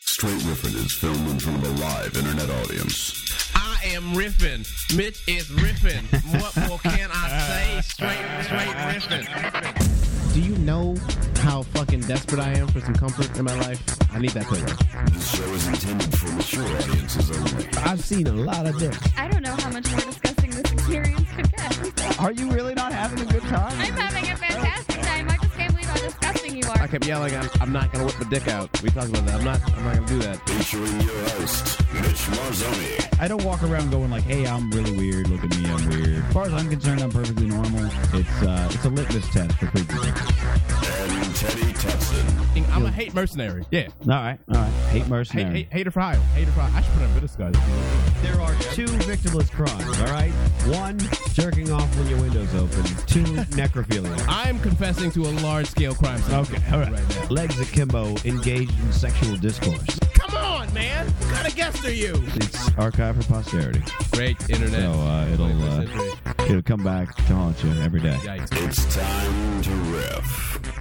Straight Riffin is filmed in front of a live internet audience. I am riffing. Mitch is riffing. What more can I say? Straight, straight riffing. Do you know how fucking desperate I am for some comfort in my life? I need that pillow. This show is intended for mature audiences only. I've seen a lot of dick. I don't know how much more disgusting this experience could get. Are you really not having a good time? I'm having a fantastic time. I just can't believe how disgusting you I are. kept yelling, I'm, I'm not gonna whip my dick out. We talked about that. I'm not. I'm not gonna do that. Featuring your host, Mitch Marzoni. I don't walk around going like, "Hey, I'm really weird. Look at me, I'm weird." As far as I'm concerned, I'm perfectly normal. It's uh, it's a litmus test for freakiness. And Teddy Tutson. I'm a hate mercenary. Yeah. All right, all right. Hate mercenary. Hate, hate, hater for hire. Hater for hire. I should put on a bit of scuzz. There are two victimless crimes. All right, one jerking off when your window's open. Two necrophilia. I am confessing to a large scale crime. Okay, all right. Legs akimbo, engaged in sexual discourse. Come on, man. What kind of guest are you? It's archived for posterity, Great internet. so uh, it'll uh, it'll come back to haunt you every day. Yikes. It's time to riff.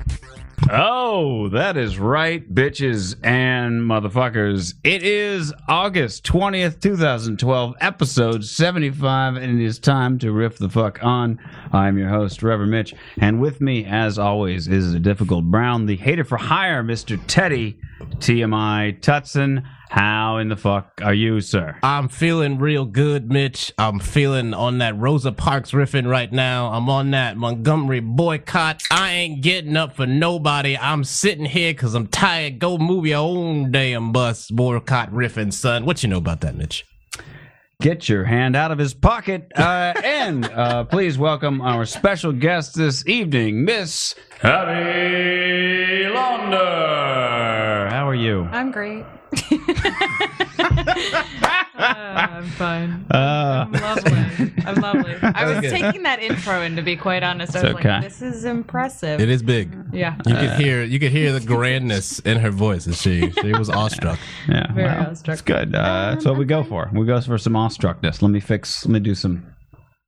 Oh, that is right, bitches and motherfuckers. It is August 20th, 2012, episode 75, and it is time to riff the fuck on. I'm your host, Reverend Mitch, and with me, as always, is the difficult Brown, the hater for hire, Mr. Teddy TMI Tutson. How in the fuck are you, sir? I'm feeling real good, Mitch. I'm feeling on that Rosa Parks riffing right now. I'm on that Montgomery boycott. I ain't getting up for nobody. I'm sitting here because I'm tired. Go move your own damn bus boycott riffing, son. What you know about that, Mitch? get your hand out of his pocket. Uh, and uh, please welcome our special guest this evening, Miss Abby Launder. How are you? I'm great. Uh, I'm fine. I'm Uh, lovely. I'm lovely. I was taking that intro in, to be quite honest. I It's was okay. like, this is impressive. is big. Yeah. You Uh, could hear you could hear the grandness in her voice as she she was awestruck. yeah, Very well, awestruck. It's good. Uh, that's what we go for. We go for some awestruckness. Let me fix. Let me do some.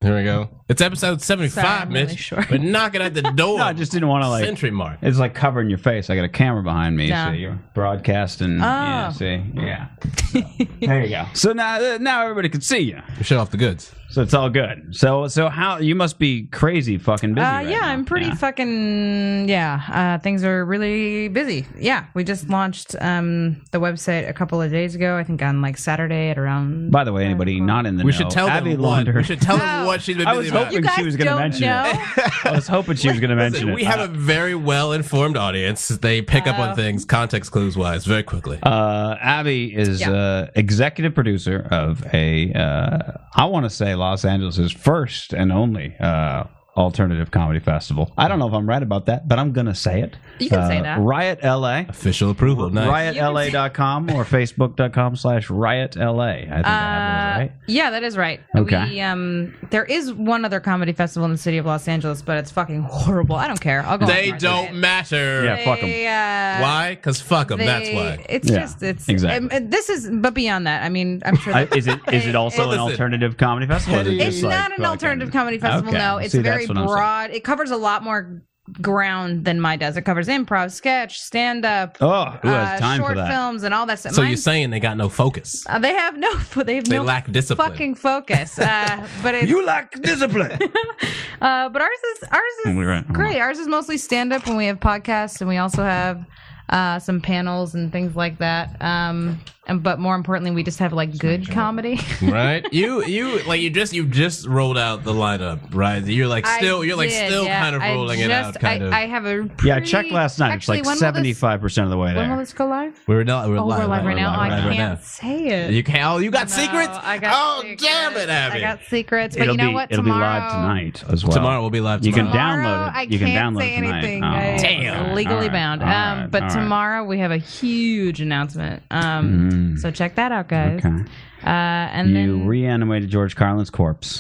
Here we go. It's episode seventy Sorry, five, I'm really Mitch. short. We're knocking at the door. No, I just didn't want to like. century mark. It's like covering your face. I got a camera behind me. Yeah. So you're broadcasting. Yeah. Oh. See. Yeah. So, there you go. So now, now everybody can see you. We shut off the goods. So it's all good. So so how you must be crazy fucking busy. Uh, right yeah, now. I'm pretty fucking yeah. Uh, things are really busy. Yeah, we just launched um, the website a couple of days ago. I think on like Saturday at around. By the way, anybody not in the We know, should tell Abby them what, Launder- we should tell them what she's been I busy was about. hoping you guys she was gonna don't mention it. know. I was hoping she was going to mention Listen, it. Uh, we have a very well informed audience. They pick up Uh. on things context clues wise very quickly. uh, Abby is Yeah. uh, executive producer of a, uh, I want to say Los Angeles' first and only uh, alternative comedy festival. I don't know if I'm right about that, but I'm going to say it. You can Uh, say that. Riot LA. Official approval. Nice. RiotLA.com or Facebook.com slash RiotLA. I think I have those right. Uh, Yeah, that is right. Okay. We, um, there is one other comedy festival in the city of Los Angeles, but it's fucking horrible. I don't care. I'll go. They on don't matter. Yeah, fuck 'em. They, uh, Why? Because fuck them. they- That's why. It's Yeah, just it's exactly. um, this is but beyond that. I mean, I'm sure. I, that- is it is it also an Listen. alternative comedy festival? Is it It's just like not an fucking- alternative comedy festival. Okay. No, it's See, very that's what I'm saying. broad. It covers a lot more ground than mine does. It covers improv, sketch, stand up, Oh, who has time uh, short for that? films, and all that stuff. So you're Mine's- saying they got no focus? uh, they have no, they have They no lack discipline. fucking focus. Uh, but it's You lack discipline. Uh, but ours is ours is We're at- great. Ours is mostly stand up, and we have podcasts, and we also have uh, some panels and things like that. Um, and but more importantly, we just have like good comedy. right? You you like you just you just rolled out the lineup, right? You're like still I you're like did, still yeah. kind of I rolling it out, just- kind I, of. I have a yeah, I pretty- checked last night. Actually, it's like when will seventy this- five percent of the way When will there. this go live? we're not. We're Oh, live, we're live right now. live I right can't now. say it. You can't. Oh, you got No, secrets. I got oh, secrets. damn it, Abby. I got secrets, but it'll you know be what? it'll tomorrow, be live tonight as well. tomorrow we'll be live. You Tomorrow. can Tomorrow, download it. I you can can't download say tonight. anything. Oh, I- Damn. it's legally All right, bound. all um, right, but all right. tomorrow we have a huge announcement. Um, Mm, so check that out, guys. okay. Uh, and You then reanimated George Carlin's corpse,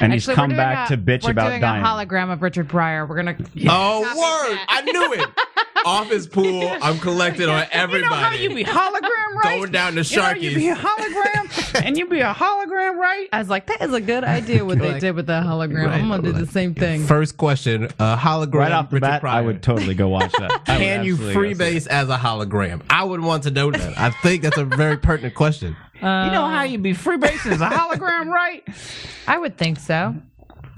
and he's Actually, come we're doing back a- to bitch we're about doing dying. a hologram of Richard Pryor. We're gonna. Oh, word! I knew it. Office pool. I'm collected on everybody. hologram hologram, right? Going down to You know, you'd be Sharky's. a hologram, and you'd be a hologram, right? I was like, that is a good idea what they Like- did with that hologram. I'm Right, gonna do the like- same thing. First question: uh, Hologram. Right off the Richard bat, Pryor. I would totally go watch that. I would Can you absolutely go see freebase as a hologram? I would want to know that. I think that's a very pertinent question. that. You know how you'd be freebasing as a hologram, right? I would think so.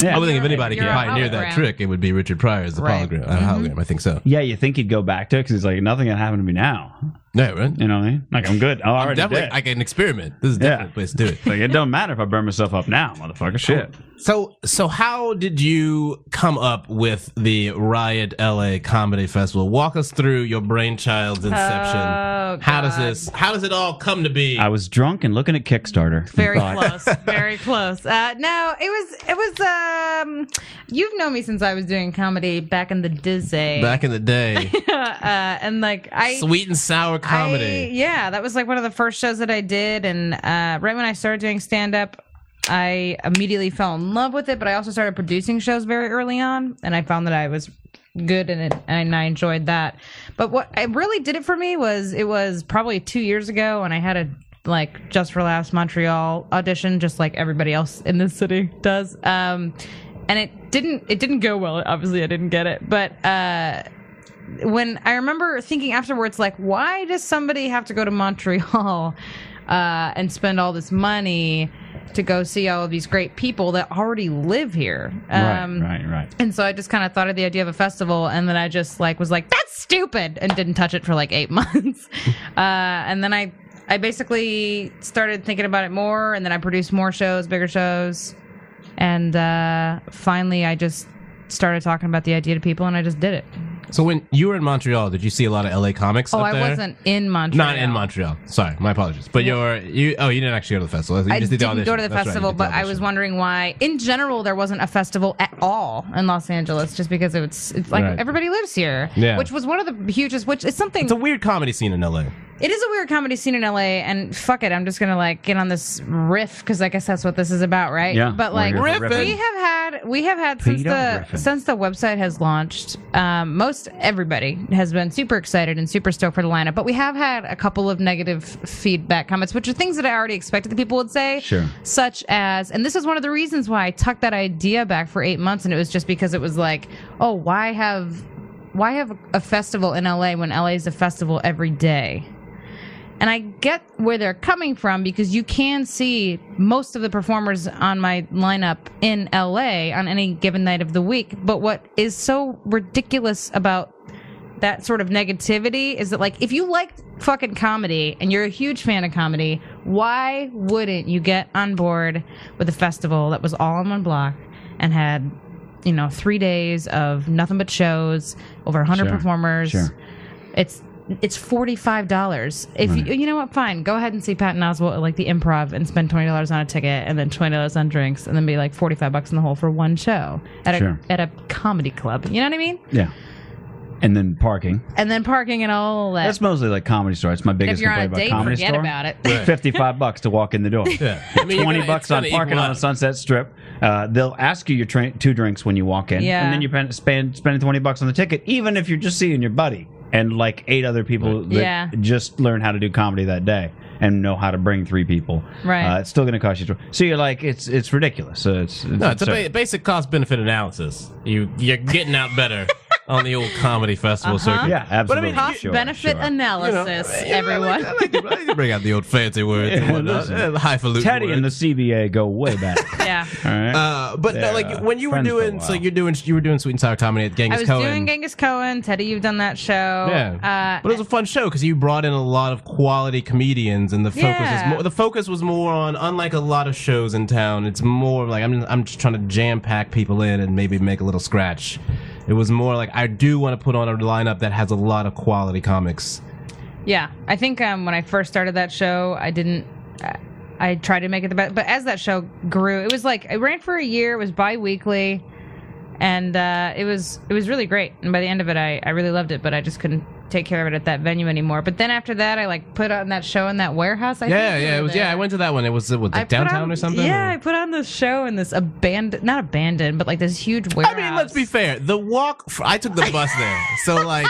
Yeah. I would think if anybody could You're a pioneer that hologram. trick, it would be Richard Pryor as a Right. hologram. Mm-hmm. uh, hologram. I think so. yeah, you think he'd go back to it because he's like, nothing can happen to me now. Yeah, right. You know what I mean? Like, I'm good. I'm already Definitely, dead. I can experiment. This is definitely Yeah. a place to do it. like, it don't matter if I burn myself up now, motherfucker. Shit. So, so how did you come up with the Riot LA Comedy Festival? Walk us through your brainchild's inception. Oh, how does God. this? How does it all come to be? I was drunk and looking at Kickstarter. Very Thought, close. Very close. Uh, no, it was it was um You've known me since I was doing comedy back in the dizzy. Back in the day, uh, and like I sweet and sour I- comedy. yeah, that was like one of the first shows that I did, and uh, right when I started doing stand up, I immediately fell in love with it. But I also started producing shows very early on, and I found that I was good in it, and I enjoyed that. But what I really did it for me was it was probably two years ago, and I had a like just for laughs Montreal audition, just like everybody else in this city does. Um, and it didn't it didn't go well. Obviously, I didn't get it, but. Uh, when I remember thinking afterwards, like, why does somebody have to go to Montreal uh, and spend all this money to go see all of these great people that already live here? Um, right, right, right. And so I just kind of thought of the idea of a festival, and then I just like was like, "That's stupid," and didn't touch it for like eight months. uh, and then I, I basically started thinking about it more, and then I produced more shows, bigger shows, and uh, finally I just started talking about the idea to people, and I just did it. So when you were in Montreal, did you see a lot of LA comics? Oh, up I there? wasn't in Montreal. Not in Montreal. Sorry, my apologies. But you're you. Oh, you didn't actually go to the festival. You I just didn't did the go to audition. the That's right, you festival, did the but I was audition. wondering why. In general, there wasn't a festival at all in Los Angeles, just because it's, it's like Right. everybody lives here, Yeah. which was one of the hugest. Which is something. It's a weird comedy scene in LA. it is a weird comedy scene in LA, and fuck it, I'm just gonna like get on this riff because I guess that's what this is about, right? Yeah, But we're like, here for riffing. we have had we have had since Peter the Griffin. since the website has launched, um, most everybody has been super excited and super stoked for the lineup. But we have had a couple of negative feedback comments, which are things that I already expected that people would say. Sure. Such as, and this is one of the reasons why I tucked that idea back for eight months, and it was just because it was like, oh, why have why have a festival in LA when LA is a festival every day? And I get where they're coming from because you can see most of the performers on my lineup in LA on any given night of the week. But what is so ridiculous about that sort of negativity is that, like, if you liked fucking comedy and you're a huge fan of comedy, why wouldn't you get on board with a festival that was all in one block and had, you know, three days of nothing but shows, over 100 Sure, performers? sure. It's it's forty five dollars. If you, you know what, fine, go ahead and see Patton Oswalt at like the Improv and spend twenty dollars on a ticket and then twenty dollars on drinks and then be like forty five bucks in the hole for one show at a Sure. at a comedy club. You know what I mean? Yeah. And then parking. And then parking and all that. That's mostly like comedy store. It's my biggest if you're on a complaint date, about comedy forget store. about it. Fifty-five bucks to walk in the door. Yeah. I mean, you're Twenty gonna- bucks it's on gonna parking equal on out. the Sunset Strip. Uh, they'll ask you your tra- two drinks when you walk in, Yeah. and then you pen- spend spending twenty bucks on the ticket, even if you're just seeing your buddy and like eight other people that Yeah. just learn how to do comedy that day and know how to bring three people. Right. Uh, it's still going to cost you. Tw- so you're like, it's it's ridiculous. So it's, No, it's a absurd. ba- basic cost benefit analysis. You you're getting out better on the old comedy festival Uh-huh. circuit. yeah, absolutely. mean, Cost Sure, benefit sure. analysis, everyone. I like, to- I like to bring out the old fancy words and Yeah, whatnot. listen. Uh, highfalutin Teddy words. and the CBA go way back. yeah. All right. Uh, but no, They're, like uh, when you were friends for a doing, so while. you're doing, you were doing Sweet and Sour Comedy at I Genghis was Cohen. doing Genghis Cohen. Teddy, you've done that show. yeah, Uh, but it was a fun show because you brought in a lot of quality comedians, and the focus Yeah. is more. The focus was more on, unlike a lot of shows in town, it's more like I'm I'm just trying to jam pack people in and maybe make a little scratch. It was more like I do want to put on a lineup that has a lot of quality comics. Yeah, I think um, when I first started that show, I didn't. I- I tried to make it the best, but as that show grew, it was like it ran for a year. It was bi-weekly, and uh, it was it was really great. And by the end of it, I, I really loved it, but I just couldn't take care of it at that venue anymore. But then after that, I like put on that show in that warehouse. I Yeah, think you yeah, it were was. Yeah, I there. went to that one. It was uh, what, I like put on- downtown or something. Yeah, I Or- put on this show in this abandoned, not abandoned, but like this huge I warehouse. mean, let's be fair. The walk, fr- I took the bus there, so like,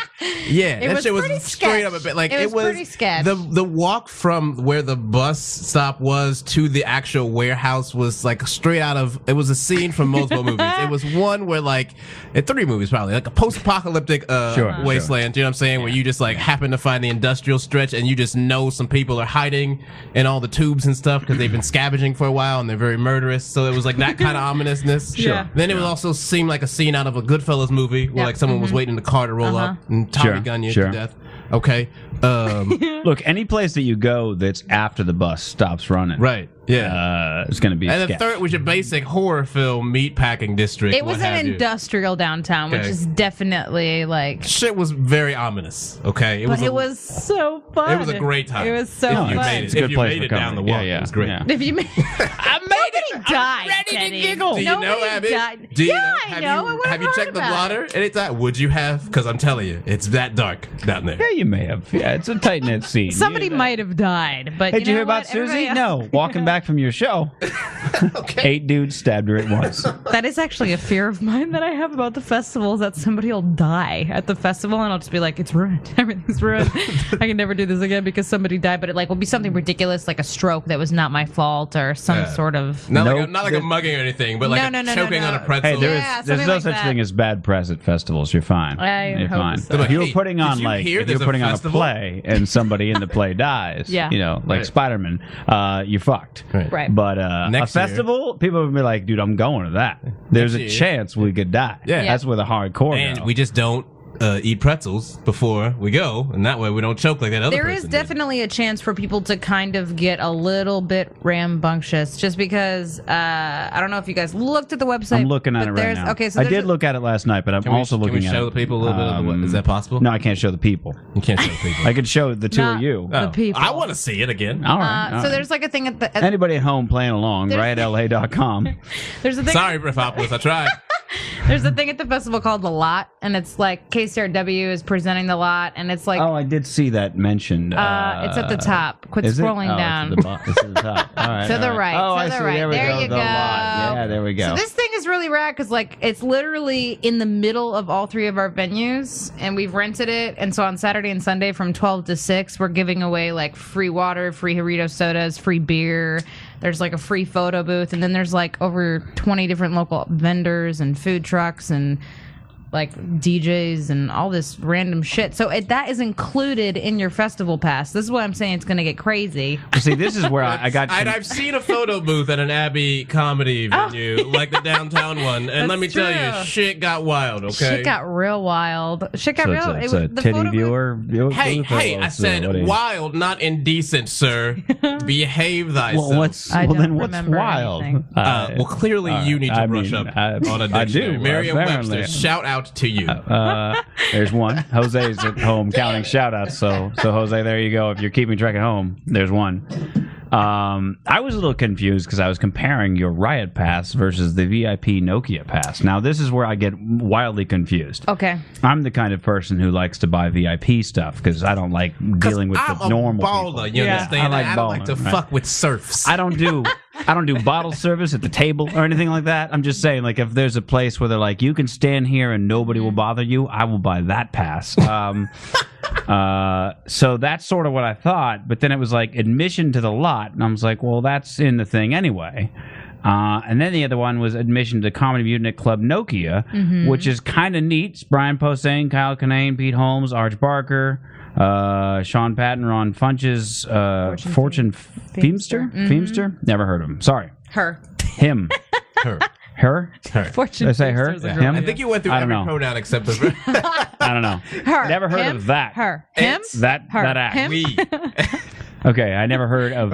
yeah, It that was shit was pretty straight sketch. up a bit. Like, It it was pretty sketch. The the walk from where the bus stop was to the actual warehouse was like straight out of. It was a scene from multiple movies. It was one where like, in three movies probably, like a post-apocalyptic uh, Sure, sure. wasteland. You know what I'm saying? Where you just like happen to find the industrial stretch, and you just know some people are hiding in all the tubes and stuff because they've been scavenging for a while and they're very murderous. So it was like that kind of ominousness. Sure. Yeah. Then it would also seem like a scene out of a Goodfellas movie where Yeah. like someone was waiting in the car to roll Uh-huh. up and Tommy Sure, gun you sure. to death. Okay. Um, Look, any place that you go that's after the bus stops running, right. Yeah. Uh, it's going to be. and the sketch. third was your basic horror film meatpacking district. It what was have an you. industrial downtown, which Okay. is definitely like. Shit was very ominous. Okay. It But was. a- it was so fun. It was a great time. It was so If fun. you made It's it, a good if you place made for it down the comedy. wall, Yeah, yeah, it was great. yeah. If you made, I made Nobody died, Teddy. Do you Nobody know, Abby? died. Do you Yeah, know? I Have know. I you, would've have you heard checked the about water anytime? Would you have? Because I'm telling you, it's that dark down there. Yeah, you may have. Yeah, it's a tight knit scene. somebody You know. might have died. But Hey, you did you know hear about what? Everybody Susie? else- No, walking back from your show, eight dudes stabbed her at once. That is actually a fear of mine that I have about the festival is that somebody will die at the festival and I'll just be like, it's ruined. Everything's ruined. I can never do this again because somebody died, but it like will be something ridiculous like a stroke that was not my fault or some Yeah. sort of Not like Nope. a, not like a mugging or anything, but like No, a no, no, no, choking no. on a pretzel. Hey, there is Yeah, there's something no like such that. thing as bad press at festivals. You're fine. I you're hope fine. so. If you were Hey, putting did on you like hear if there's you're a putting on a festival? play and somebody in the play dies, Yeah. you know, like Right. Spider-Man, uh, you're fucked. Right. Right. But uh, Next a year. festival, people would be like, "Dude, I'm going to that." There's a year. chance we could die. Yeah. that's where the hardcore. and go. we just don't uh, eat pretzels before we go, and that way we don't choke like that other There is person. did. definitely a chance for people to kind of get a little bit rambunctious just because uh, I don't know if you guys looked at the website. I'm looking at but it right there's- now. Okay, so I there's did a- look at it last night, but I'm we- also can we looking at show it. the people a little bit of the what- is that possible? No, I can't show the people. You can't show people. I could show the two Not- of you. Oh. the people. I want to see it again. All Uh, right. all So right. there's like a thing at the. At, anybody at home playing along, There's- riotla.com. there's a thing. Sorry, Riffopolis, I tried. There's a thing at the festival called the Lot, and it's like KCRW is presenting the Lot, and it's like oh, I did see that mentioned. Uh, uh, it's at the top. Quit is it? scrolling Oh, down. It's, at the, bo- it's at the top. All right, To all the right, Oh, to I the see. right. There we There go. you the lot. go. Yeah, there we go. So this thing is really rad because like it's literally in the middle of all three of our venues, and we've rented it. And so on Saturday and Sunday from twelve to six, we're giving away like free water, free Harito sodas, free beer. There's like a free photo booth, and then there's like over twenty different local vendors and food trucks and like DJs and all this random shit. So it, that is included in your festival pass. This is what I'm saying. It's gonna get crazy. see, this is where I, I got. And I've seen a photo booth at an Abbey comedy venue, like the downtown one. And let me Oh. That's tell true. you, shit got wild. Okay. Shit got real wild. Shit got so real. it's a, it's it was a the titty photo booth- viewer. viewer Hey, booth, or hey! I what's the- said what is- wild, not indecent, sir. Behave thyself. Well, what's I well then don't what's remember wild? anything. Uh, well, clearly all you right. need to I brush mean, up I- on a I dictionary. do, Merriam-Webster, apparently. shout out to you. Uh, there's one. Jose's at home counting shout outs. So, so Jose, there you go. If you're keeping track at home, there's one. Um, I was a little confused because I was comparing your Riot Pass versus the VIP Nokia Pass. Now, this is where I get wildly confused. Okay. I'm the kind of person who likes to buy VIP stuff because I don't like dealing with I'm the normal a baller, people. you Yeah. understand? I like don't like to balling, right. fuck with serfs. I don't do I don't do bottle service at the table or anything like that. I'm just saying, like, if there's a place where they're like, you can stand here and nobody will Mm. bother you, I will buy that pass. Um, uh, so that's sort of what I thought. But then it was like admission to the lot, and I was like, well, that's in the thing anyway. Uh, and then the other one was admission to Comedy Mutant Club Nokia, which is kind of neat. It's Brian Posehn, Kyle Kinane, Pete Holmes, Arch Barker, uh, Sean Patton, Ron Funches, uh, Fortune, Feemster? Feemster? Never heard of him. Sorry. Her. Him. Her. Her? Her. Did Fortune. I say her? Feaster's a girl. Him? I think you went through I don't every know. pronoun except the I don't know. Her. Never heard Him? of that. Her. Him? That Her. that act. Him? we. Okay, I never heard of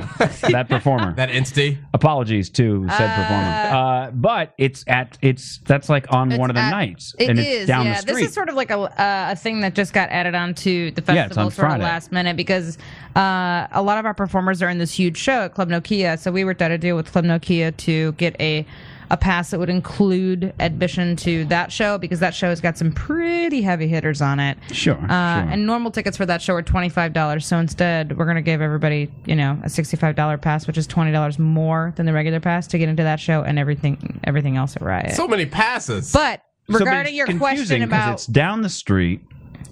that performer. That entity. Apologies to said performer. Uh, but it's at it's that's like on one of the at- nights, It and is, it's down yeah. the street. This is sort of like a uh, a thing that just got added onto the festival Yeah, it's on sort Friday. of last minute because uh, a lot of our performers are in this huge show at Club Nokia. So we worked out a deal with Club Nokia to get a a pass that would include admission to that show because that show has got some pretty heavy hitters on it. Sure, Uh, sure. And normal tickets for that show are twenty five dollars. So instead, we're gonna give everybody, you know, a sixty five dollar pass, which is twenty dollars more than the regular pass to get into that show and everything everything else at Riot. So many passes. but So, but regarding it's your confusing 'cause question about it's down the street,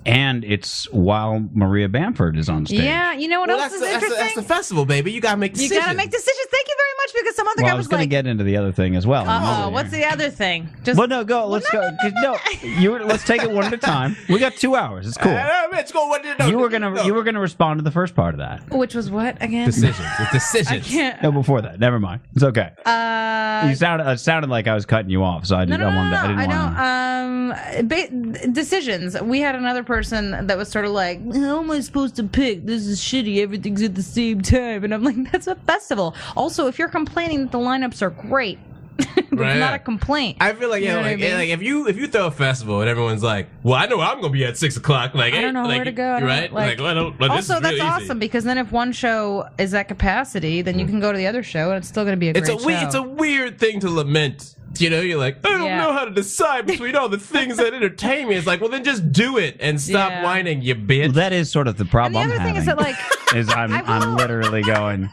and it's while Maria Bamford is on stage. yeah, you know what well, else that's, is the, that's, the, interesting? that's the festival, baby. You gotta make you decisions. gotta make decisions. Thank you very much because some other Well, I guy was, was going like, to get into the other thing as well. "Uh oh, what's the other thing?" Just Well, no, go. Let's no, go. no, no, no, No, you were- let's take it one at a time. We got two hours. It's cool. Uh, bitch, go, what, no, You were no. gonna you were gonna respond to the first part of that. which was what again? decisions. It's I decisions. can't. No, before that. Never mind. It's okay. Uh, you sounded it sounded like I was cutting you off, so I no, didn't no, no, want no, to. I didn't I want to. don't. Um, ba- decisions. We had another person that was sort of like, "How am I supposed to pick? This is shitty. Everything's at the same time." And I'm like, "That's a festival." Also, if you're complaining that the lineups are great, that's Right. not a complaint. I feel like You yeah, know what I like, mean? like if you if you throw a festival and everyone's like, well, I know I'm gonna be at six o'clock. Like I don't know hey, like, where to go. I don't- Right? like- Like, well, I don't. Well, this also, is that's really easy. awesome because then if one show is at capacity, then you can go to the other show and it's still going to be a Hmm. It's a great we, show. it's a weird thing to lament. You know, you're like, I don't Yeah. know how to decide between all the things that entertain me. It's like, well, then just do it and stop Yeah. whining, you bitch. Well, that is sort of the and the problem. other I'm thing is that having, like. is I'm I I'm will- literally going.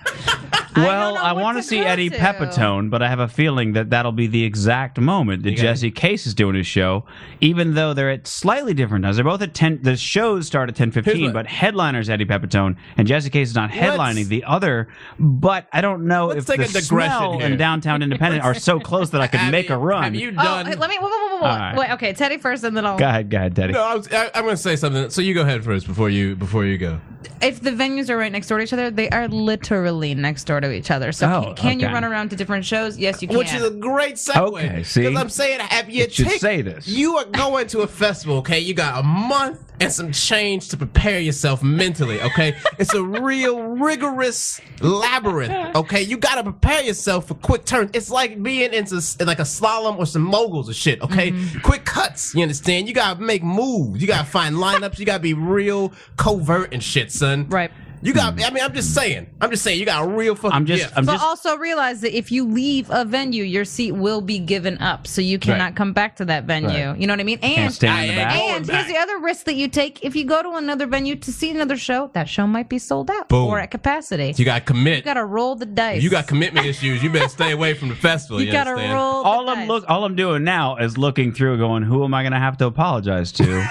don't Well, know I, what want to to see go Eddie to." Pepitone, but I have a feeling that that'll be the exact moment that gotta- Jesse Case is doing his show. Even though they're at slightly different times, they're both at ten. The shows start at ten Here's fifteen, what- but headliners Eddie Pepitone and Jesse Case is not headlining Let's- the other. But I don't know Let's if take the a digression smell here. and downtown Independent are so close that I could Have make you- a run. Have you Oh, done? let me. Whoa, whoa, whoa, whoa. All right. Wait, okay, Teddy first, and then I'll. Go ahead, go ahead, Teddy. no, I was, I, I'm gonna say something. So you go ahead first before you before you go. if the venues are right next door to each other, they are literally next door to each other. So Oh, can, can you okay. run around to different shows? Yes, you can. Which is a great segue. Okay, see? Because I'm saying, have you It should take- say this. You are going to a festival, okay? You got a month and some change to prepare yourself mentally, okay? it's a real rigorous labyrinth, okay? You got to prepare yourself for quick turns. It's like being into s- like a slalom or some moguls or shit, okay? Mm-hmm. Quick cuts, you understand? You got to make moves. You got to find lineups. you got to be real covert and shit, son. Right. You got. I mean, I'm just saying. I'm just saying. You got a real fucking. Mm. I'm just, gift. I'm but just. also realize that if you leave a venue, your seat will be given up, so you cannot Right. come back to that venue. Right. You know what I mean? Can't And stand in the I- back. I- and Going here's the other risk that you take: if you go to another venue to see another show, that show might be sold out Boom. or at capacity. you got to commit. got to roll the dice. If you got commitment issues, you better stay away from the festival. You, you got to understand? roll. all the I'm dice. look all I'm doing now is looking through going, who am I gonna have to apologize to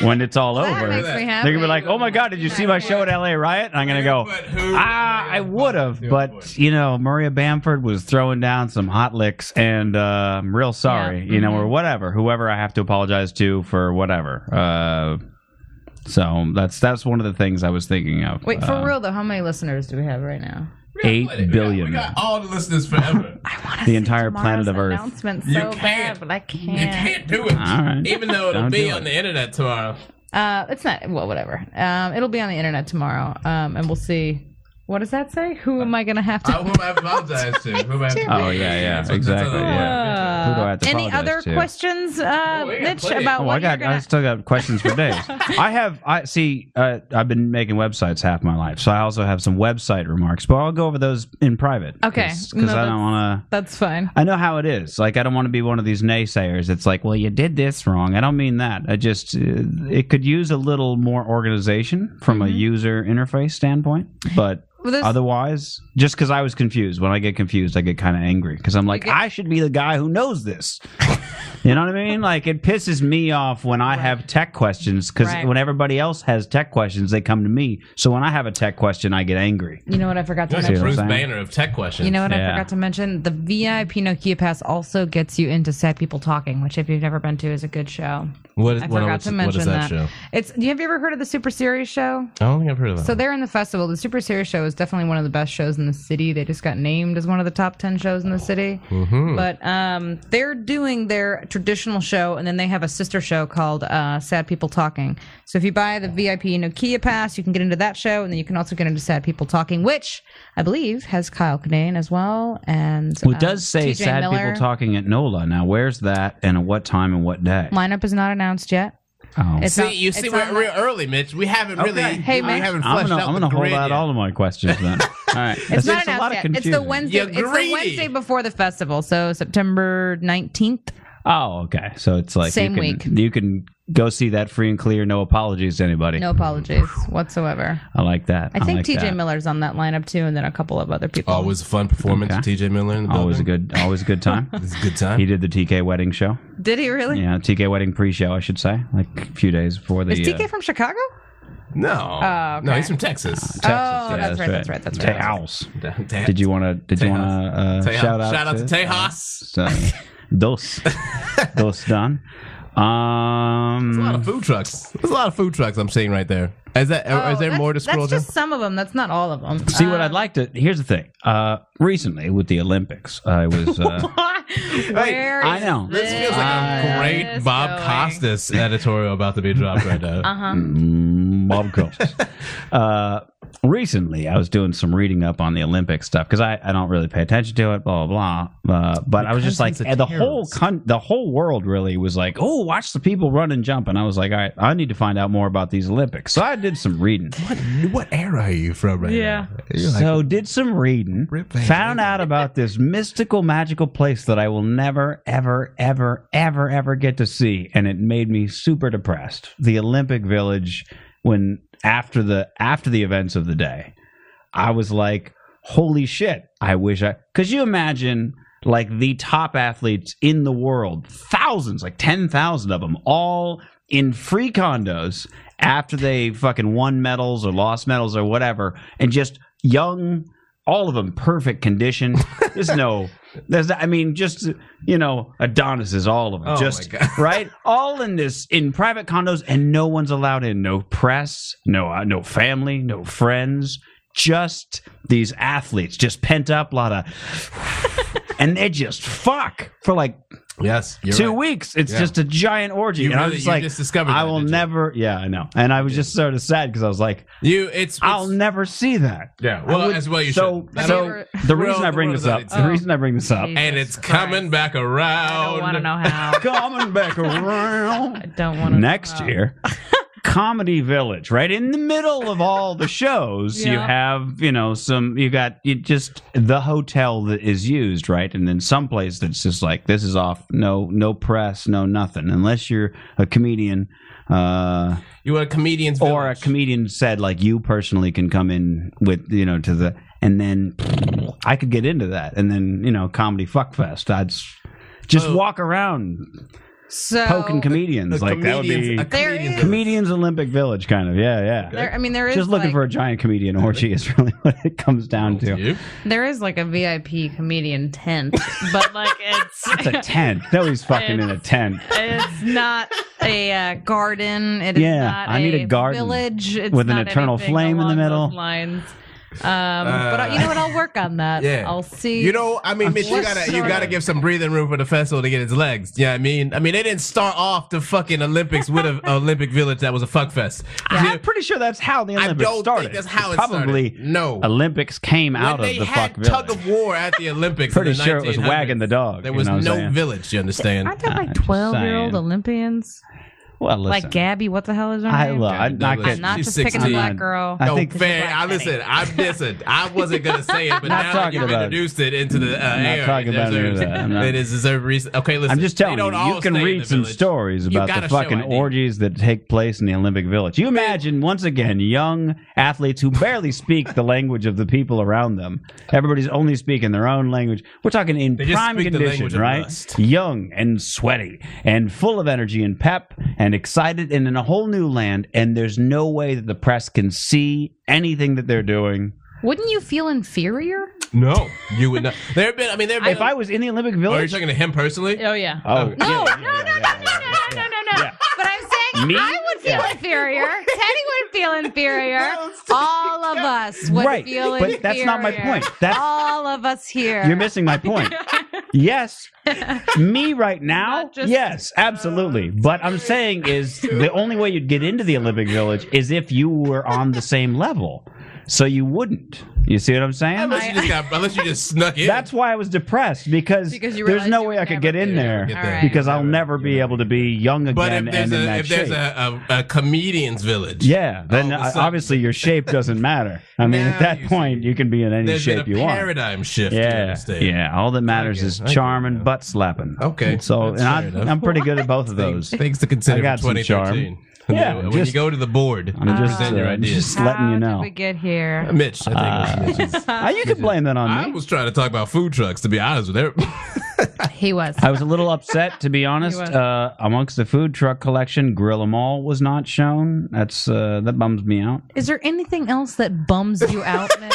when it's all That over? makes me They're happy. gonna be like, Oh my god, did you see my show at LA Riot? And I'm gonna go, But who- Ah, I would have, but you know, Maria Bamford was throwing down some hot licks and uh, I'm real sorry, Yeah. mm-hmm. you know, or whatever, whoever I have to apologize to for whatever. Uh so that's that's one of the things I was thinking of. Wait for Uh, real though. How many listeners do we have right now? Eight billion. We got all the listeners forever. I want The entire planet of Earth. Announcement so You bad, can't. but I You can't do it. All right. Even though it'll Don't be do on it. the internet tomorrow. Uh, it's not. Well, whatever. Um, it'll be on the internet tomorrow, um, and we'll see. What does that say? Who am I gonna have I, to? Uh, who am I apologize to? Who am I Oh, yeah, yeah, That's what- that's exactly, all. yeah. Who do I have to Any apologize other to? questions, uh, we got Mitch, plenty. about Oh, what I got. you're gonna? I still got questions for days. I have. I see. Uh, I've been making websites half my life, so I also have some website remarks. But I'll go over those in private. Okay. because No, I that's- don't want to. That's fine. I know how it is. Like I don't want to be one of these naysayers. It's like, well, you did this wrong. I don't mean that. I just uh, it could use a little more organization from Mm-hmm. a user interface standpoint, but. Well, there's- Otherwise, just because I was confused, when I get confused, I get kind of angry because I'm like, get- I should be the guy who knows this. You know what I mean? Like it pisses me off when I have tech questions because Right. when everybody else has tech questions, they come to me. So when I have a tech question, I get angry. You know what I forgot to You're the See what I'm mention. Bruce saying? Banner of tech questions. You know what I Yeah. forgot to mention? The VIP Nokia Pass also gets you into Sad People Talking, which if you've never been to, is a good show. what, I what- forgot what's- to mention what is that, show? It's. Have you ever heard of the Super Series show? I don't think I've heard of that. So they're in the festival. The Super Series show is definitely one of the best shows in the city. They just got named as one of the top ten shows in the city. But um, they're doing their traditional show, and then they have a sister show called uh, Sad People Talking. So if you buy the VIP Nokia pass, you can get into that show, and then you can also get into Sad People Talking, which I believe has Kyle Kinane as well. And Well, it um, does say TJ sad Miller. people talking at NOLA. Now, where's that and at what time and what day? Lineup is not announced yet. Oh. It's See, on- you see, it's we're on real early, Mitch. We haven't really, Okay. Hey, we Mitch. haven't I'm fleshed gonna, out I'm the gonna hold grid out yet. all of my questions then. all right. That's- It's not it's a announced lot of yet. confusion. It's the Wednesday. You're It's greedy. the Wednesday before the festival, so September nineteenth. Oh, okay. So it's like Same you can, week. You can go see that free and clear. No apologies to anybody. No apologies whatsoever. I like that. I think like TJ that. Oh, Miller's on that lineup too, and then a couple of other people. Always a fun performance Okay. with TJ Miller in the building. Always a good, always a good time. It's a good time. he did the TK wedding show. Did he really? Yeah, TK wedding pre-show, I should say, like a few days before the. Is uh, TK from Chicago? No, Oh, no, okay. he's from Texas. Texas. Oh, Yeah, that's right, that's right, that's right. Tejas. Did Did you want to? Did you Tejas. want to uh, Tejas. shout out? Shout out to Tejas. uh, dos, dos done. Um, a lot of food trucks? There's a lot of food trucks I'm seeing right there. Is that? or is Oh, there that's- more to scroll That's down? just some of them. That's not all of them. See what I'd like to. Here's the thing. Uh, recently with the Olympics, I was. Uh, Where I is know. This feels like a great this Bob Ah, going? Costas editorial about to be dropped right now. Mm, Bob Coates. uh, recently, I was doing some reading up on the Olympic stuff because I, I don't really pay attention to it, blah blah. blah. Uh, but I was just like, cousin's a and the terrorist. whole con- the whole world really was like, oh, watch the people run and jump, and I was like, all right, I need to find out more about these Olympics. So I did some reading. What, what era are you from right Uh-huh. Yeah. now? You're like, so did some reading, Rip Van found out about this mystical, magical place that I will never, ever, ever, ever, ever get to see, and it made me super depressed. The Olympic Village, when after the after the events of the day, I was like, "Holy shit! I wish I." Could you imagine? Like the top athletes in the world, thousands, like 10,000 of them, all in free condos after they fucking won medals or lost medals or whatever, and just young, all of them perfect condition. There's no, there's, I mean, just you know, Adonis is all of them, Oh, just my God. right, all in this in private condos, and no one's allowed in, no press, no, uh, no family, no friends, just these athletes, just pent up, lot of, and they just fuck for like yes, you're two right. weeks. It's Yeah. just a giant orgy. You and I really- was just you like, just discovered I that, will did you? never. Yeah, I know. And I was just sort of sad because I was like, You, it's, it's I'll never see that. yeah. I Well, would- as well you so, should. So Never- the Well, reason I the bring world this is up, not the reason I bring this up, Jesus and it's Christ. coming back around. I don't want to know how. coming back around. I don't want to. next year comedy village right in the middle of all the shows you Yeah. have you know some you got you just the hotel that is used right and then some place that's just like this is off no no press no nothing unless you're a comedian uh You want a comedian's or a village. comedian said like you personally can come in with you know to the and then i could get into that and then you know comedy fuckfest i'd s- just Oh. walk around So poking comedians A like that would be comedian's- a There comedian's is- village. Comedians Olympic Village, kind of. Yeah, yeah. there, I mean, there is Just looking like, for a giant comedian orgy is really what it comes down to. You? there is like a VIP comedian tent, but like it's It's a tent. Nobody's fucking in a tent it's not a uh, garden. It is Yeah, not I need a garden village. It's with an not eternal anything flame in the along middle. those Lines. Um, but I- you know what? I'll work on that. Uh, Yeah. I'll see. You know, I mean, Mitch, you so gotta you sorry. gotta give some breathing room for the festival to get its legs. Yeah, I mean, I mean, they didn't start off the fucking Olympics with an Olympic village that was a fuck fest. I'm pretty sure that's how the I Olympics don't started. think that's how it Probably started. No. Olympics came out when of they the had fuck village. tug of war at the Olympics, Pretty in the sure it was 1900s, wagging the dog, There you was know what I'm no saying? village. You understand? aren't there like just twelve year old saying. Olympians? well, listen, Like Gabby, what the hell is her I name? love. I'm not I'm getting. I'm not She's just picking a 16. black girl. I no, think- fair. I listen. I'm listen. I wasn't gonna say it, but Not now that talking you've about- introduced it into the uh, air, talking about any of deserves- that. I'm not- it is deserved reason. Okay, listen. I'm just they telling don't you, all you can stay in read the some village. stories about gotta the show fucking ID. orgies that take place in the Olympic Village. You imagine, once again, young athletes who barely speak the language of the people around them. Everybody's only speaking their own language. We're talking in just prime speak the condition, language of right? lust. Young and sweaty and full of energy and pep and excited and in a whole new land. And there's no way that the press can see anything that they're doing. Wouldn't you feel inferior? No, you would not. There have been. I mean, there have been. If I was in the Olympic are you Village, Oh, talking to him personally? Oh yeah. oh, yeah, No, no, yeah, no, yeah, no, no, yeah, no, no, no, no, no. Yeah. But I'm saying Me? I would feel Yeah. inferior. Teddy would feel inferior. All of us would Right, feel but inferior. that's not my point. That's- all of us here. You're missing my point. yes. Me right now? Not just- yes, absolutely. but I'm saying is the only way you'd get into the Olympic Village is if you were on the same level. So you wouldn't. You see what I'm saying? Unless you just got, unless you just snuck in. That's why I was depressed because, Because you there's realized no you way would I could never get in be- there Get All that. right. because I'll never be able to be young But again if there's and in a that if there's shape. a, a, a comedian's village, yeah, then all of a uh, sudden- obviously your shape doesn't matter. I mean, at Now that you point, you can be in any there's been shape a you want. paradigm shift. in Yeah, the state. yeah. All that matters get it, is I get it, charm yeah. and butt slapping. Okay, So that's fair and I, enough. I'm pretty good at both of those. Things to consider I got for some charm. 2013. Yeah, when just- you go to the board, I'm you just, present your uh, ideas. Uh, just letting you How know. did we get here? Mitch, I think it's Mitch's. Ah, you can blame that I on me. was trying to talk about food trucks. To be honest with everybody, He was. I was a little upset, to be honest. was. Uh, amongst the food truck collection, Grill 'Em All was not shown. That's uh, that bums me out. Is there anything else that bums you out? Nick?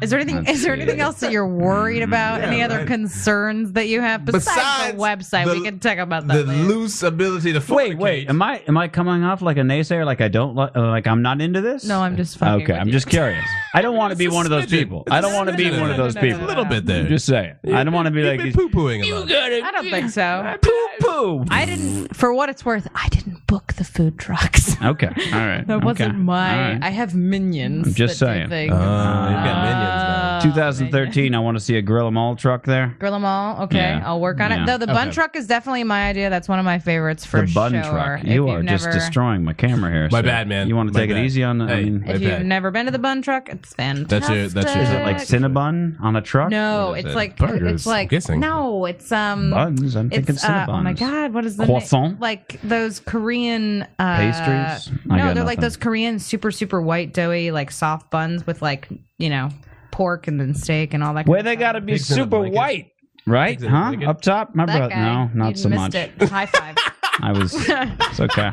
is there anything? Is there anything else that you're Mm, worried about? Any other right. concerns that you have besides, Besides the website? the- we can talk about the that. later. loose ability to fornicate. Wait, wait. Am I am I coming off like a naysayer? Like I don't li- uh, like I'm not into this? no, I'm just fucking. Okay, with I'm you. just curious. I don't want to be It's a one of those smidgen. people. It's I a don't want to be smidgen. one of those people. a little bit there. Just saying. I don't want to be You've like been these- poo pooing a lot. I don't think so. poo poo. I didn't. For what it's worth, I didn't book the food trucks. Okay, all right. That wasn't okay, all my. right. I have minions. I'm just that do saying. Uh, things. you've got minions now. Oh, 2013. I want to see a Grill 'Em All truck there. Grill 'em all. Okay, Yeah. I'll work on Yeah. it. Though the bun Okay. truck is definitely my idea. That's one of my favorites for the bun sure. truck. If You you've are just never- destroying my camera here. My sir. bad, man. You want to My take it bad. easy on the? I Hey. mean, Hey. is If you've bad. never been to the bun truck, it's fantastic. That's your- that's your- Is it like Cinnabon on a truck? No, What is it's it? like Burgers, it's like I'm guessing. no, it's um buns. I'm thinking it's uh, Cinnabons. oh my god, what is the Croissant? name? Like those Korean uh, Pastries? I No, they're got like nothing. those Korean super super white doughy like soft buns with like you know pork and then steak and all that. Where kind they of got to be Pigs in a super blanket. white, right? in a Huh? blanket. Up top, my stuff. brother. That guy, No, not you so much. missed It. High five. I was. It's okay.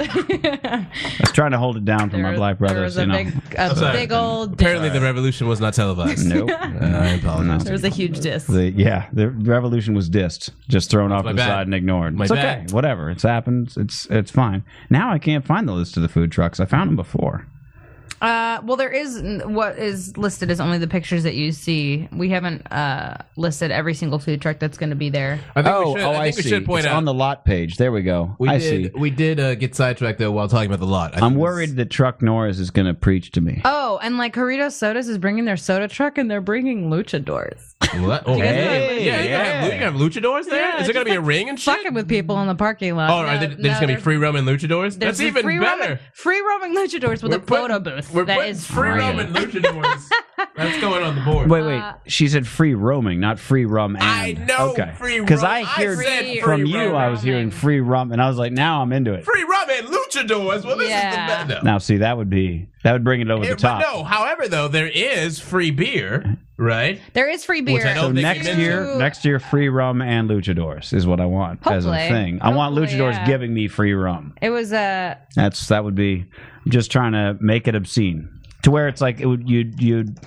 I was trying to hold it down for my There- black There brothers. was You a know. big, a sorry. big old. Disc. Apparently, the revolution was not televised. Nope. Uh, I apologize. There was a huge disc. The, yeah, the revolution was dissed, just thrown off my the bad. side and ignored. My it's bad. okay, whatever. It's happened. It's it's fine. Now I can't find the list of the food trucks. I found them before. Uh, well, there is what is listed is only the pictures that you see. We haven't uh, listed every single food truck that's going to be there. I think oh, we should, oh, I I, think see. we should point it's out on the lot page. There we go. we I did see. we did uh, get sidetracked though while talking about the lot. I I'm think this- worried that Truck Norris is going to preach to me. Oh, and like Corridos Sodas is bringing their soda truck and they're bringing luchadors. What? Oh, guys hey, yeah, know- you're gonna have, Yeah. you're gonna have luchadors there. Is Yeah, there gonna just be a ring and shit? Fucking with people in the parking lot. Oh, are they, No, they're no, just gonna be they're- free roaming luchadors? there's That's even free better. Roaming, free roaming luchadors with a putting- photo booth. We're That putting is free fire. roaming luchadors. That's going on the board. Wait, wait. she said free roaming, not free rum. And. I know okay. free Because rum. I I heard said free from you, roaming. I was hearing free rum, and I was like, now I'm into it. free roaming luchadors. Well, this Yeah. is the best. No. Now, see, that would be that would bring it over It- the but top. no, however, though there is free beer, right? there is free beer. I So don't think next you year, mentioned- next year, free rum and luchadors is what I want as a Hopefully. thing. I want Hopefully, luchadors yeah. giving me free rum. It was uh, a That's that would be. I'm just trying to make it obscene to where it's like it would you would you'd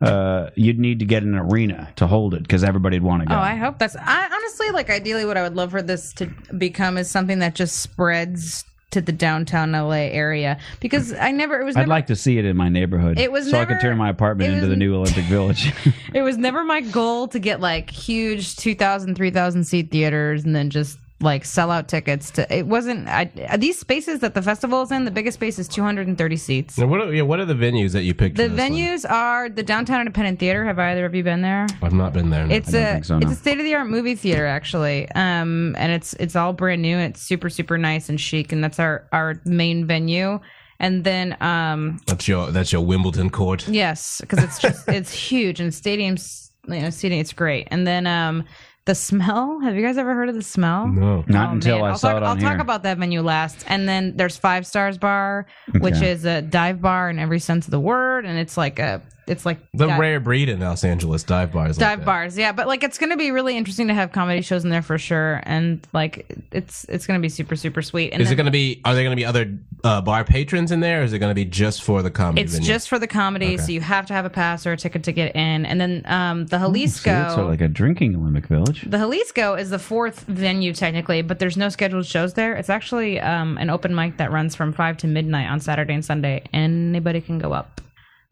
uh you'd need to get an arena to hold it because everybody'd want to go. Oh, I hope that's. I honestly like. Ideally, what I would love for this to become is something that just spreads to the downtown LA area because I never. It was I'd never. like to see it in my neighborhood. It was so I could never- turn my apartment it into was- Oh, the new Olympic Village. It was never my goal to get like huge 2,000, 3,000 seat theaters and then just like sell out tickets to. It wasn't. I, these spaces that the festival is in, the biggest space is 230 seats. Now, what are, yeah, what are the venues that you picked? The for this one? venues are the Downtown Independent Theater. Have either of you been there? I've not been there. no. It's don't a think so, no. it's a state of the art movie theater actually, um, and it's it's all brand new. It's super super nice and chic, and that's our our main venue. And then um, that's your that's your Wimbledon court. yes, because it's just it's huge and stadiums you know stadium it's great. And then um, the smell. Have you guys ever heard of the smell? No. Not Oh, until man. I I'll saw talk, it on I'll here. talk about that venue last. And then there's Five Stars Bar, which Okay. is a dive bar in every sense of the word, and it's like a it's like The got- rare breed in Los Angeles dive bars. like dive that. bars yeah but like it's gonna be really interesting to have comedy shows in there for sure and like it's it's gonna be super super sweet and Is it then going to be? Are there going to be other uh, bar patrons in there? Or is it going to be just for the comedy? it's venue? just for the comedy so you have to have a pass or a ticket to get in and then um the See, jalisco it's sort of like a drinking Olympic Village. the Jalisco is the fourth venue technically, but there's no scheduled shows there. It's actually um, an open mic that runs from five to midnight on Saturday and Sunday. Anybody can go up.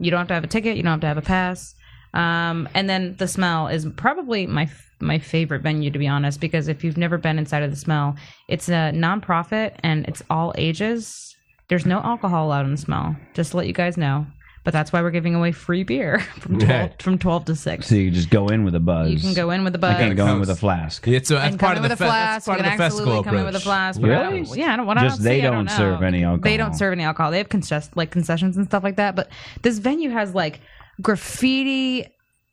You don't have to have a ticket. You don't have to have a pass. Um, and then the smell is probably my f- my favorite venue to be honest, because if you've never been inside of the smell, it's a nonprofit and it's all ages. There's no alcohol allowed in the smell. Just to let you guys know. But that's why we're giving away free beer from 12, Right. from 12 to 6. So you just go in with a buzz. You can go in with a I buzz. can go in with a Coast. flask. Yeah, so that's and part come of in the with a fe- that's flask. You part can of the festival absolutely approach. come in with a flask. Really? But I don't, yeah, I don't want to. Just they don't serve any They alcohol. don't serve any alcohol. They have concess- like concessions and stuff like that. But this venue has like graffiti.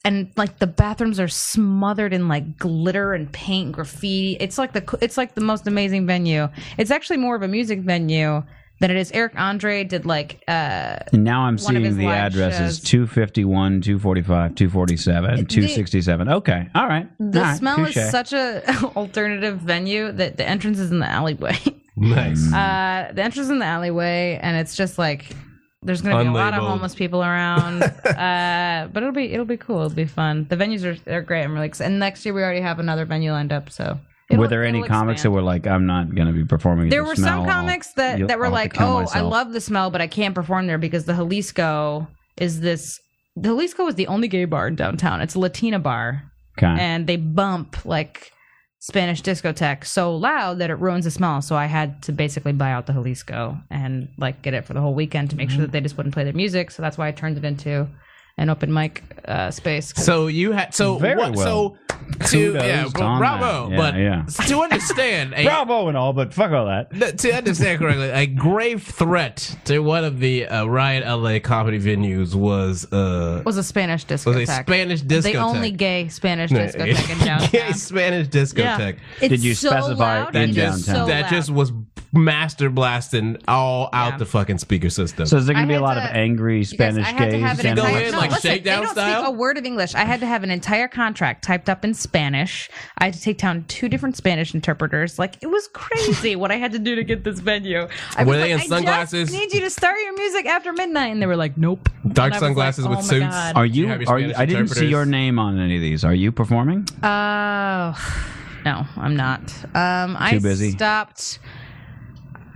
And like the bathrooms are smothered in like glitter and paint, graffiti. It's like the co- it's like the most amazing venue. It's actually more of a music venue than it is. Eric Andre did like uh Now I'm One of his seeing the live addresses shows. 251, 245, 247, 267. Okay. All right. the All right. smell Ah, Touche. is such a alternative venue that the entrance is in the alleyway. Nice. Mm. Uh, the entrance in the alleyway, and it's just like there's gonna be a lot of Unlabeled. homeless people around. uh, but it'll be it'll be cool. It'll be fun. The venues are they're great. I'm really excited. And next year we already have another venue lined up. So it'll- were there any it'll comics that expand. were like, I'm not going to be performing? There the were smell, some I'll- comics that you'll- that were I'll have to like, kill oh, I myself." love the smell, but I can't perform there because the Jalisco is this. The Jalisco is the only gay bar in downtown. It's a Latina bar Okay. and they bump like Spanish discotheque so loud that it ruins the smell. So I had to basically buy out the Jalisco and like get it for the whole weekend to make Mm-hmm. sure that they just wouldn't play their music. So that's why I turned it into an open mic uh, space. 'Cause So you had so Very what, well. so to Kudos yeah on well, bravo, that. but Yeah, to understand a, Bravo and all, but fuck all that. No, to understand correctly, a grave threat to one of the uh, Riot LA comedy venues was uh, it was a Spanish discotheque. was a Spanish discotheque. The only gay Spanish discotheque in downtown. Gay Spanish discotheque. It's Did you so specify loud, in it is downtown? So that loud. just was master blasting all out the fucking speaker system. So is there going I to be a had lot to- of angry You guys, Spanish I had to gays have an standing entire, in, like, no, like, listen, shakedown they don't style? speak a word of English. I had to have an entire contract typed up in Spanish. I had to take down two different Spanish interpreters. Like it was crazy what I had to do to get this venue. I Were was they like, in I sunglasses? Just need you to start your music after midnight, and they were like, "Nope." Dark And I was sunglasses like, with oh my suits. God. Are Do you you? have your Are you? Spanish I didn't see your interpreters? name on any of these. Are you performing? Oh, no, I'm not. Um, I Too busy? stopped.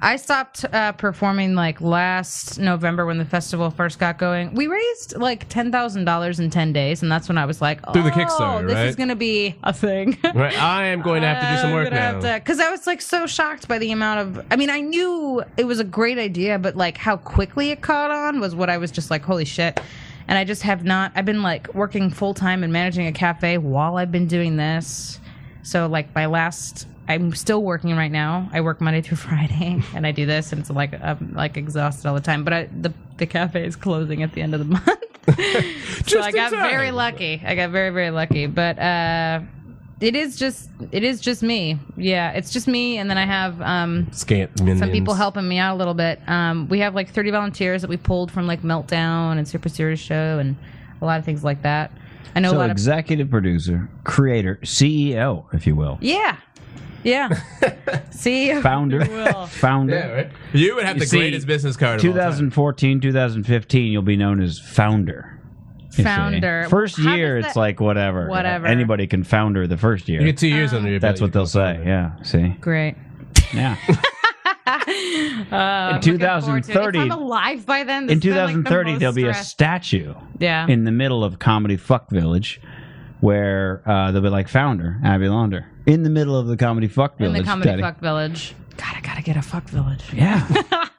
I stopped uh, performing like last November when the festival first got going. We raised like ten thousand dollars in ten days, and that's when I was like, "Oh, Through the Kickstarter, this right? is going to be a thing." right, I am going to have to do some work now. Because I was like so shocked by the amount of. I mean, I knew it was a great idea, but like how quickly it caught on was what I was just like, holy shit. And I just have not. I've been like working full time and managing a cafe while I've been doing this. So like my last. I'm still working right now. I work Monday through Friday, and I do this, and it's like I'm like exhausted all the time. But I, the the cafe is closing at the end of the month, so Just I in got time. very lucky. I got very very lucky, but uh, it is just it is just me yeah it's just me and then i have um Scant minions. some people helping me out a little bit um we have like 30 volunteers that we pulled from like meltdown and super series show and a lot of things like that i know a So lot of executive producer, creator, CEO, if you will, yeah yeah E see founder, founder. Yeah, right? You would have You the see, greatest business card. of all time. 2014, 2015, you'll be known as founder. you see. Founder. First How does year, it's that- like whatever. Whatever. Anybody can founder the first You year. get two years under your belt. That's what they'll say. Yeah. See. great Yeah. uh, In 2030 if i'm alive by then this in has been, like, the 2030 most Oh. there'll be a stress. statue yeah in the middle of comedy fuck village where uh, they'll be like founder abby launder in the middle of the comedy fuck in village the comedy Daddy. fuck village god i gotta get a fuck village yeah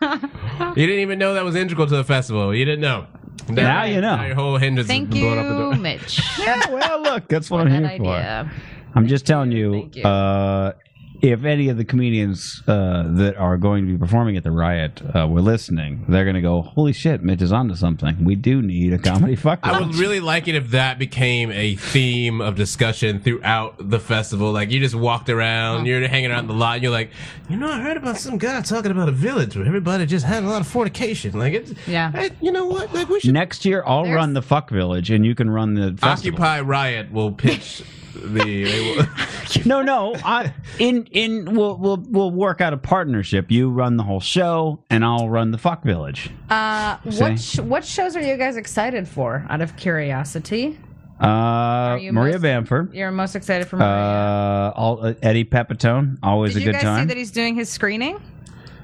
You didn't even know that was integral to the festival. You didn't know. Now you know. your whole hindrance is thank you blown up the door. mitch yeah well look that's what i'm that here idea for i'm just telling you, Thank you. uh if any of the comedians uh, that are going to be performing at the riot uh, were listening, they're going to go, "Holy shit, Mitch is onto something. We do need a comedy fuck." I would village." really like it if that became a theme of discussion throughout the festival. Like you just walked around, you're hanging around the lot, and you're like, you know, I heard about some guy talking about a village where everybody just had a lot of fornication. Like it's, Yeah. I- you know what? Like we should Next year, I'll run the fuck village, and you can run the festival. Occupy Riot will pitch the. They will, No, no. I, in in we'll we'll we'll work out a partnership. You run the whole show, and I'll run the fuck village. Uh, what sh- what shows are you guys excited for? Out of curiosity, Uh, you Maria most- Bamford, you're most excited for uh, Maria. all, uh, Eddie Pepitone, always Did a you good guys see time. that he's doing his screening?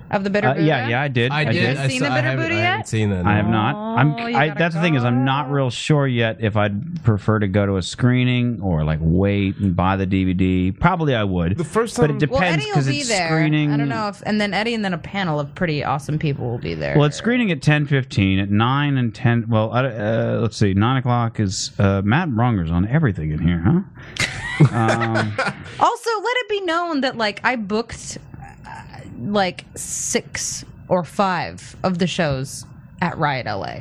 of the bitter Uh, Buddha? yeah, yeah, I did. I did. Have you seen I, saw- the I Bitter haven't, Buddha I yet? haven't seen that. I have no. not. I'm. Oh, you I, gotta that's the thing is, I'm not go. real sure yet if I'd prefer to go to a screening or like wait and buy the DVD. Probably I would. The first but time- it Well, depends Eddie will because be it's there. screening. I don't know if, and then Eddie and then a panel of pretty awesome people will be there. Well, it's screening at ten fifteen. At nine and ten. Well, uh, uh, let's see. Nine o'clock is uh, Matt Bronger's on everything in here, huh? Also, let it be known that like I booked uh, like six or five of the shows at Riot LA.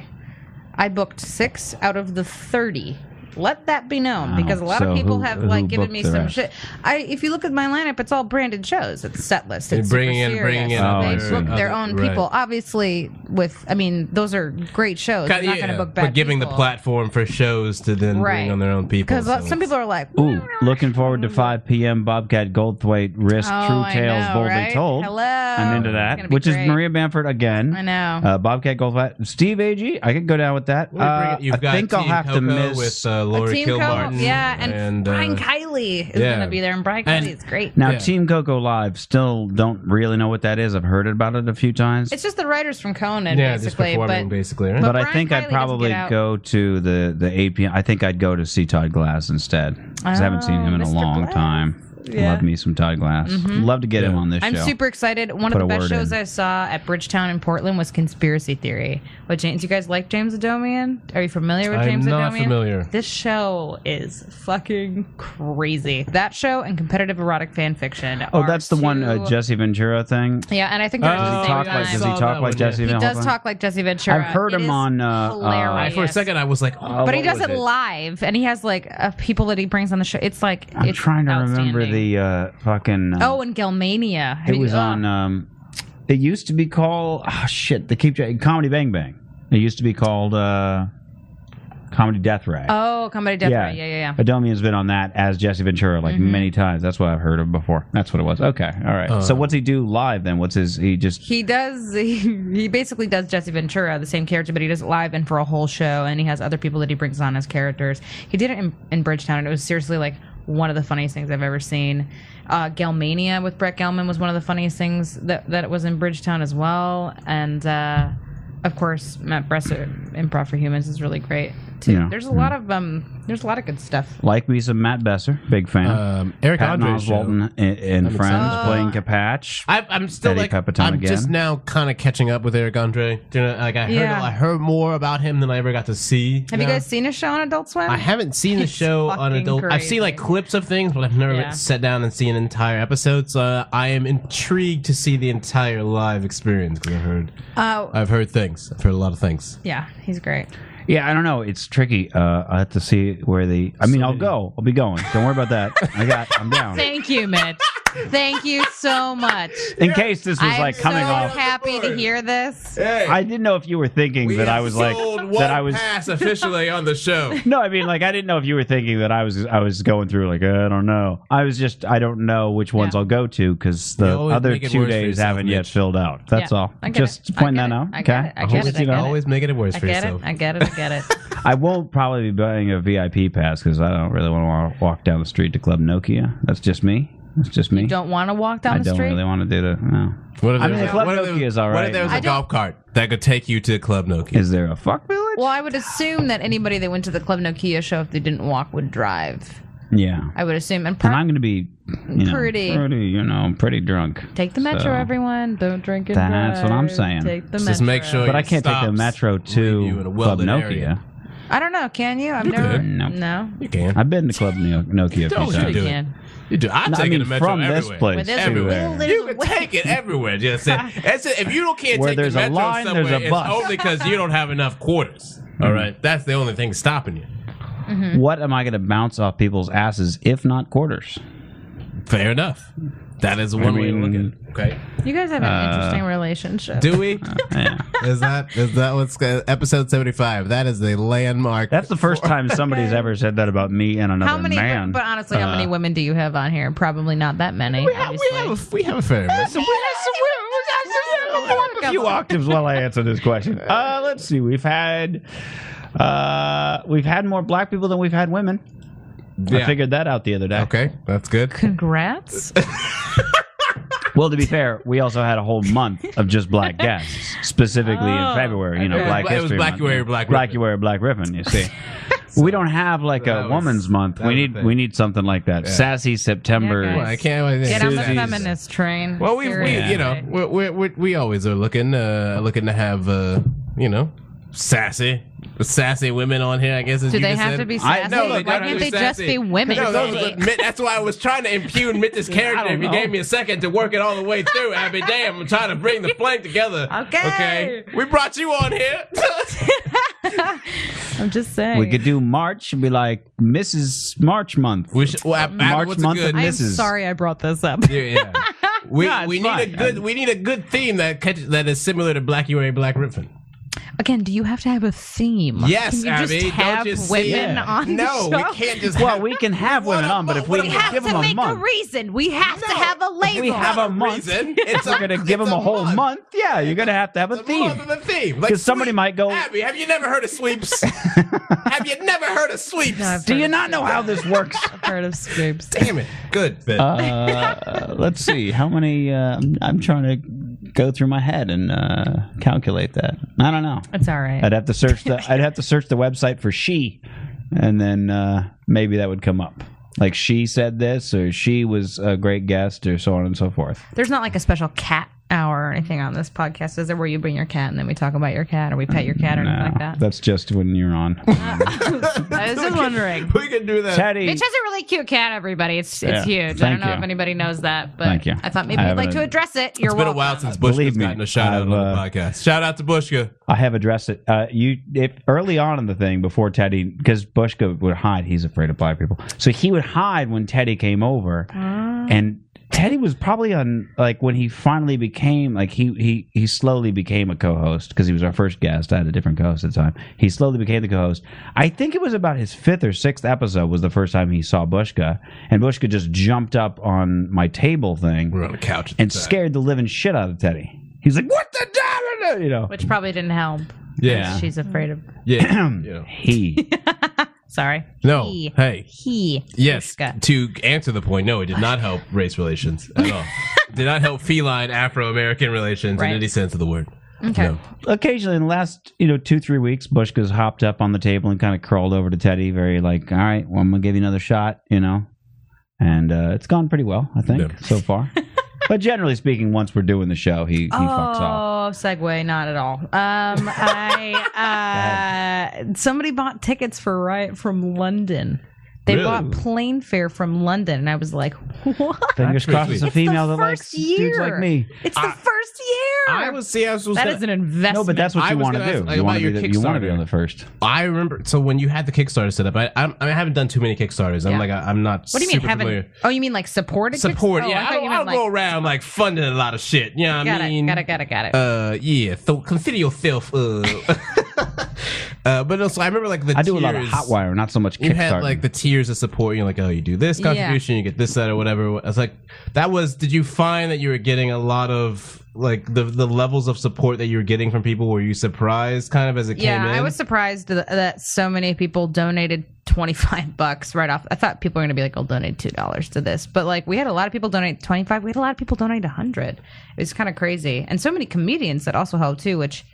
I booked six out of the thirty. Let that be known Wow. because a lot So of people who- have who like given booked me the some rest? shit. I if you look at my lineup, it's all branded shows. It's set list. They're It's bringing super in- bringing serious. in Oh, I they see. book their own other- right. people. Obviously, with I mean, those are great shows. They're not going to book bad but giving the people. platform for shows to then Right. bring on their own people. because uh, so some people are like, "Oh, Ooh, looking forward to 5 p.m. Bobcat Goldthwait Risk Oh, I True Tales know, Boldly right? Told. Hello. I'm into It's gonna that, be which great. is Maria Bamford again. I know. Uh, Bobcat Goldthwait, Steve Ag. I could go down with that. Let me bring Uh, it- You've I got think I'll Team have Coco to miss. with uh, Laura Team Kilmartin. Coco, yeah, and, Brian uh, Kiley is yeah. going to be there, and Brian And- Kiley is great. now, Yeah. Team Coco Live. Still don't really know what that is. I've heard about it a few times, It's just the writers from Conan, yeah, just basically. performing But basically. Right? but, I Brian think Kiley I'd doesn't get probably out. go to the the 8 p.m. I think I'd go to see Todd Glass instead 'cause I haven't seen Oh, him in a Mr. long Glass. time. Yeah. Mm-hmm. Love me some Todd Glass. Love to get him on this I'm show. super excited. One Put a of the best word shows in. I saw at Bridgetown in Portland was Conspiracy Theory. With James, you guys like James Adomian? Are you familiar with I'm James not Adomian? familiar. This show is fucking crazy. That show and competitive erotic fan fiction. Oh, are that's the one two- uh, Jesse Ventura thing. yeah, and I think they're Oh, at the Does he same talk time. like? Does he I saw talk that like one, yeah. Jesse? he Ventura? does talk like Jesse Ventura. I've heard It him is on, uh, uh, hilarious. For a second, I was like, oh, but he what does was it, live, and he has like uh, people that he brings on the show. It's like I'm it's trying to remember outstanding. the uh, fucking. Uh, Oh, and Galmania. Have it you- was oh. on. Um, it used to be called. Oh shit! They keep comedy Bang Bang. It used to be called uh, Comedy Death Ray. Oh, Comedy Death Ray. Yeah, yeah, yeah. Adomian's been on that as Jesse Ventura like Mm-hmm. many times. That's what I've heard of before. That's what it was. Okay, all right. so what's he do live then? What's his? He just He does. He, he basically does Jesse Ventura, the same character, but he does it live and for a whole show, and he has other people that he brings on as characters. He did it in, in Bridgetown, and it was seriously like one of the funniest things I've ever seen. Uh, Galmania with Brett Gelman was one of the funniest things that that was in Bridgetown as well, and. uh of course, Matt Bresser, Improv for Humans, is really great too. Yeah. There's a lot of um, there's a lot of good stuff. like me some Matt Besser, big fan. Um, Eric Patton Andre's show. Oswalt and, and friends Uh, playing Capatch. I, I'm still Eddie like Pepitone I'm again. just now kind of catching up with Eric Andre. Do you know, like I heard, Yeah. I heard more about him than I ever got to see. Have you know? guys seen a show on Adult Swim? I haven't seen the It's show on fucking adult. I've seen like crazy. clips of things, but I've never Yeah. sat down and seen an entire episode. So uh, I am intrigued to see the entire live experience because I've heard, Oh, I've heard things. I've heard a lot of things. yeah, he's great. Yeah, I don't know. It's tricky. Uh, I have to see where the. I mean, I'll go. I'll be going. Don't worry about that. I got. I'm down. Thank you, Mitch. Thank you so much. In case this was I'm like coming so off, happy to hear this. I didn't know if you were thinking that I was like that. I was pass officially on the show. no. I mean, like I didn't know if you were thinking that I was. I was going through like I don't know. I was just. I don't know which ones Yeah. I'll go to because You the always other make it two worse for days yourself, haven't yet Mitch. filled out. That's Yeah, all. I get Just it. I point get that it. out. I Okay. get it. I get hope it. you I know. get Always making it worse I for get it. yourself. I get it. I get it. I won't probably be buying a VIP pass because I don't really want to walk down the street to Club Nokia. That's just me. That's just me. You don't want to walk down I the don't street. really want to do that. No. What if there I mean, was the a- Club what if there Nokia was- is all What right. if there was I a don't- golf cart that could take you to Club Nokia? Is there a fuck village? well, I would assume that anybody that went to the Club Nokia show, if they didn't walk, would drive. Yeah. I would assume. And, And park, I'm going to be you know, Pretty. pretty, you know, pretty drunk. take the metro, so- everyone. Don't drink and That's what I'm drive. saying. Take the metro. Just make sure But it I can't take the Oh, stops, metro leave you in to a Club welded Nokia. area. I don't know. Can you? I've never. could. No. No. You can. I've been to Club No- Nokia a Don't few you times. do it. Can. You do. I No, take I mean, it to metro from everywhere. this place But to there's a everywhere. will, You there's a can way. take it everywhere. Just say, that's it. if you don't can't Where take there's a the metro line, there's somewhere, a it's bus. Mm-hmm. only because you don't have enough quarters. All right, that's the only thing stopping you. Mm-hmm. What am I going to bounce off people's asses if not quarters? Fair enough. That is one way to mean- look at it. Okay. You guys have an Uh, interesting relationship. Do we? Yeah. is that is that what's episode seventy five? That is the landmark. That's the first time somebody's ever said that about me and another How many? man. Uh, But, but honestly, how many women do you have on here? Probably not that many. we have, we have a, we have a fair. amount. a few octaves while I answer this question. Uh, let's see. We've had uh, we've had more black people than we've had women. I Yeah. figured that out the other day. Okay, that's good. Congrats. Well, to be fair, we also had a whole month of just black guests, specifically Oh. in February. You know, It was- it Black was History Black Month. You Wear Your Black Black Ribbon. You Wear Your Black Ribbon. You see, we don't have like That a was- Woman's Month. that We was need the thing. we need something like that. Yeah. Sassy September. Yeah, Well, I can't. Get on the Suzy's- feminist train. Well, we, we Seriously. you know we we we we always are looking uh looking to have uh you know sassy sassy women on here. I guess as Do you they just have said. to be I- sassy? no, they Why don't have can't to they be just sassy. be women? No, that was Right. what Mitt- that's why I was trying to impugn Mitch's character. If you know. gave me a second to work it all the way through, I'd be damn. I'm trying to bring the flank together. Okay. Okay. We brought you on here. I'm just saying. We could do March and be like Mrs. March Month. we should. Well, ab- ab- uh, March what's a month good? of I'm Mrs. sorry I brought this up. Yeah, yeah. We, No, it's we need a fine. good we need a good theme that catch, that is similar to Black Uri Black Riffin. Again, do you have to have a theme? Yes, Can you Abby. just have don't you women see? on No, the show? we can't just. Well, we can have What women a on, but month, if we what a give them a month, reason. We have No. label. we have a a month. reason. If It's we're a- gonna it's give them a a whole month. month. Yeah, you're gonna have to have a the theme. Of the theme. 'Cause somebody sweep. might go- Abby, have you never heard of sweeps? have you never heard of sweeps? Do you not know how this works? Part of Scoops. Damn it. Good. Ben. uh, let's see how many. Uh, I'm, I'm trying to go through my head and uh, calculate that. I don't know. It's all right. I'd have to search the. I'd have to search the website for she, and then uh, maybe that would come up. Like she said this, or she was a great guest, or so on and so forth. There's not like a special cat hour or anything on this podcast, is there? Where you bring your cat and then we talk about your cat or we pet your cat or anything like that. Uh, That's just when you're on. I was just wondering. we can do that. Teddy, Mitch has a really cute cat, everybody. It's it's Yeah. huge. I Thank don't know you. if anybody knows that, but Thank you. I thought maybe I you'd like haven't- to address it. You're It's been a welcome. while since Believe Bushka's me, gotten a shout out on the I've, uh, podcast. Shout out to Bushka. I have addressed it. Uh, you if early on in the thing before Teddy, because Bushka would hide. He's afraid of black people, so he would hide when Teddy came over, and Teddy was probably on like when he finally became like he he he slowly became a co-host because he was our first guest. I had a different co-host at the time. He slowly became the co-host. I think it was about his fifth or sixth episode was the first time he saw Bushka, and Bushka just jumped up on my table thing We're on the couch. at the and time. scared the living shit out of Teddy. He's like, "What the damn?" You know. Which probably didn't help. Yeah. She's afraid of. Yeah. yeah. He Sorry. No. He. Hey. He. Yes. Bushka. To answer the point, no, it did not help race relations at all. did not help feline Afro American relations Right. in any sense of the word. Okay. No. occasionally in the last you know two three weeks bushka's hopped up on the table and kind of crawled over to teddy very like all right well i'm gonna give you another shot you know and uh, it's gone pretty well i think Yeah. so far but generally speaking once we're doing the show he, he fucks off Oh, segue, not at all. Um, I uh, somebody bought tickets for Riot from London. They Really? bought plane fare from London, and I was like, "What? fingers pretty crossed sweet. it's a It's female the that likes first dudes like year. me It's the first year. I was see I was supposed that to- is an investment." no but that's what I you was want to gonna do ask, like, you want about to your be the, you want to be Kickstarter. on the first I remember. So when you had the Kickstarter set up, I I'm, I haven't done too many Kickstarters. I'm Yeah. like I, am not. what do you mean super haven't? familiar. Oh, you mean like supported? Support. Oh, yeah, I, thought don't, you I don't meant, like, go around like funding a lot of shit. You know what Got I mean? it. Got it. Got it. Got it. Uh, yeah. So consider yourself. Uh, uh, but also I remember like the i do a lot of tiers- hot wire not so much You had kickstarter like the tiers of support. You're like, oh, you do this Yeah. contribution, you get this that or whatever. I was like, that was. Did you find that you were getting a lot of like the the levels of support that you were getting from people? Were you surprised kind of as it yeah, came in? I was surprised that, that so many people donated 25 bucks right off. I thought people were going to be like, I'll donate $2 to this. But like, we had a lot of people donate 25. We had a lot of people donate 100. It was kind of crazy. And so many comedians that also helped too, which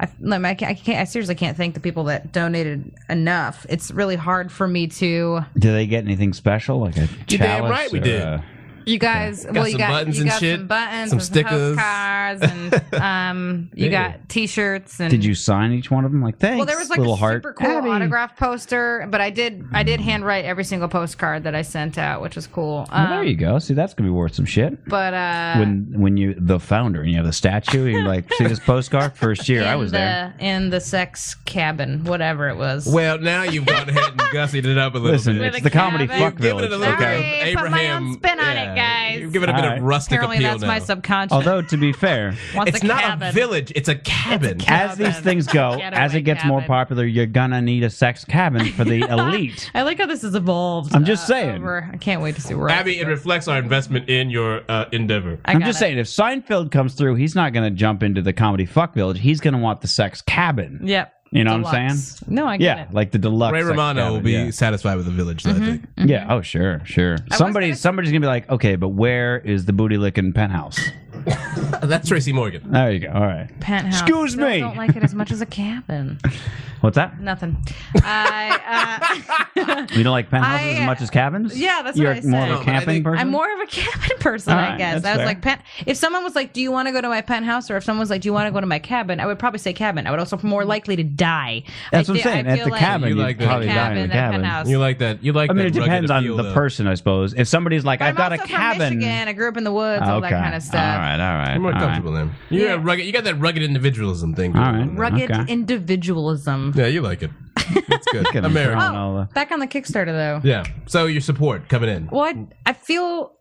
I, like, I, can't, I can't, I seriously can't thank the people that donated enough. It's really hard for me to, do they get anything special like a You damn chalice right we or uh, did. a- you guys, Got well, you some got, buttons you and got shit, some buttons, some and some stickers. postcards, and, um, you Yeah. got t-shirts and did you sign each one of them like thanks Well, there was like little a heart super cool Abby. autograph poster, but I did I did handwrite every single postcard that I sent out, which was cool. Well, there Um, you go. See, that's gonna be worth some shit. But uh, when when you the founder and you have the statue, you're like, see this postcard first year I in was the, there. in the sex cabin, whatever it was. well, now you've gone ahead and gussied it up a little Listen, bit. it's the comedy cabin. fuck Give village. it a little Sorry, bit of put my Abraham. own spin on it, guys. You've given it a bit All right. of rustic Apparently, appeal that's now. my subconscious. Although to be fair, wants it's a not cabin. a village; it's a cabin. as these Cabin. things go, Getaway as it gets more cabin. popular, you're gonna need a sex cabin for the elite. I like how this has evolved. uh, I'm just saying. over- I can't wait to see where. Abby, it reflects our investment in your uh, endeavor. I I'm got just it. saying, if Seinfeld comes through, he's not gonna jump into the comedy fuck village. He's gonna want the sex cabin. Yep. You know what I'm Deluxe. saying? No, I get Yeah, it. like the deluxe. Ray like, Romano will cabin, be yeah. satisfied with the village, though, Mm-hmm. I think. Yeah. Oh, sure, sure. Somebody, somebody's gonna be like, okay, but where is the booty licking penthouse? That's Tracy Morgan. There you go. All right. Penthouse. Excuse Still me. Don't like it as much as a cabin. What's that? Nothing. I, uh, You don't like penthouses I- as much as cabins? yeah, that's You're what I more of said. No, a but I camping think- person. I'm more of a cabin person, All I right, guess. that's I was fair. like, pen- if someone was like, "Do you want to go to my penthouse?" or if someone was like, "Do you want to go to my cabin?" I would probably say cabin. I would also more likely to die. That's I what I'm thi- I saying. At feel the like- cabin, You you like like that. probably die Cabin in and the cabin. penthouse. You like that? You like? I mean, it that rugged depends on appeal, the though. person, I suppose. If somebody's like, But I've I'm got a also From cabin. Michigan. I grew up in the woods, all that Okay. kind of stuff. All right, all right, You're more all right. comfortable then. You're Yeah. a rugged. You got that rugged individualism thing. All going right. on there. Rugged Okay. individualism. Yeah, you like it. It's good. Look at him America. throwing all the- Back on the Kickstarter though. Yeah. So your support coming in. Oh. Well, I, I feel,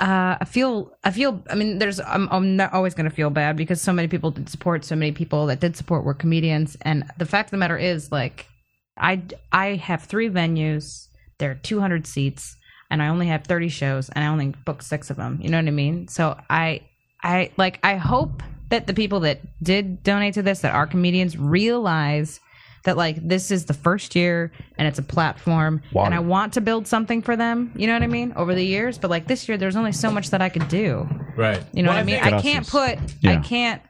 uh, I feel, I feel. I mean, there's. I'm, I'm not always going to feel bad because so many people did support. So many people that did support were comedians, and the fact of the matter is, like, I I have three venues. There are 200 seats, and I only have 30 shows, and I only booked six of them. You know what I mean? So I I like I hope that the people that did donate to this that are comedians realize that like this is the first year and it's a platform and I want to build something for them, you know what I mean, over the years, but like this year there's only so much that I could do. Right. You know Well, what I mean? think- I can't put I Yeah. can't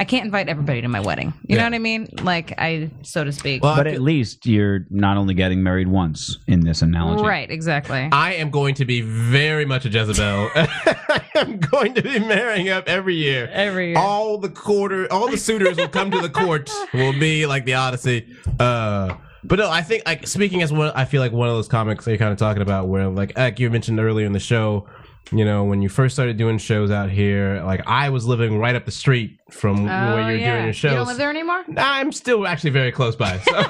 I can't invite everybody to my wedding. Yeah. You know what I mean? Like I so to speak. Well, I But feel- at least you're not only getting married once in this analogy. right, exactly. I am going to be very much a Jezebel. I'm going to be marrying up every year. Every year. All the quarter, all the suitors will come to the court. Will be like the Odyssey. Uh, but no, I think like speaking as one, I feel like one of those comics that you're kind of talking about, where like like you mentioned earlier in the show, you know, when you first started doing shows out here, like I was living right up the street from where you were doing your shows. Oh, You don't live there anymore? I'm still actually very close by. So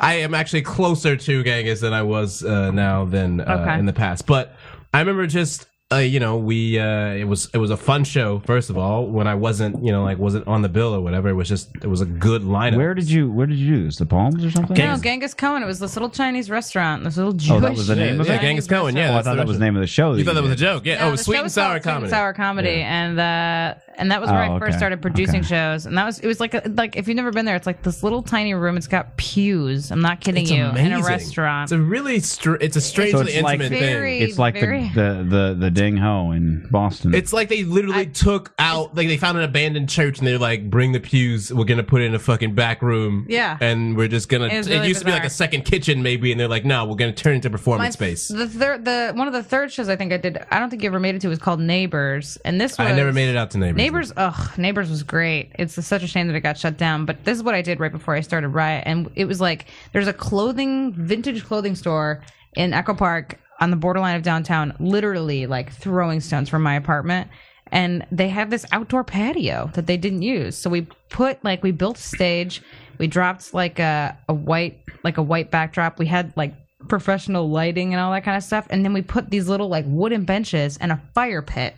I am actually closer to Genghis than I was uh, now than uh, Okay. in the past. But I remember just. Uh, you know, we uh, it was it was a fun show. First of all, when I wasn't, you know, like wasn't on the bill or whatever, it was just it was a good lineup. Where did you Where did you do this? The Palms or something? No, Genghis Cohen. It was this little Chinese restaurant, this little Jewish. Oh, that was the name of yeah, it. Genghis Cohen. Yeah, Oh, I that's thought that was the name of the show. You thought that you was a did. joke? Yeah. No, oh, it was Uh, the sweet show and was sour called comedy. Sweet and Sour comedy, Yeah. and uh, and that was where Oh, I first okay. started producing Okay. shows, and that was it was like a, like if you've never been there, it's like this little tiny room. It's got pews. I'm not kidding It's you. amazing. In a restaurant. It's a really str- it's a strangely it's like- intimate Very- thing. It's like Very- the, the the the ding ho in Boston. It's like they literally took out, like they found an abandoned church and they're like, bring the pews. We're gonna put it in a fucking back room. Yeah. And we're just gonna. It, It was really used to be like bizarre. a second kitchen maybe, and they're like, no, we're gonna turn it into performance space. The third, the one of the third shows I think I did. I don't think you ever made it to. Was called Neighbors, and this was I never made it out to neighbors. Neighbors, ugh, Neighbors was great. It's such a shame that it got shut down. But this is what I did right before I started Riot, and it was like there's a clothing, vintage clothing store in Echo Park on the borderline of downtown, literally like throwing stones from my apartment. And they have this outdoor patio that they didn't use, so we put like we built a stage, we dropped like a a white like a white backdrop. We had like professional lighting and all that kind of stuff, and then we put these little like wooden benches and a fire pit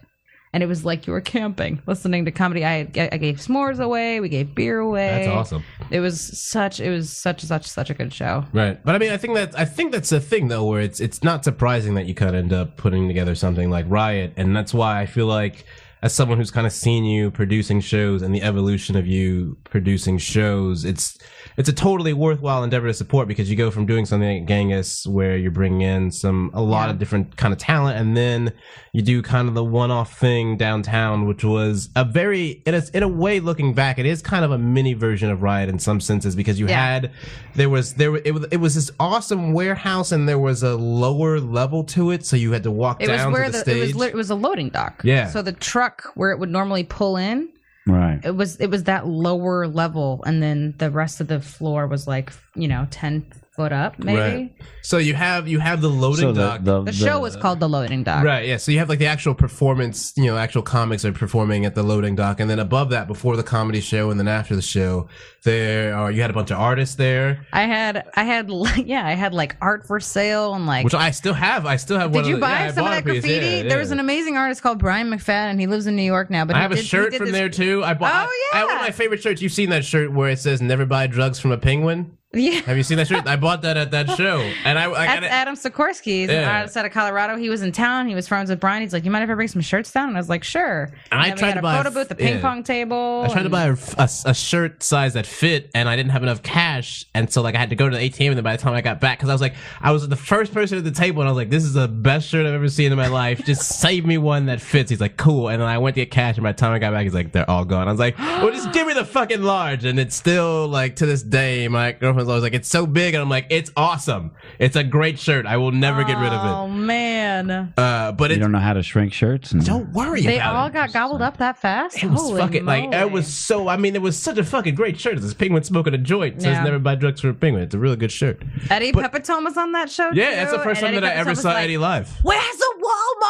and it was like you were camping, listening to comedy. I I gave s'mores away, we gave beer away. That's awesome. It was such it was such such such a good show. Right, but I mean, I think that I think that's a thing though, where it's it's not surprising that you kind of end up putting together something like Riot, and that's why I feel like, as someone who's kind of seen you producing shows and the evolution of you producing shows, it's it's a totally worthwhile endeavor to support because you go from doing something like Genghis, where you're bringing in some a lot of different kind of talent, and then you do kind of the one-off thing downtown, which was a very in a, in a way looking back, it is kind of a mini version of Riot in some senses because you Yeah. had had- there was there wa- it was, it was this awesome warehouse and there was a lower level to it so you had to walk It was down where to the, the, stage it was li- it was a loading dock. Yeah. So the truck where it would normally pull in, right. it was it was that lower level, and then the rest of the floor was like you know ten foot up maybe. Right. so you have you have the loading So the, dock the, The show was called the loading dock. Right, yeah. So you have like the actual performance, you know, actual comics are performing at the loading dock, and then above that, before the comedy show, and then after the show, there are you had a bunch of artists there, I had I had like, yeah I had like art for sale and like which I still have. I still have. one Did you of the, buy yeah, I some of bought that a piece, graffiti? yeah, There yeah. was an amazing artist called Brian McFadden. He lives in New York now, but I he have a did- he shirt did from this- there too. I bought. Oh, I- I have one of yeah. my favorite shirts. You've seen that shirt where it says "Never buy drugs from a penguin." Yeah. Have you seen that shirt? I bought that at that show, and I, I That's got it. Adam Sikorsky. He's Yeah. outside of Colorado. He was in town. He was friends with Brian. He's like, "You mind if I bring some shirts down?" And I was like, "Sure." And I then we tried had to a buy a photo f- booth, the ping yeah. pong table. I tried to and- buy a, a- a shirt size that fit, and I didn't have enough cash, and so like I had to go to the ATM. And then by the time I got back, because I was like, I was the first person at the table, and I was like, "This is the best shirt I've ever seen in my life. Just save me one that fits." He's like, "Cool," and then I went to get cash, and by the time I got back, he's like, "They're all gone." I was like, "Well, just give me the fucking large." And it's still like to this day, my girlfriend's always like, "It's so big," and I'm like, "It's awesome. It's a great shirt. I will never get rid of Oh man, it." Uh, but You it don't know how to shrink shirts. And don't worry they about it. all got gobbled up that fast. It was Holy fucking like moly. it was so. I mean, it was such a fucking great shirt. It's this penguin smoking a joint. It says Yeah. never buy drugs for a penguin. It's a really good shirt. Eddie but- Pepitone was on that show. Yeah, too, that's the first and time Eddie that I Pepitone ever was saw like, Eddie live. Where's a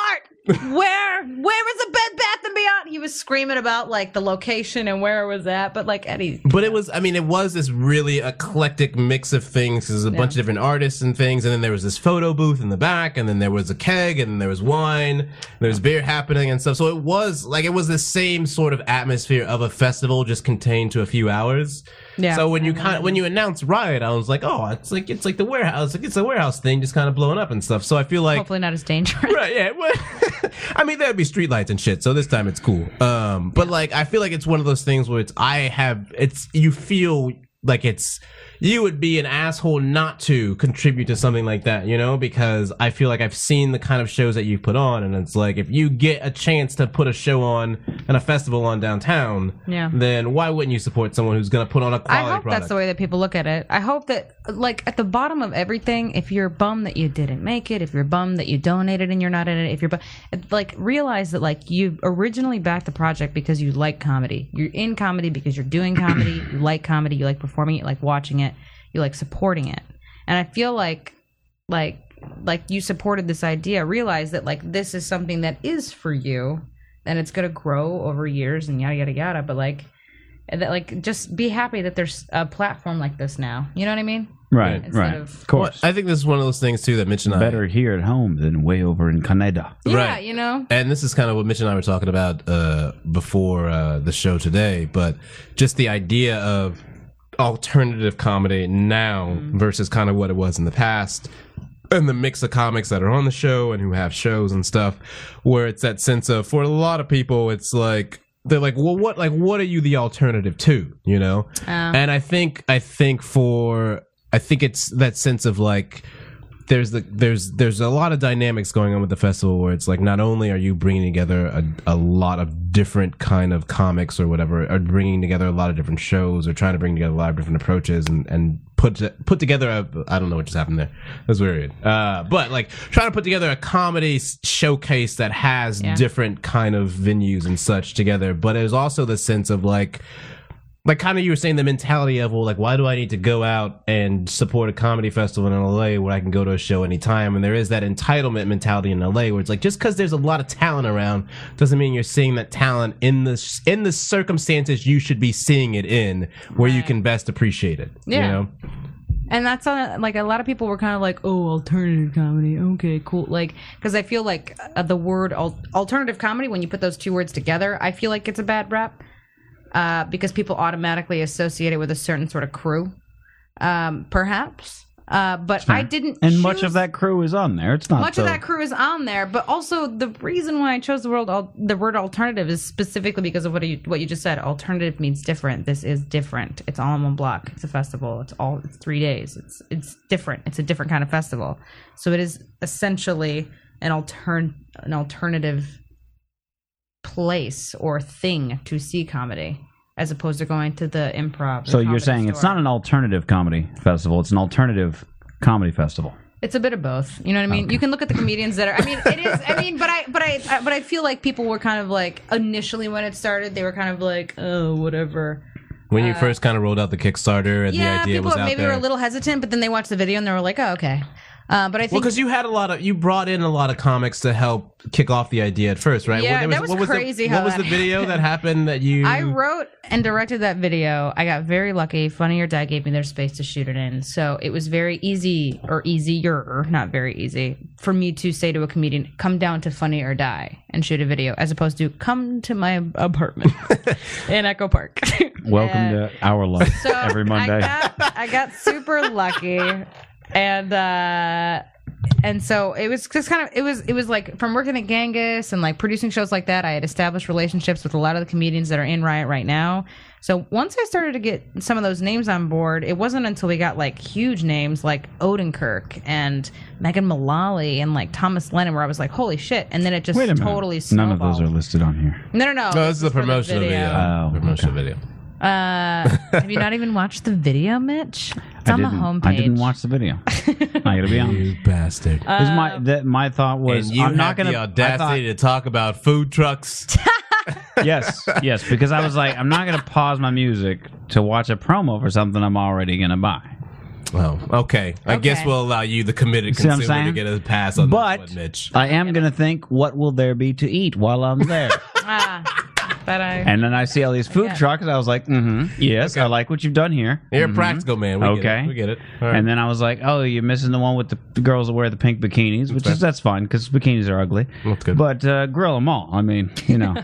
Walmart? Where where is a Bed Bath and Beyond? He was screaming about like the location and where it was at, but like Eddie, But it was, I mean, it was this really eclectic mix of things. There's a bunch of different artists and things, and then there was this photo booth in the back, and then there was a keg, and then there was wine, and there was beer happening and stuff. So it was like it was the same sort of atmosphere of a festival, just contained to a few hours. Yeah. So when you kind of, when you announced Riot, I was like, oh, it's like it's like the warehouse, like it's a warehouse thing, just kind of blowing up and stuff. So I feel like hopefully not as dangerous. Right, yeah. Well, I mean, there'd be streetlights and shit, so this time it's cool. Um, but like, I feel like it's one of those things where it's I have it's you feel like it's you would be an asshole not to contribute to something like that, you know? Because I feel like I've seen the kind of shows that you've put on, and it's like if you get a chance to put a show on and a festival on downtown, Yeah. then why wouldn't you support someone who's gonna put on a I quality hope product? that's the way that people look at it. I hope that, like, at the bottom of everything, if you're bummed that you didn't make it, if you're bummed that you donated and you're not in it, if you're, bu- like, realize that, like, you originally backed the project because you like comedy. You're in comedy because you're doing comedy. you like comedy. You like performing it. You like watching it. You like supporting it. And I feel like, like, like you supported this idea. Realize that, like, this is something that is for you, and it's gonna grow over years and yada yada yada. But like that like just be happy that there's a platform like this now. You know what I mean? Right, Instead right. of- uh, Of course. I think this is one of those things too that Mitch and I Better here at home than way over in Canada. Yeah, Right. you know. and this is kind of what Mitch and I were talking about uh, before uh, the show today, but just the idea of alternative comedy now versus kind of what it was in the past. And the mix of comics that are on the show and who have shows and stuff, where it's that sense of for a lot of people, it's like they're like, well, what like what are you the alternative to, you know? and I think I think for I think it's that sense of like there's the there's there's a lot of dynamics going on with the festival where it's like not only are you bringing together a, a lot of different kind of comics or whatever or bringing together a lot of different shows or trying to bring together a lot of different approaches and and put to- put together a I don't know what just happened there that's weird uh but like trying to put together a comedy s- showcase that has different kind of venues and such together but there's also the sense of like like kind of you were saying the mentality of well like why do i need to go out and support a comedy festival in la where i can go to a show anytime and there is that entitlement mentality in la where it's like just because there's a lot of talent around doesn't mean you're seeing that talent in the in the circumstances you should be seeing it in where you can best appreciate it Yeah. you know And that's on like a lot of people were kind of like, "Oh, alternative comedy. Okay, cool." Like cuz I feel like uh, the word al- alternative comedy when you put those two words together, I feel like it's a bad rap. Uh, because people automatically associate it with a certain sort of crew, um, perhaps. Uh, but I didn't. And much choose- of that crew is on there. It's not much so- of that crew is on there but also the reason why i chose the world al- the word alternative is specifically because of what you what you just said alternative means different this is different it's all in one block it's a festival it's all it's three days it's it's different it's a different kind of festival so it is essentially an altern an alternative place or thing to see comedy as opposed to going to the improv So you're saying it's not an alternative comedy festival; it's an alternative comedy festival. It's a bit of both. You know what I mean? You can look at the comedians that are. I mean, it is. I mean, but I, but I, I, but I feel like people were kind of like initially when it started, they were kind of like, oh, whatever. when you first kind of rolled out the kickstarter and Uh, Yeah, the idea people was out maybe there were a little hesitant, but then they watched the video and they were like, oh, okay. Uh, but I well, think because you had a lot of you brought in a lot of comics to help kick off the idea at first, right? Yeah, there that was what crazy The, how what was that the video that happened that you? I wrote and directed that video. I got very lucky. Funny or Die gave me their space to shoot it in. So it was very easy or easier, not very easy, for me to say to a comedian, come down to Funny or Die and shoot a video, as opposed to come to my apartment in Echo Park. Welcome Yeah. to our life So every Monday. I got, I got super lucky, and uh, and so it was just kind of it was it was like from working at Genghis and like producing shows like that. I had established relationships with a lot of the comedians that are in Riot right now. So once I started to get some of those names on board, it wasn't until we got like huge names like Odenkirk and Megan Mullally and like Thomas Lennon where I was like, holy shit! And then it just Wait a minute. totally None of those are snowballed. listed on here. No, no, no. No, this is the uh, for the promotional video. video. Oh, promotional video. Uh, have you not even watched the video, Mitch? It's I on the didn't, homepage. I didn't watch the video. I gotta be honest. You bastard. Uh, 'Cause my that my thought was and you I'm have not gonna the I thought- audacity to talk about food trucks. yes, yes, because I was like, I'm not gonna pause my music to watch a promo for something I'm already gonna buy. oh, okay. I guess Okay. we'll allow you, the committed See what I'm consumer, to saying? get a pass on But- this one, Mitch. I am gonna think, what will there be to eat while I'm there? Ah, but I. and then I see all these food Yeah. trucks. I was like, mm-hmm, yes, I like what you've done here. You're Mhm. a practical man. We Get Okay. it. We get it. And then I was like, oh, you're missing the one with the the girls that wear the pink bikinis, which is that's fine because bikinis are ugly. That's good. But uh, grill them all. I mean, you know,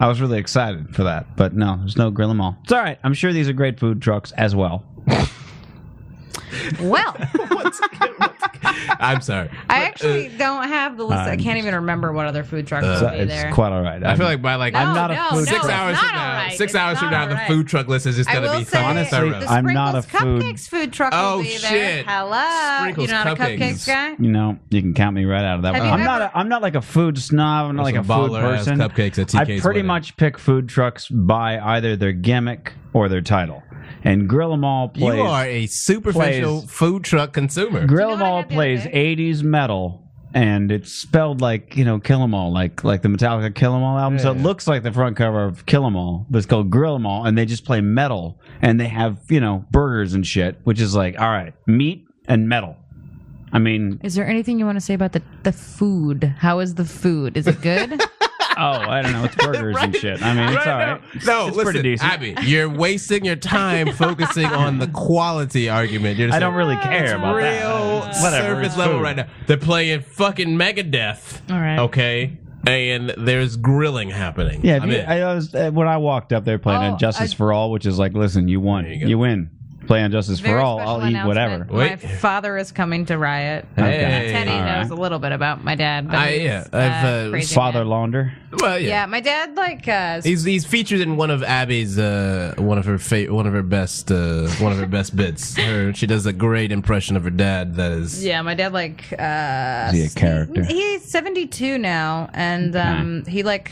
I was really excited for that, but no, there's no grill them all. It's all right. I'm sure these are great food trucks as well. Well, I'm sorry. I actually don't have the list. I can't even remember what other food trucks So will be it's there. quite all right. I feel like by like No, I'm not a no, food no, truck. six it's hours not from now. all right. Six It's hours from not now, all the right. food truck list is just I gonna will be say, thorough. thorough. the I'm not a Sprinkles food- Cupcakes food truck Oh, will be there. shit. Hello, Sprinkles you're not a Cupcakes. cupcakes guy. you know, you can count me right out of that. Have one. you I'm not. ever- A, I'm not like a food snob. I'm not Those like a are food baller-ass person. cupcakes at I TK's pretty wedding. much pick food trucks by either their gimmick or their title, and Grill 'Em All You plays. are a superficial plays- food truck consumer. Grill 'Em what I All had the other plays day? '80s metal. And it's spelled like you know, Kill 'Em All, like like the Metallica Kill 'Em All album. so it looks like the front cover of Kill 'Em All, but it's called Grill 'Em All, and they just play metal, and they have you know burgers and shit, which is like all right, meat and metal. I mean, Is there anything you want to say about the the food? How is the food? Is it good? Oh, I don't know. It's burgers and shit. I mean, it's all right. No, it's listen, pretty decent. Abby, you're wasting your time focusing on the quality argument. You're just I don't like, really care about real that. It's whatever, surface it's level food. right now. They're playing fucking Megadeth. All Oh, right. Okay. And there's grilling happening. Yeah, if I'm you, in. I was uh, when I walked up there playing Oh, on Justice for All, which is like, listen, you won, There you, you go. win. Play on Justice for Very All, special I'll eat whatever. announcement. Wait. My father is coming to riot. Okay. Hey. Teddy All right. knows a little bit about my dad. But I- he's, yeah, I've, uh, uh, crazy Father man. Launder. well, yeah. Yeah, my dad like uh, He's, he's featured in one of Abby's uh, one of her fa- one of her best uh, one of her best bits. Her, she does a great impression of her dad. That is Yeah, my dad like uh Is he a character? He's 72 now and um he like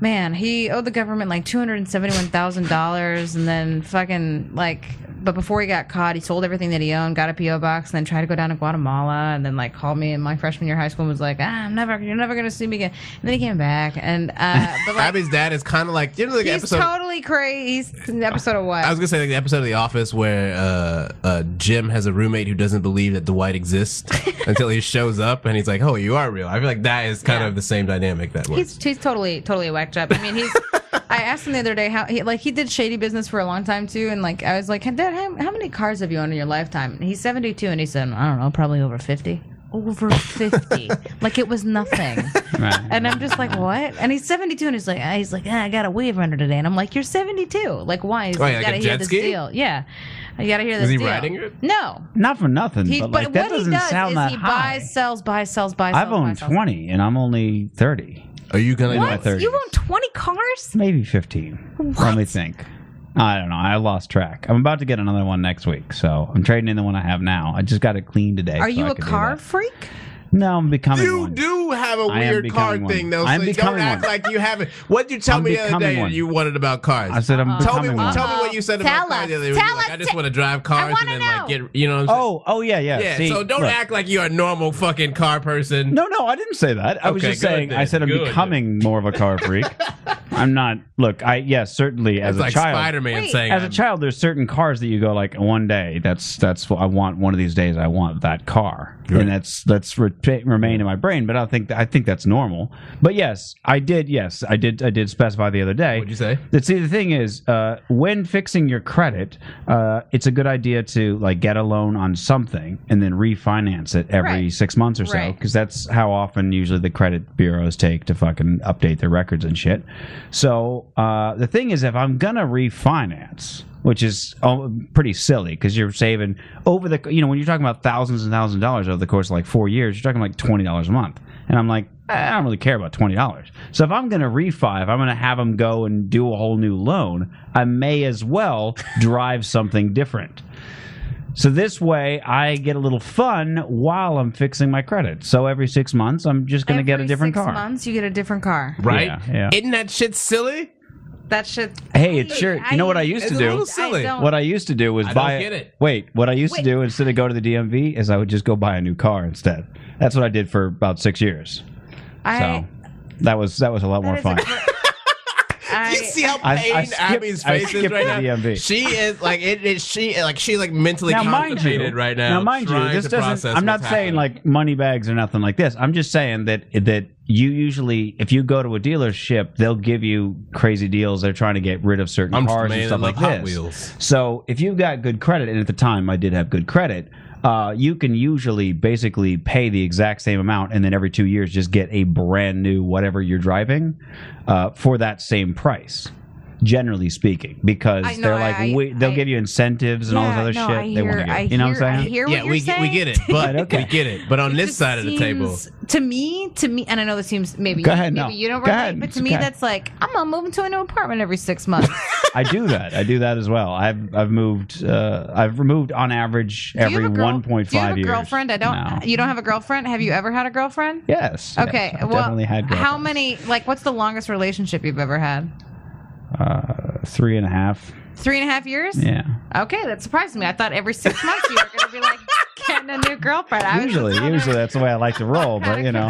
man, he owed the government like $271,000 and then fucking like but before he got caught, he sold everything that he owned, got a PO box, and then tried to go down to Guatemala, and then like called me in my freshman year of high school and was like, "Ah, I'm never, you're never gonna see me again." And then he came back, and uh, but like Abby's dad is kind of like you know the he's episode. totally crazy. He's an episode of what? I was gonna say like the episode of The Office where uh, uh, Jim has a roommate who doesn't believe that Dwight exists until he shows up and he's like, "Oh, you are real." I feel like that is kind of the same dynamic that works. He's he's totally totally a whack job. I mean, he's. I asked him the other day how he like he did shady business for a long time too, and like I was like, Dad, how, how many cars have you owned in your lifetime? And he's seventy two, and he said, I don't know, probably over fifty. Over fifty, like it was nothing. Right. And I'm just like, what? And he's 72, and he's like, ah, he's like, ah, I got a wave runner today, and I'm like, you're 72. Like, why? He's Oh, yeah, you like gotta a hear jet this ski? deal. Yeah, I gotta hear this. Is he deal. riding it? No. Not for nothing, He, but but like that what doesn't he does sound is that he high. buys, sells, buys, sells, buys. I've sells, owned buys, sells. 20 and I'm only 30, Are you gonna What? like What? 30s. You own 20 cars? maybe 15. Let me think. I don't know. I lost track. I'm about to get another one next week, so I'm trading in the one I have now. I just got it clean today. Are so you I a could do car that. freak? No, I'm becoming You one. do have a I am weird car becoming one. thing though, I am so you don't becoming act one. like you haven't. What did you tell I'm me the other becoming day one. you wanted about cars? I said I'm Uh, tell me, becoming one. tell me what Uh-oh. you said Tell about cars the other us. day. You were Tell like, I us. just want to drive cars and wanna then like know. get you know what I'm saying? Oh, oh yeah, yeah. yeah, See, so don't look. act like you're a normal fucking car person. No, no, I didn't say that. I was Okay, just good saying. I then, said I'm good. becoming more of a car freak. I'm not. Look, I yes, certainly as it's a like child. Spider-Man Wait. saying as a I'm- child, there's certain cars that you go like one day. That's that's what I want. One of these days, I want that car, and that's that's re- remain in my brain. But I think I think that's normal. But yes, I did. Yes, I did. I did specify the other day. What'd you say? That see the thing is, uh, when fixing your credit, uh, it's a good idea to like get a loan on something and then refinance it every Right. six months or so, Right. because that's how often usually the credit bureaus take to fucking update their records and shit. So uh, the thing is, if I'm gonna refinance, which is oh, pretty silly because you're saving over the you know when you're talking about thousands and thousands of dollars over the course of like four years, you're talking like twenty dollars a month, and I'm like. I don't really care about twenty dollars. So if I'm going to refi, if I'm going to have them go and do a whole new loan, I may as well drive something different. So this way, I get a little fun while I'm fixing my credit. So every six months, I'm just going to get a Every different six car. months, you get a different car. right? yeah. Isn't that shit silly? That shit. Hey, it's sure. You know what I used to It's a do? little silly. don't- What I used to do was I don't buy. get it. Wait, what I used to Wait. do instead of go to the DMV is I would just go buy a new car instead. That's what I did for about six years. I, So that was that was a lot more is a fun. I, you see how I- I pain skipped- Abby's I face is skipped right the now. DMV. She is like it is. She like she's like mentally now, mind constipated you, right now. Now, mind you, trying this to doesn't. process I'm not what's saying happening. like money bags or nothing like this. I'm just saying that that you usually, if you go to a dealership, they'll give you crazy deals. They're trying to get rid of certain I'm just cars man, and I stuff love like Hot this. Wheels. So if you've got good credit, and at the time I did have good credit. Uh, you can usually basically pay the exact same amount, and then every two years just get a brand new whatever you're driving uh, for that same price. Generally speaking, because I know, they're like I- we, they'll I- give you incentives and all this Yeah, other no, shit. I they want hear- to I you know what I'm hear- I saying? hear yeah, what you're we get we saying. get it, but Right, okay. we get it. But on this just side of the table, seems- To me, to me, and I know this seems maybe Go ahead, maybe no. you don't Go relate, ahead, but it's to me okay. that's like I'm gonna move into a new apartment every six months. I do that. I do that as well. I've I've moved. Uh, I've removed on average Do you have every a girl- one point Do you have five a years. girlfriend? I don't. now. You don't have a girlfriend? Have you ever had a girlfriend? Yes. Okay. yes, I've well, definitely had how girlfriends. many? Like, what's the longest relationship you've ever had? Uh, three and a half. Three and a half years? Yeah. Okay, that surprised me. I thought every six months you were going to be like getting a new girlfriend. I was just Usually, wondering usually that's the way I like to roll. what kind But of you know,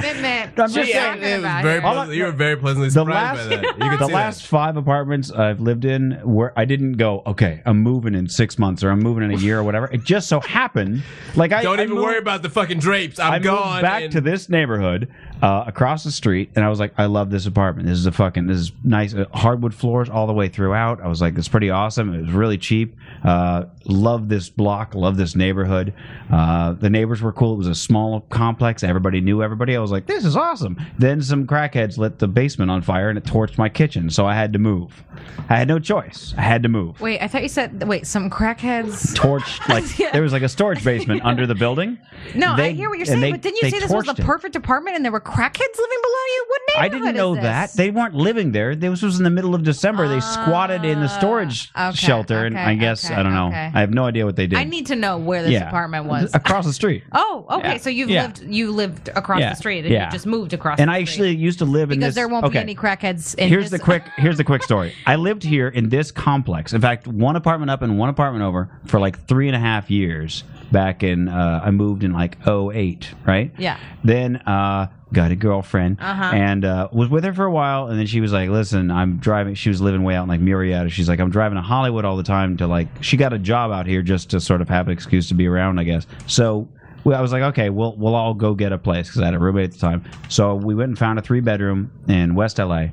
I'm commitment. you're just saying, talking it was about very here. pleasant- you were very pleasantly the surprised last by that. You could the see last five apartments I've lived in where I didn't go. Okay, I'm moving in six months or I'm moving in a year or whatever. It just so happened. Like I that. Don't I even moved- worry about the fucking drapes. I'm I gone. moved back and- to this neighborhood uh, across the street, and I was like, I love this apartment. This is a fucking this is nice uh, hardwood floors all the way throughout. I was like, it's pretty awesome. It was really cheap. Uh, love this block. Love this neighborhood. Uh, the neighbors were cool. It was a small complex. Everybody knew everybody. I was like, this is awesome. Then some crackheads lit the basement on fire, and it torched my kitchen. So I had to move. I had no choice. I had to move. Wait, I thought you said wait. Some crackheads. Torched like Yeah. there was like a storage basement under the building. No, I They- hear what you're and saying, they- but didn't they you say this was the torched it. perfect apartment and there were crackheads living below you? What I neighborhood didn't know is that. this? They weren't living there. This was in the middle of December. They squatted in the storage Ah, okay, shelter, and okay, I guess okay, I don't know. okay. I have no idea what they did. I need to know where this Yeah. apartment was. across the street. Oh, okay. Yeah. So you've Yeah. lived you lived across Yeah. the street and Yeah. you just moved across. And the I street. actually used to live in because this. there won't okay. be any crackheads. In here's the this- quick. Here's the quick story. I lived here in this complex. In fact, one apartment up and one apartment over for like three and a half years. Back in, uh, I moved in like 08, right? Yeah. Then uh, got a girlfriend Uh-huh. and uh, was with her for a while. And then she was like, listen, I'm driving. She was living way out in like Murrieta. She's like, I'm driving to Hollywood all the time to like, she got a job out here just to sort of have an excuse to be around, I guess. So well, I was like, okay, we'll, we'll all go get a place because I had a roommate at the time. So we went and found a three bedroom in West LA.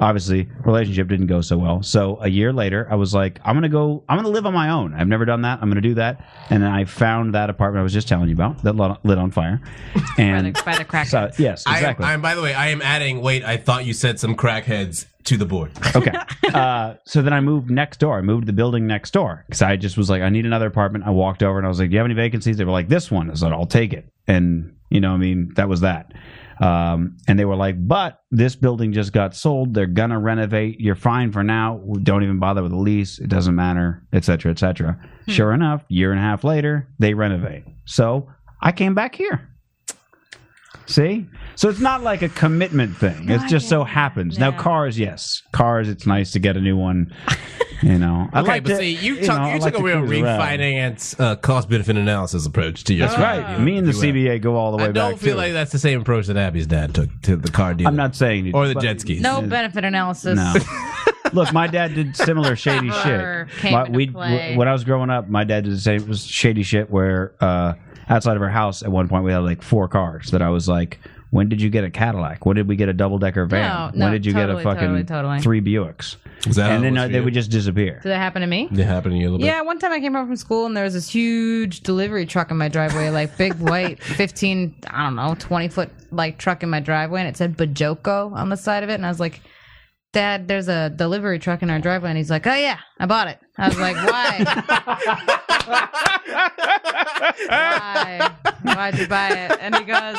Obviously, relationship didn't go so well. So a year later, I was like, I'm gonna go. I'm gonna live on my own. I've never done that. I'm gonna do that. And then I found that apartment I was just telling you about that lit lit on fire. And by the crackheads. so, yes, I am- exactly. I am, by the way, I am adding. Wait, I thought you said some crackheads to the board. okay. Uh, so then I moved next door. I moved to the building next door because I just was like, I need another apartment. I walked over and I was like, Do you have any vacancies? They were like, This one. I said, I'll take it. And, you know, I mean, that was that. Um, and they were like, But this building just got sold. They're going to renovate. You're fine for now. Don't even bother with the lease. It doesn't matter, et cetera, et cetera. Sure enough, year and a half later, they renovate. So I came back here. See? So it's not like a commitment thing. It just so happens. Now cars, yes. Cars, it's nice to get a new one. You know. I okay, like but to- see, you, know, took I you like took a to real cruise around. refinance uh, cost benefit analysis approach to your. That's right. Me and the CBA go all the way I don't back. feel too. like that's the same approach that Abby's dad took to the car dealer. I'm not saying you or do, the but- jet skis. No benefit analysis. No. Look, my dad did similar shady Or shit. came My- into we- play. when I was growing up, my dad did the same it was shady shit where uh, outside of our house at one point we had like four cars that I was like, when did you get a Cadillac? When did we get a double decker van? No, no, when did you totally, get a fucking totally, totally. three Buicks? Is Oh, that how and it then was uh, for they you? would just disappear. Did that happen to me? It happened to you a little bit. Yeah, one time I came home from school and there was this huge delivery truck in my driveway, like big white, 15, I don't know, 20 foot like truck in my driveway. And it said Bajoco on the side of it. And I was like, Dad, there's a delivery truck in our driveway, and he's like, "Oh yeah, I bought it." I was like, "Why? Why? Why'd you buy it?" And he goes,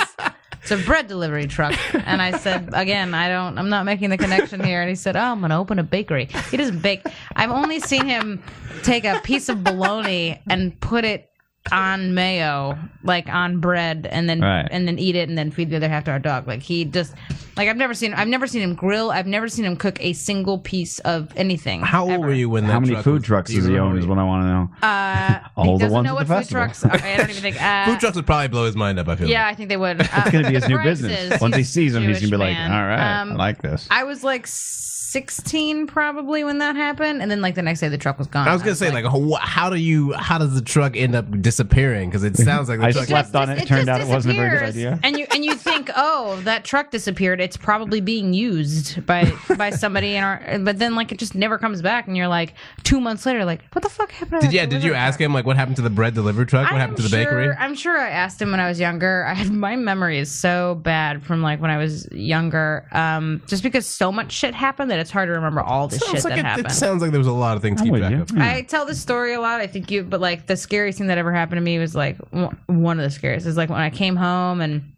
"It's a bread delivery truck." And I said, "Again, I don't. I'm not making the connection here." And he said, "Oh, I'm gonna open a bakery." He doesn't bake. I've only seen him take a piece of bologna and put it on mayo, like on bread, and then Right. and then eat it, and then feed the other half to our dog. Like he just, like I've never seen, I've never seen him grill. I've never seen him cook a single piece of anything. How old were you when that? How many truck food was trucks does he own? derailed? Is what I want to know. Uh, All he the doesn't ones know at what the food festival. trucks. Are. I don't even think. Uh, Food trucks would probably blow his mind up. I feel. Yeah, like. I think they would. Uh, It's going to be his new Greg's business. is. Once he He's a sees him, he's going Jewish to be like, man. all right, I Um, like this. I was like sixteen probably when that happened, and then like the next day the truck was gone. I was gonna say like, wh- how do you? How does the truck end up disappearing? Because it sounds like the I truck. slept on it. Turned out just it wasn't a very good disappears. idea. And you and you think, oh, that truck disappeared. It's probably being used by by somebody in our. But then like it just never comes back, and you're like two months later, like what the fuck happened? To Did, that yeah, did you delivery ask truck? him like what happened to the bread delivery truck? What I'm happened to the sure, bakery? I'm sure I asked him when I was younger. I have my memory is so bad from like when I was younger, um, just because so much shit happened that it's hard to remember all the shit Sounds like that it, it happened. sounds like there was a lot of things to I'm keep with track you. of. Yeah. I tell this story a lot. I think you, but like the scariest thing that ever happened to me was like one one of the scariest. Is like when I came home and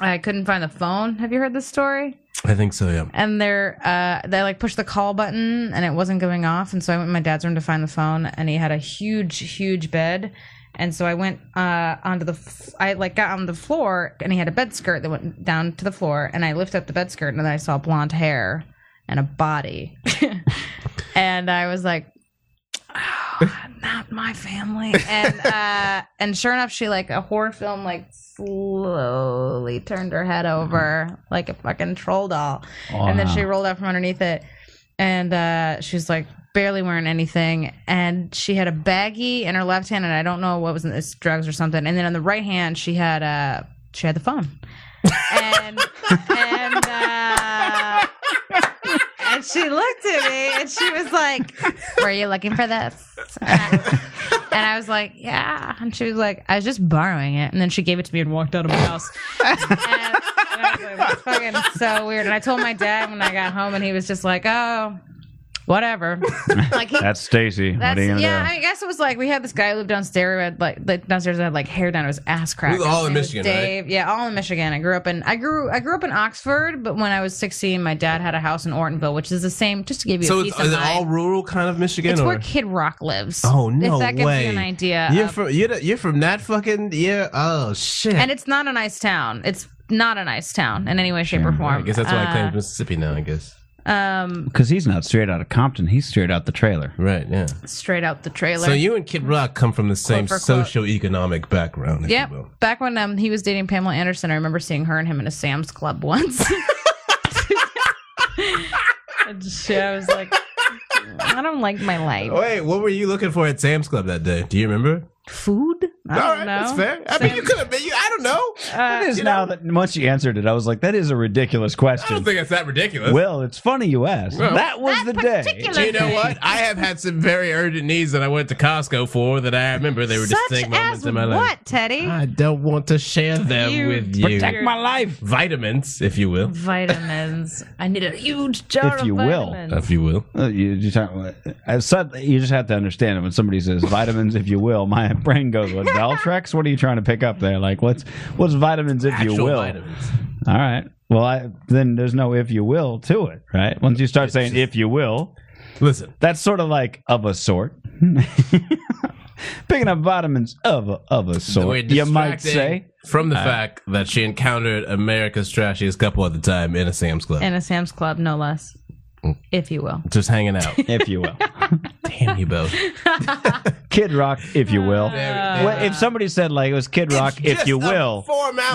I couldn't find the phone. Have you heard this story? I think so. Yeah. And they're uh, they like pushed the call button and it wasn't going off. And so I went in my dad's room to find the phone, and he had a huge, huge bed. And so I went uh, onto the, f- I like got on the floor, and he had a bed skirt that went down to the floor. And I lifted up the bed skirt, and then I saw blonde hair and a body, and I was like, not my family. And uh, and sure enough, she like a horror film like slowly turned her head over like a fucking troll doll, and then she rolled out from underneath it, and uh, she was like barely wearing anything, and she had a baggie in her left hand, and I don't know what was in this drugs or something, and then on the right hand she had uh she had the phone, and and. Uh, and she looked at me and she was like, Were you looking for this? And I, and I was like, Yeah. And she was like, I was just borrowing it. And then she gave it to me and walked out of my house. And, and I was like, That's fucking so weird. And I told my dad when I got home and he was just like, Oh, whatever. Like he That's Stacy. What that's are you gonna yeah. do? I, mean, I guess it was like we had this guy who lived downstairs who had like, like downstairs that had like hair down to his ass crack. We were all in His name was Michigan, right? Dave. Yeah, all in Michigan. I grew up in I grew I grew up in Oxford, but when I was sixteen, my dad had a house in Ortonville, which is the same. Just to give you So a it's, piece is of it all mind, rural kind of Michigan? it's or? where Kid Rock lives. Oh no If that gives way! you an idea, You're of- from you're, the- you're from that fucking yeah. Oh shit! and it's not a nice town. It's not a nice town in any way, shape, or I form. guess that's why I Uh, claimed Mississippi now. I guess Um, Because he's not straight out of Compton. He's straight out the trailer. right. Yeah. straight out the trailer. So you and Kid Rock come from the same for quote. socioeconomic background. If Yep. You will. Back when um, he was dating Pamela Anderson, I remember seeing her and him in a Sam's Club once. and she, I was like, I don't like my life. Wait, Oh, what were you looking for at Sam's Club that day? Do you remember? Food? I don't All right, know. Uh, that's fair. I mean, you could have been. You, I don't know. That is now that once you answered it, I was like, that is a I ridiculous don't question. think that's that ridiculous. Well, it's funny you asked. that was the day. particular Do you know what? I have had some very urgent needs that I went to Costco for that I remember they were Such distinct moments as in my life. what, Teddy? I don't want to share them You with you. protect my life. Vitamins, if you will. vitamins. I need a huge jar If of you will. vitamins. If you will. Uh, You, you, talk, I said- you just have to understand it. When somebody says vitamins, if you will, my brain goes, what, Valtrex? What are you trying to pick up there? Like, what's, what's vitamins, if you Actual will? vitamins. All right. Well, I, then there's no if you will to it, right? Once you start saying if you will, Listen, that's sort of like of a sort. Picking up vitamins of a, of a we're sort, you might distracting say. Uh, from the fact that she encountered America's trashiest couple at the time in a Sam's Club, In a Sam's Club, no less. Mm. If you will. just hanging out. if you will. Damn you both. Kid Rock, if you will. Well, if somebody said like it was Kid Rock, if you will,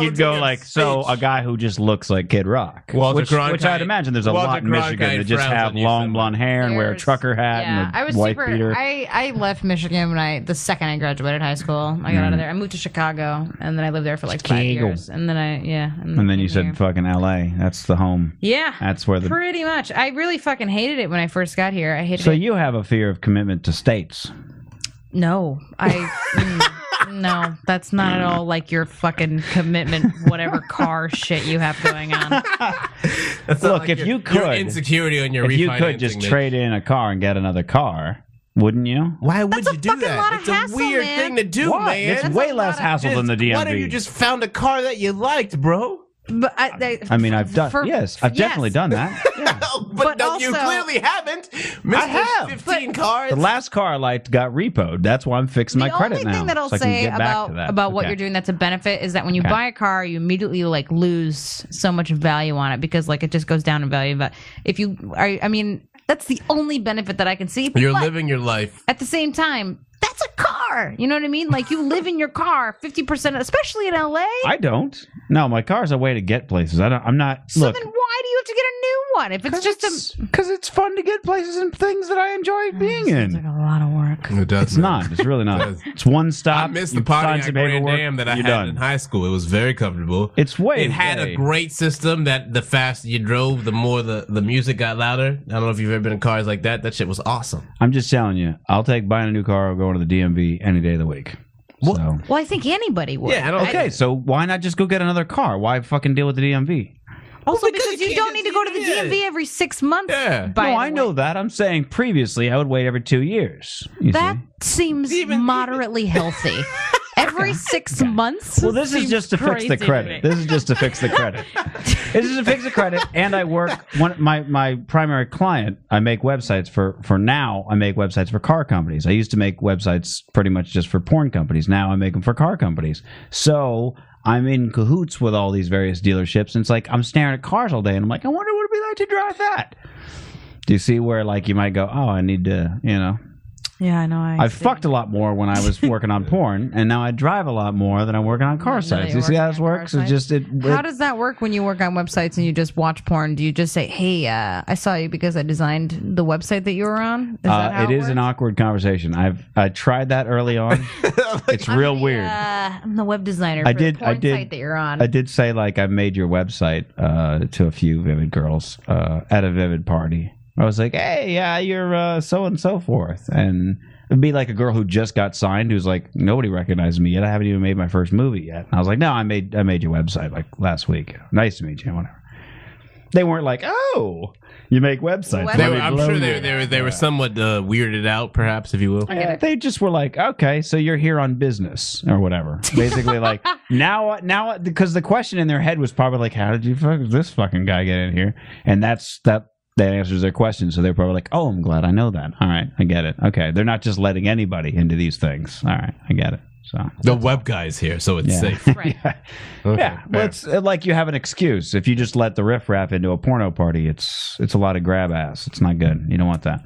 you'd go like, so uh, a guy who just looks like Kid Rock, Walter which, Cronkite- which I'd imagine there's a Walter lot in Cronkite Michigan that just frowns have on you long somewhere. blonde hair and wear a There's- trucker hat Yeah, and a I was white super. beater. I, I left Michigan when I the second I graduated high school. I got out of there. I moved to Chicago, and then I lived there for like five Mm. Chicago. years. And then I yeah. and then you came said here. fucking L.A. That's the home. yeah. That's where the. pretty much. I really fucking hated it when I first got here. I hated So it. you have a fear of commitment to states. no, I. mm, No, that's not at all like your fucking commitment, whatever car shit you have going on. That's not Look, if your- you your could- insecurity on your If refinancing, you could just Mitch. trade in a car and get another car, wouldn't you? Why would That's a you do fucking that? lot of it's a hassle, weird man. thing to do, Why? man. It's way less hassle than the DMV. Why don't you just found a car that you liked, bro? But I, they, I mean, I've done for- yes, I've definitely yes. done that. Yeah. but But no, you also- clearly haven't. Mr. I have. 15 cars. The last car I liked got repoed. That's why I'm fixing my the credit only now. thing that I'll so I can say get back about to that. about what Okay. you're doing that's a benefit is that when you Okay. buy a car, you immediately like lose so much value on it because like it just goes down in value. But if you are, I mean, that's the only benefit that I can see. You're But living your life. at the same time, that's a car. You know what I mean? Like you live in your car, fifty percent, especially in LA. I don't. No, my car's a way to get places. I don't. I'm not. so look, then why do you have to get a new one if it's just a because it's fun to get places and things that I enjoy being Seems like in. a lot of work. It's not. It's really not. It's one stop. I missed you the party sign at some Grand paperwork, Am that I you're had done. in high school. It was very comfortable. It's way. it had a way- great system that the faster you drove, the more the, the music got louder. I don't know if you've ever been in cars like that. That shit was awesome. I'm just telling you. I'll take buying a new car or going to the DMV any day of the week. What? So. Well, I think anybody would. Yeah, I don't. Okay, so why not just go get another car? Why fucking deal with the DMV? also, Well, because, because you you can't don't need just- to go to the yeah. DMV every six months. Yeah. By no, the I way. know that. I'm saying previously I would wait every two years. you That see. seems Even- moderately healthy. Every six months. Well, this is seems just to fix crazy the to credit. me. This is just to fix the credit. this is to fix the credit, and I work one my my primary client. I make websites for for now. I make websites for car companies. I used to make websites pretty much just for porn companies. Now I make them for car companies. So. I'm in cahoots with all these various dealerships, and it's like I'm staring at cars all day, and I'm like, I wonder what it'd be like to drive that. Do you see where like you might go, oh, I need to, you know, Yeah, I know. I, I fucked a lot more when I was working on porn, and now I drive a lot more than I'm working on car Really sites. You see how working this on car works? It's sites? just it. How it- does that work when you work on websites and you just watch porn? Do you just say, "Hey, uh, I saw you because I designed the website that you were on"? Is that uh, how it is an works? awkward conversation. I've I tried that early on. it's real I'm the, weird. Uh, I'm the web designer. For I The did- I porn did- Site that you're on. I did say like I made your website uh, to a few vivid girls uh, at a vivid party. I was like, hey, yeah, you're uh, so and so forth, and it'd be like a girl who just got signed who's like, nobody recognized me yet. I haven't even made my first movie yet. And I was like, no, I made I made your website like last week. Nice to meet you, whatever. They weren't like, oh, you make websites. Let Web- They were, me I'm blow sure you." they, they, were, they were somewhat uh, weirded out, perhaps, if you will. Yeah, they just were like, okay, so you're here on business or whatever. Basically, like now, now, because the question in their head was probably like, how did you fuck this fucking guy get in here? And that's that that answers their question. So they're probably like, oh, I'm glad I know that. All right, I get it. Okay, they're not just letting anybody into these things. All right, I get it. So The web guy's here, so it's Yeah. safe. Right. yeah, yeah. Well, it's uh, like you have an excuse if you just let the riffraff into a porno party. It's it's a lot of grab ass. It's not good. You don't want that.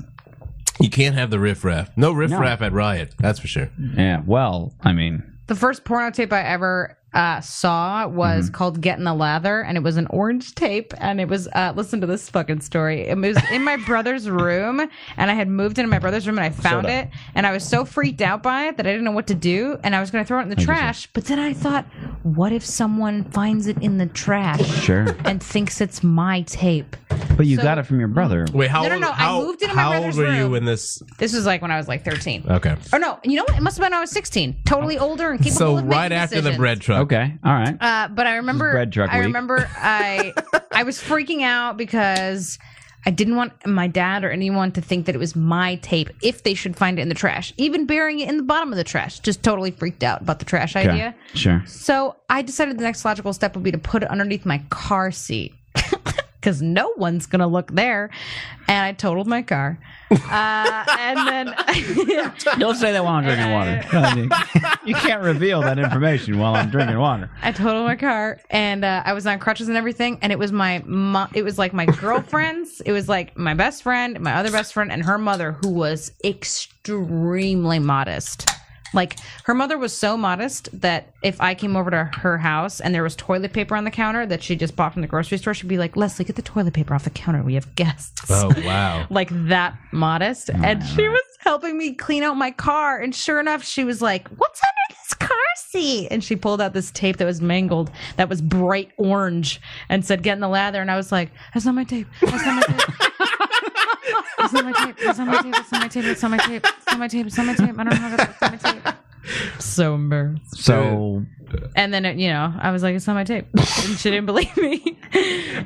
You can't have the riffraff. No riffraff at Riot, that's for sure. Yeah. Well, I mean. The first porno tape I ever uh, saw was Mm-hmm. called "Getting the Lather," and it was an orange tape. And it was uh, listen to this fucking story. It was in my brother's room, and I had moved into my brother's room, and I found it, and I was so freaked out by it that I didn't know what to do, and I was going to throw it in the trash. But then I thought, what if someone finds it in the trash Sure, and thinks it's my tape? but you So- got it from your brother. Wait, how No, no, old, no, I how, moved into my how old brother's were room. you in this? This was like when I was like thirteen. Okay. Oh no, you know what? It must have been when I was sixteen. Totally older and capable So of making right after the decisions. bread truck. Okay. All right. Uh, but I remember, bread truck I week. remember, I I was freaking out because I didn't want my dad or anyone to think that it was my tape if they should find it in the trash, even burying it in the bottom of the trash. Just totally freaked out about the trash Okay. idea. Sure. So I decided the next logical step would be to put it underneath my car seat. Because no one's gonna look there, and I totaled my car, uh, and then Don't say that while I'm drinking water. you can't reveal that information while I'm drinking water. I totaled my car, and uh, I was on crutches and everything. And it was my mom. It was like my girlfriend's. it was like my best friend, my other best friend, and her mother, who was extremely modest. Like her mother was so modest that if I came over to her house and there was toilet paper on the counter that she just bought from the grocery store, she'd be like, "Leslie, get the toilet paper off the counter. We have guests." Oh, wow. like that modest. And she was helping me clean out my car. And sure enough, she was like, What's under this car seat? And she pulled out this tape that was mangled, that was bright orange, and said, Get in the lather. And I was like, That's not my tape. That's not my tape. That's not my tape. That's not my tape. That's not my tape. That's not my tape. That's not my tape. That's not my tape. I don't know how to. That's not my tape. so embarrassed. So And then, it, you know, I was like, it's not my tape. And she didn't believe me. And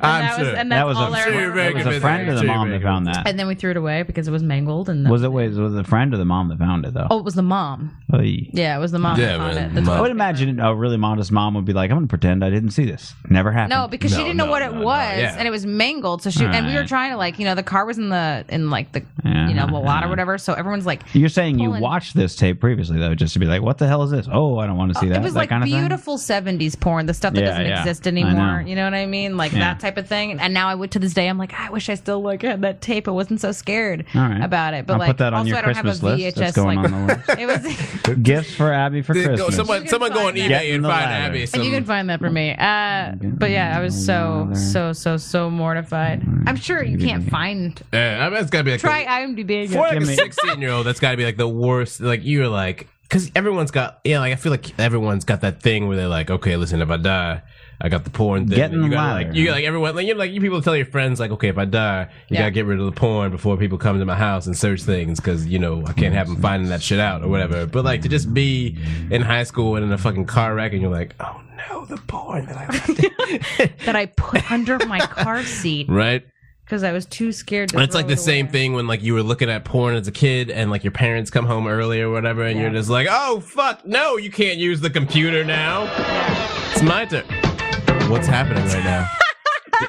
I'm that was, sure. and that's that was a, all I remember. that was a friend of the mom that found that. And then we threw it away because it was mangled. And Was it was it a friend of the mom that found it though? oh, it was the mom. Oy. Yeah, it was the mom Yeah, that found man, it. That's mom. I what- would imagine a really modest mom would be like, "I'm gonna pretend I didn't see this. Never happened." No, because she No, didn't know no, what it no, no, was, yeah. and it was mangled. So she and we were Right. trying to like, you know, the car was in the in like the Yeah, you know the lot yeah. or whatever. So everyone's like, You're saying you Pulling- watched this tape previously though, just to be like, "What the hell is this? Oh, I don't want to see that." it was that like kind of beautiful 70s porn the stuff that Yeah, doesn't yeah. exist I anymore know. you know what i mean like that type of thing and now i would to this day i'm like i wish i still like had that tape i wasn't so scared All right. about it but I'll like put that on also your i don't Christmas have a list. vhs That's going like on the list. it was thing. Gifts for Abby for Go, Christmas. someone, someone go on find eBay and find that. Get in the Abby. ladder. And you some- can find that for me. Uh, but yeah, I was so, so, so, so mortified. I'm sure you can't find. Yeah, I mean, it's gotta be like Try the- IMDb. for like Give a me- sixteen year old. That's gotta be like the worst. Like you're like because everyone's got yeah. Like I feel like everyone's got that thing where they're like, okay, listen, if I die. I got the porn thing. Get in you the gotta, ladder. like you like everyone like you like you people tell your friends like okay if I die you Yeah. gotta get rid of the porn before people come to my house and search things because you know I can't have them finding that shit out or whatever. But like to just be in high school and in a fucking car wreck and you're like oh no the porn that I left that I put under my car seat right because I was too scared. To And it's throw like the it same away. thing when like you were looking at porn as a kid and like your parents come home early or whatever and you're just like, oh fuck, no, you can't use the computer now. It's my turn. What's happening right now?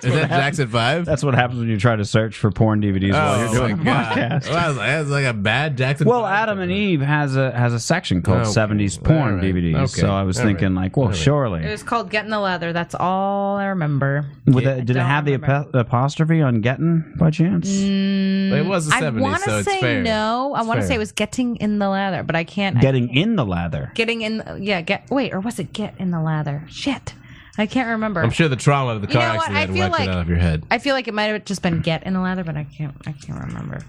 Is that Jackson Five? Oh That's what happens when you try to search for porn DVDs while you're doing a podcast. Well, I was like, that's like a bad Jackson. Well, five Adam and cover. Eve has a has a section called Okay. 70s All porn right. DVDs. Okay. So I was All thinking like, well, surely. It was called Getting the Leather. That's all I remember. With the- did it don't have the remember. Mm. apo- apostrophe on getting by chance? It was the I seventies, want to so it's say fair. no. I It's want to fair. say it was getting in the lather, but I can't. I Getting can't. in the lather. getting in. Yeah, get wait, or was it get in the lather? Shit, I can't remember. I'm sure the trauma of the car know what? I accident feel wiped it like- out of your head. I feel like it might have just been get in the lather, but I can't. I can't remember.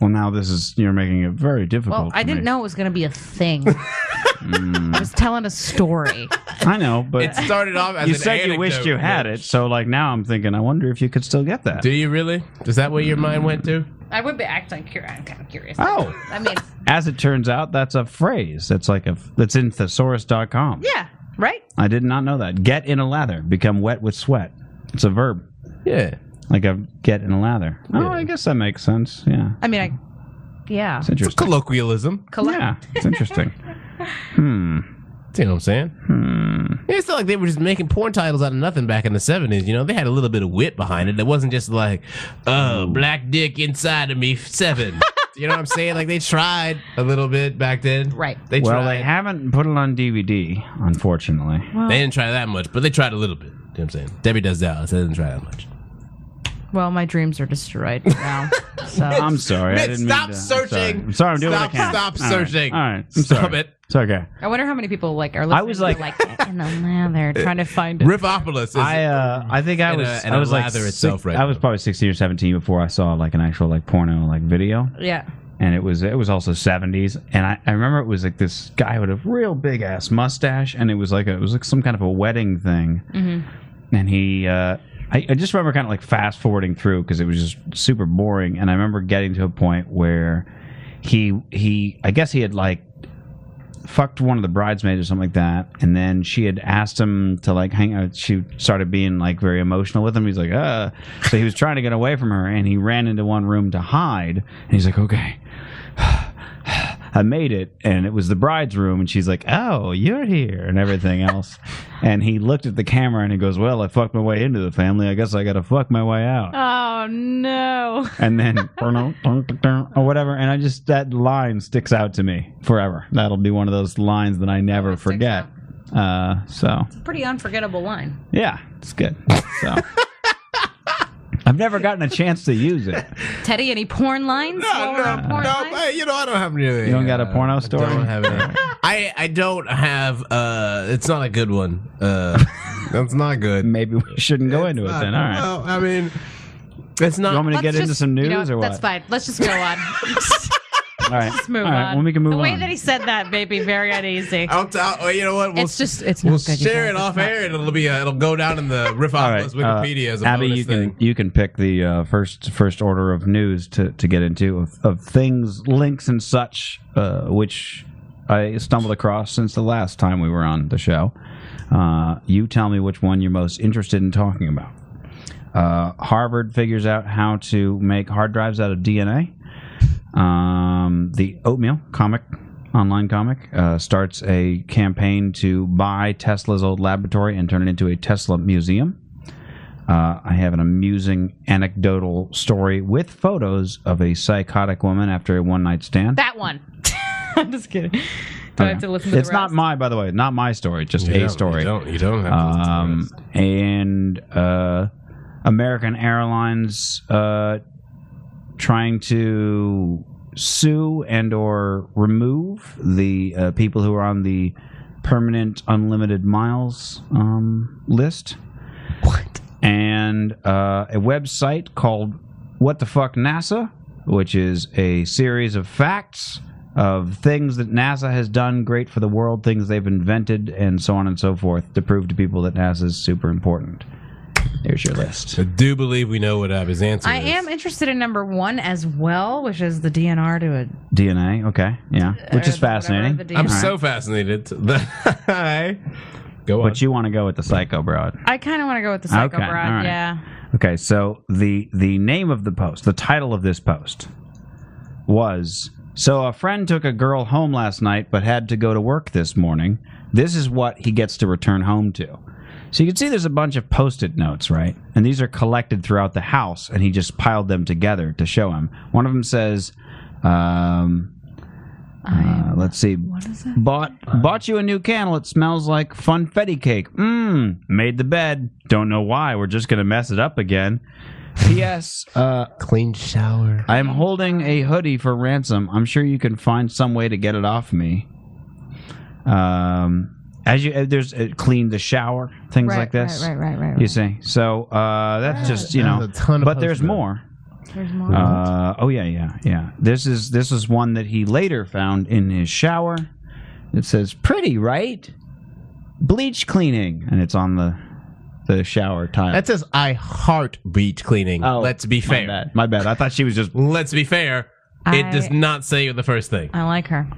Well, now this is you're making it very difficult. Well, I for didn't me. know it was going to be a thing. I was telling a story. I know, but It started off as you an said you wished anecdote, you had Mitch. it. So like now I'm thinking, I wonder if you could still get that. Do you really? Is that where your mind went to? I would be acting curious. I'm kind of curious. Oh. I mean, As it turns out, that's a phrase. That's like a that's in thesaurus.com. yeah, right. I did not know that. Get in a lather, become wet with sweat. It's a verb. Yeah. Like a get in a lather. Oh, I guess that makes sense. Yeah. I mean, I. Yeah. It's interesting. Colloquialism. Yeah, it's interesting. You know what I'm saying? Hmm. It's not like they were just making porn titles out of nothing back in the 70s. You know, they had a little bit of wit behind it. It wasn't just like, oh, black dick inside of me, seven. you know what I'm saying? Like they tried a little bit back then. Right. They well, tried. they haven't put it on DVD, unfortunately. They didn't try that much, but they tried a little bit. You know what I'm saying? Debbie does that. So they didn't try that much. Well, my dreams are destroyed now. So I'm sorry. Mitch, I didn't stop mean to- searching. I'm sorry. I'm, sorry. I'm doing stop, what I can. Stop All right. searching. All right. I'm Stop sorry. it. It's okay. I wonder how many people like are. I was listening to, like- Uh, like in the lather, trying to find it. Riffopolis is. I uh, I think I And was a- and I a was like lather six- itself right I was now. probably 16 or 17 before I saw like an actual like porno like video. Yeah. and it was it was also 70s and I, I remember it was like this guy with a real big ass mustache and it was like a, it was like some kind of a wedding thing and he uh, I, I just remember kind of like fast forwarding through because it was just super boring and I remember getting to a point where he he I guess he had like fucked one of the bridesmaids or something like that and then she had asked him to like hang out she started being like very emotional with him he's like uh so he was trying to get away from her and he ran into one room to hide and he's like okay I made it, and it was the bride's room, and she's like, "Oh, you're here," and everything else. and he looked at the camera and he goes, "Well, I fucked my way into the family. I guess I gotta fuck my way out." Oh no. and then or whatever. And I just that line sticks out to me forever. That'll be one of those lines that I never sticks forget. Uh, so Pretty unforgettable line. yeah, it's good. So. I've never gotten a chance to use it. Teddy, any porn lines? No, Porn- no, porn no. lines? I, you know, I don't have really. You don't got a porno story? I don't have any. I, I don't have. Uh, it's not a good one. Uh, that's not good. Maybe we shouldn't go into it Uh, then. All right. Well, I mean, it's You want not. me to Let's get into just- some news you know or what? That's fine. Let's just go on. All right. Move All right. on. Well, we can move the on. Oh, way that he said that made me very uneasy. I'll t- I'll- you know what? We'll, it's just, it's not we'll good. you share guys. it It's off not- air, and it'll be a, it'll go down in the Riff All right, Office uh, Wikipedia as a Abby, bonus you thing. can you can pick the uh, first first order of news to, to get into of, of things, links, and such, uh, which I stumbled across since the last time we were on the show. Uh, you tell me which one you're most interested in talking about. Uh, Harvard figures out how to make hard drives out of DNA. Um, the Oatmeal comic, online comic, uh, starts a campaign to buy Tesla's old laboratory and turn it into a Tesla museum. Uh, I have an amusing anecdotal story with photos of a psychotic woman after a one night stand. That one. I'm just kidding. Do I have to listen to it's the not rest? my, by the way, not my story, just You a don't- story. You don't, you don't have to listen to the Um, rest. and uh, American Airlines uh, trying to sue and or remove the uh, people who are on the permanent unlimited miles um, list. What? And uh, a website called What the Fuck NASA, which is a series of facts of things that NASA has done great for the world, things they've invented, and so on and so forth to prove to people that NASA is super important. There's your list. I do believe we know what Abby's answer I is. am interested in number one as well, which is the DNR to a DNA, okay, yeah, which is or whatever, fascinating. the I'm DNR. so fascinated that I go on. But you want to go with the psycho broad. I kind of want to go with the Okay, psycho broad. all right. Yeah. Okay, so the the name of the post, the title of this post was so a friend took a girl home last night but had to go to work this morning. This is what he gets to return home to. So you can see there's a bunch of post-it notes, right? And these are collected throughout the house and he just piled them together to show him. One of them says um uh, let's see. Bought bought you a new candle. It smells like funfetti cake. Mmm. Made the bed. Don't know why. We're just gonna mess it up again. P.S. Uh, Clean shower. I am holding a hoodie for ransom. I'm sure you can find some way to get it off me. Um, as you uh, there's uh, clean the shower things Right, like this. Right, right, right, right. You see, so uh, that's just you know. There's a ton of but there's post-it. more. There's more. Uh, oh yeah, yeah, yeah. This is this is one that he later found in his shower. It says "pretty, right?" Bleach cleaning, and it's on the the shower tile. That says I heart beach cleaning. Oh, Let's be My fair. bad. My bad. I thought she was just. Let's be fair. It I- does not say the first thing. I like her.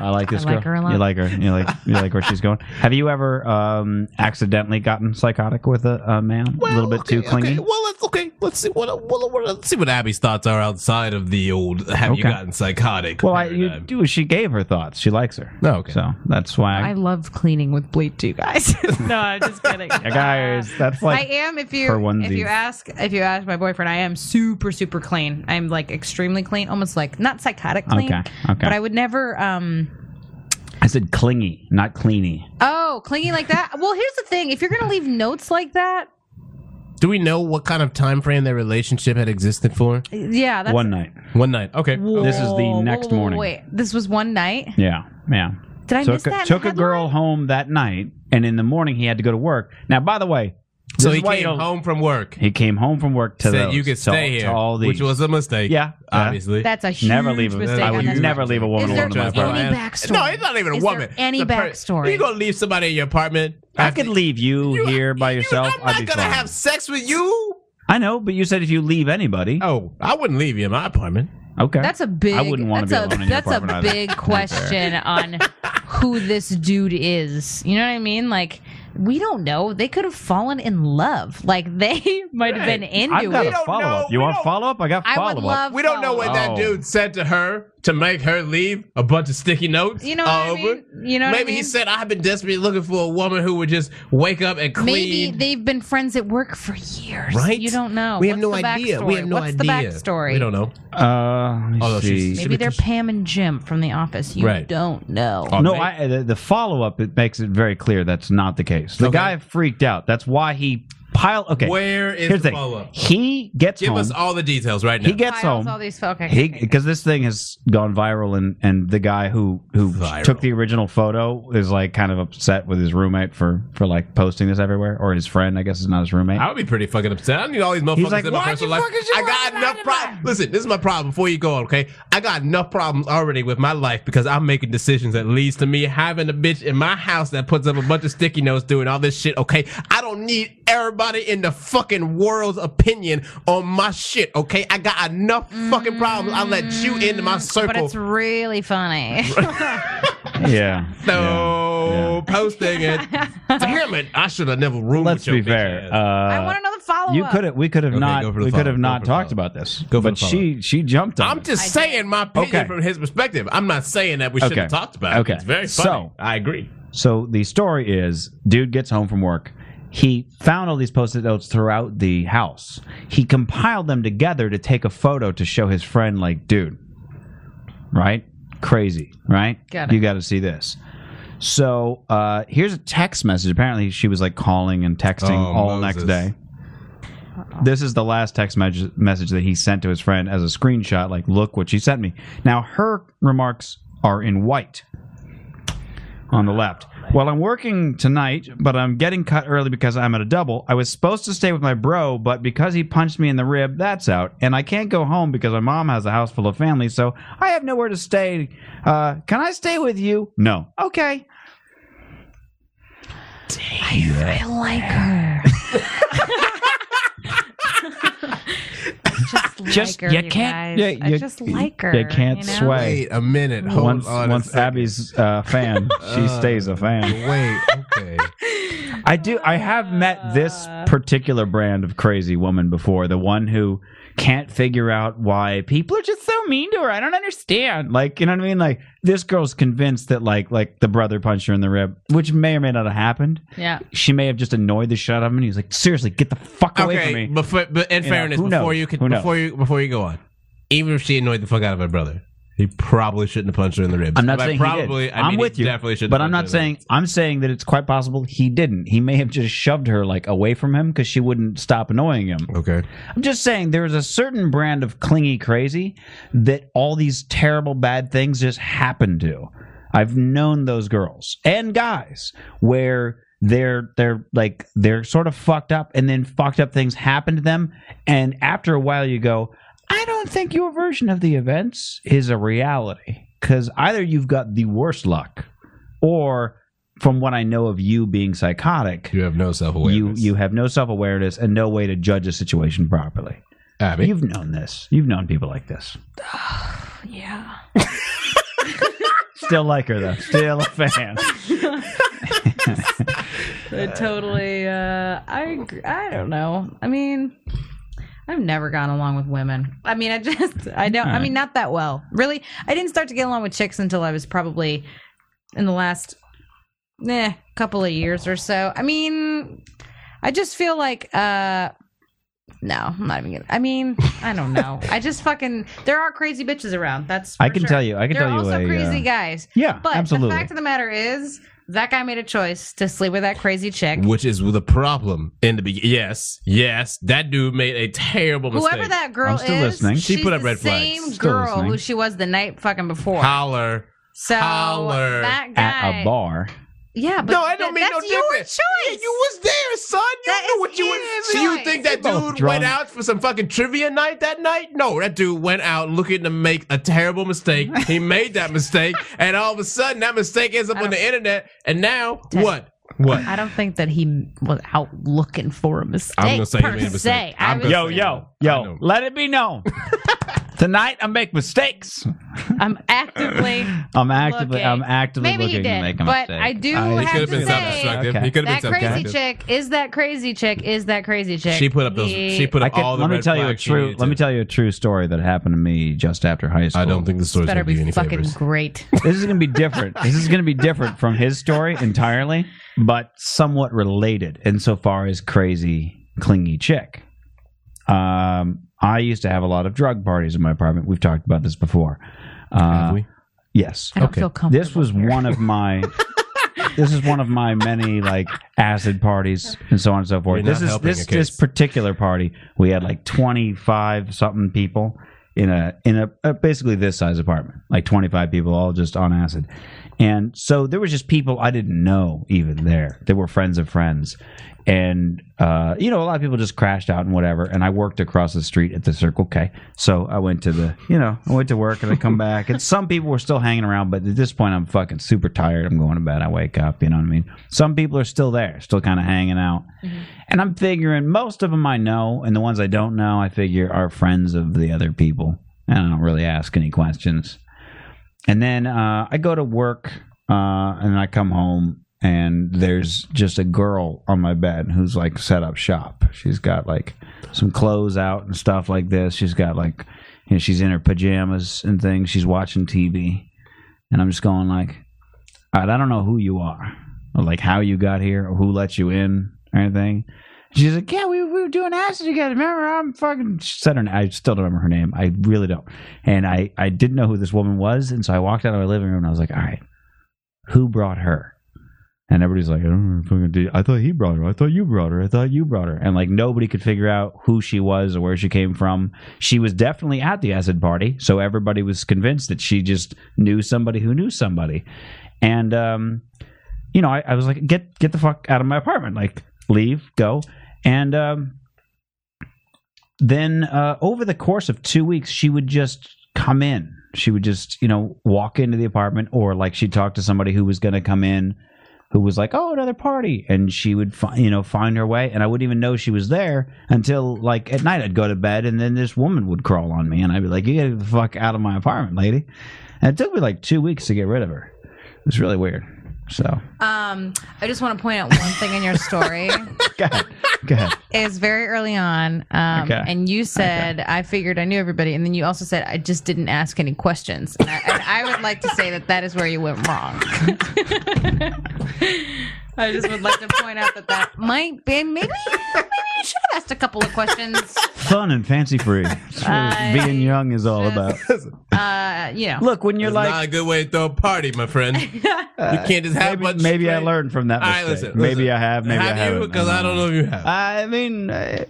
I like this I like girl. her a lot. You like her. You like you like where she's going. Have you ever um, accidentally gotten psychotic with a, a man? a little bit too okay, okay. clingy. Well, let's okay. Let's see what, what, what- let's see what Abby's thoughts are outside of the old. Have you Okay. gotten psychotic? Well, I, you paradigm. do. She gave her thoughts. She likes her. Oh, okay. So that's why I I, love cleaning with bleach, you guys. no, I'm just kidding. guys. That's I like am if you for onesies. if you ask if you ask my boyfriend, I am super super clean. I'm like extremely clean, almost like not psychotic clean. Okay, okay. But I would never um I said clingy, not cleany. oh, clingy like that. well, here's the thing. If you're going to leave notes like that, do we know what kind of time frame their relationship had existed for? yeah, that's One night. One night. Okay. This is the Whoa, next whoa, whoa, morning. Wait, this was one night. Yeah, yeah. Did I miss took that? a, in took the a girl headline? home that night, and in the morning he had to go to work. Now, by the way, So this he is why you came don't- home from work. He came home from work to said those, you could to stay all- here, to all these. which was a mistake. Yeah, yeah. obviously. That's a huge never leave. mistake. I on would that never part. leave a woman Is alone. there in my apartment. any backstory? No, it's not even a Is there woman. any The per- backstory? you gonna leave somebody in your apartment? I after- could leave you, You- here by you- yourself. I'm I'd not be gonna fine. have sex with you. I know, but you said if you leave anybody, Oh, I wouldn't leave you in my apartment. okay. That's a big. I wouldn't want to that's be a, alone in your That's apartment a either. big question on who this dude is. You know what I mean? Like we don't know. They could have fallen in love. Like they might have been into I've got it. a don't follow up. know. You We want don't- follow up? I got I follow would up. love. We don't know what follow-up. that Oh. dude said to her to make her leave a bunch of sticky notes. You know what I over. mean? You know what I Maybe he mean? said, "I've been desperately looking for a woman who would just wake up and Maybe clean." they've been friends at work for years. Right? You don't know. we have What's no the idea. We backstory? have no What's idea. the backstory? We don't know. Uh, let me Although she's- see. Maybe they're Pam and Jim from The Office. You Right. don't know. Oh, No, may- I, the, the follow up it makes it very clear that's not the case. The Okay. guy freaked out. That's why he pile. Okay, Where is here's the the thing. follow-up? He gets Give home. us all the details right now. he gets Files, all home. these okay. He okay, okay. because this thing has gone viral, and and the guy who who Viral. took the original photo is like kind of upset with his roommate for for like posting this everywhere, or his friend. I guess is not his roommate. I would be pretty fucking upset. I need all these motherfuckers like, in my "Why'd personal you life. fucking show I up got enough tonight?" problems. Listen, this is my problem. Before you go on, okay? I got enough problems already with my life because I'm making decisions that leads to me having a bitch in my house that puts up a bunch of sticky notes doing all this shit. Okay, I don't need everybody in the fucking world's opinion on my shit, okay? I got enough fucking problems. I let you into my Mm, circle. But it's really funny. Yeah. no posting it. Damn it! I should have never roomed Let's with be your bitch fair. ass. I Uh, want to know the follow up. you could have. We could have Okay, not. go for the We could follow. have Go not for the talked follow. about this. Go for but the follow. she she jumped on. I'm it. just saying my opinion Okay. from his perspective. I'm not saying that we shouldn't Okay. have talked about it. Okay. It's very So- funny. I agree. So the story is dude gets home from work. He found all these post-it notes throughout the house. He compiled them together to take a photo to show his friend like, dude. Right? Crazy, right? Got it. You got to see this. So, uh here's a text message. Apparently she was like calling and texting Oh, all Moses. next day. This is the last text mes- message that he sent to his friend as a screenshot like, look what she sent me. Now her remarks are in white on the left. Well, I'm working tonight, but I'm getting cut early because I'm at a double. I was supposed to stay with my bro, but because he punched me in the rib, that's out. And I can't go home because my mom has a house full of family, so I have nowhere to stay. Uh, can I stay with you? No. Okay. I like her. just like Just- her, you you, can't- guys. yeah, I you- just like her. you can't you know? sweat. Hey, Wait a minute. Hold once on. a once second. Abby's a fan, she stays a fan. Wait. Okay. Uh, I do. I have met this particular brand of crazy woman before. The one who can't figure out why people are just so mean to her. I don't understand. Like, you know what I mean? Like, this girl's convinced that like like the brother punched her in the rib, which may or may not have happened. Yeah. She may have just annoyed the shit out of him, and he was like, "Seriously, get the fuck away okay. from me." But, for, but in You know, fairness, who before knows? you could, Who knows? before you before you go on, even if she annoyed the fuck out of her brother, he probably shouldn't have punched her in the ribs. I'm not By saying probably. he did. I I'm mean, he with you. Definitely shouldn't. but have I'm punched not her in the saying I'm saying that it's quite possible he didn't. He may have just shoved her like away from him because she wouldn't stop annoying him. ribs. Okay. I'm just saying there is a certain brand of clingy crazy that all these terrible bad things just happen to. I've known those girls and guys where they're they're like they're sort of fucked up and then fucked up things happen to them and after a while you go I don't think your version of the events is a reality cuz either you've got the worst luck or from what I know of you being psychotic You have no self you awareness. you have no self awareness and no way to judge a situation properly. Abby. You've known this. You've known people like this. Yeah. Still like her though. Still a fan. I totally. Uh, I ag- I don't know. I mean, I've never gotten along with women. I mean, I just I don't. I mean, not that well. Really, I didn't start to get along with chicks until I was probably in the last eh, couple of years or so. I mean, I just feel like uh. No, I'm not even gonna. I mean, I don't know. I just fucking. There are crazy bitches around. That's. I for can sure. tell you- I can there tell you are also a, crazy uh, guys. Yeah, But absolutely. the fact of the matter is, that guy made a choice to sleep with that crazy chick. which is the problem in the beginning. Yes, yes, that dude made a terrible mistake. Whoever that girl I'm still is, listening. She's She put up the red flags. Same Still girl listening. who she was the night fucking before. holler. so holler that guy At a bar. Yeah, but no, I don't th- mean no that's your different. choice. Yeah, you was there, son. You That knew is what you were. his So you choice. think that You're both dude drunk. went out for some fucking trivia night that night? No, that dude went out looking to make a terrible mistake. he made that mistake, and all of a sudden, that mistake ends up on the internet. And now, what? What? I don't think that he was out looking for a mistake. I'm gonna say he per made a mistake. se. I I'm was- gonna- Yo, yo, yo, I know. Let it be known. Tonight I make mistakes. I'm actively. I'm actively I'm Looking. actively eh, Maybe he looking to did, make a but mistake. I do have could to have been say- self-destructive. Okay. He could have That been crazy self-destructive. chick is that crazy chick is that crazy chick. She put up those. He- She put I up could, all the. let me red tell you a flags she true. needed Let me to. tell you a true story that happened to me just after high school. I don't think the story's better gonna do be any fucking favors. great. this is going to be different. This is going to be different from his story entirely, but somewhat related insofar as crazy, clingy chick. Um, I used to have a lot of drug parties in my apartment. We've talked about this before. Uh, Have we? Yes. I don't Okay. feel comfortable. This was one of my. This is one of my many like acid parties and so on and so forth. You're not This is helping this the case. this particular party. We had like twenty five something people in a in a, a basically this size apartment, like twenty five people all just on acid, and so there was just people I didn't know even there. They were friends of friends, and uh, you know a lot of people just crashed out and whatever. And I worked across the street at the Circle K, so I went to the you know I went to work and I come back, and some people were still hanging around, but at this point I'm fucking super tired. I'm going to bed. I wake up, you know what I mean. Some people are still there, still kind of hanging out, and I'm figuring most of them I know, and the ones I don't know I figure are friends of the other people, and I don't really ask any questions. And then uh, I go to work, uh, and I come home, and there's just a girl on my bed who's like set up shop. She's got like some clothes out and stuff like this. She's got like, you know, she's in her pajamas and things. She's watching TV, and I'm just going like, all right, I don't know who you are, or like how you got here, or who let you in, or anything. She's like, yeah, we, we were doing acid together. Remember, I'm fucking. She said her. na- I still don't remember her name. I really don't. And I, I didn't know who this woman was, and so I walked out of my living room and I was like, all right, who brought her? And everybody's like, I don't know, fucking dude. I thought he brought her. I thought you brought her. I thought you brought her. And like nobody could figure out who she was or where she came from. She was definitely at the acid party, so everybody was convinced that she just knew somebody who knew somebody. And um, you know, I, I was like, get get the fuck out of my apartment. Like, leave, go. And um, then uh, over the course of two weeks, she would just come in. She would just, you know, walk into the apartment, or like she'd talk to somebody who was going to come in, who was like, "Oh, another party," and she would, fi- you know, find her way, and I wouldn't even know she was there until like at night. I'd go to bed, and then this woman would crawl on me, and I'd be like, "You gotta get the fuck out of my apartment, lady." And it took me like two weeks to get rid of her. It was really weird. So, Um, I just want to point out one thing in your story. go ahead. Go ahead. It was very early on, um, Okay. and you said I figured I knew everybody, and then you also said I just didn't ask any questions. And I, and I would like to say that that is where you went wrong. I just would like to point out that that might be maybe maybe you should have asked a couple of questions. Fun and fancy free. That's what I being young is all about. Uh, you know, Look, when you're It's not a like, good way to throw a party, my friend. you can't just have maybe, much. maybe I straight- learned from that All right, mistake. listen, maybe listen. I have. Maybe I have haven't. you? Because I don't know if you have. I mean, I,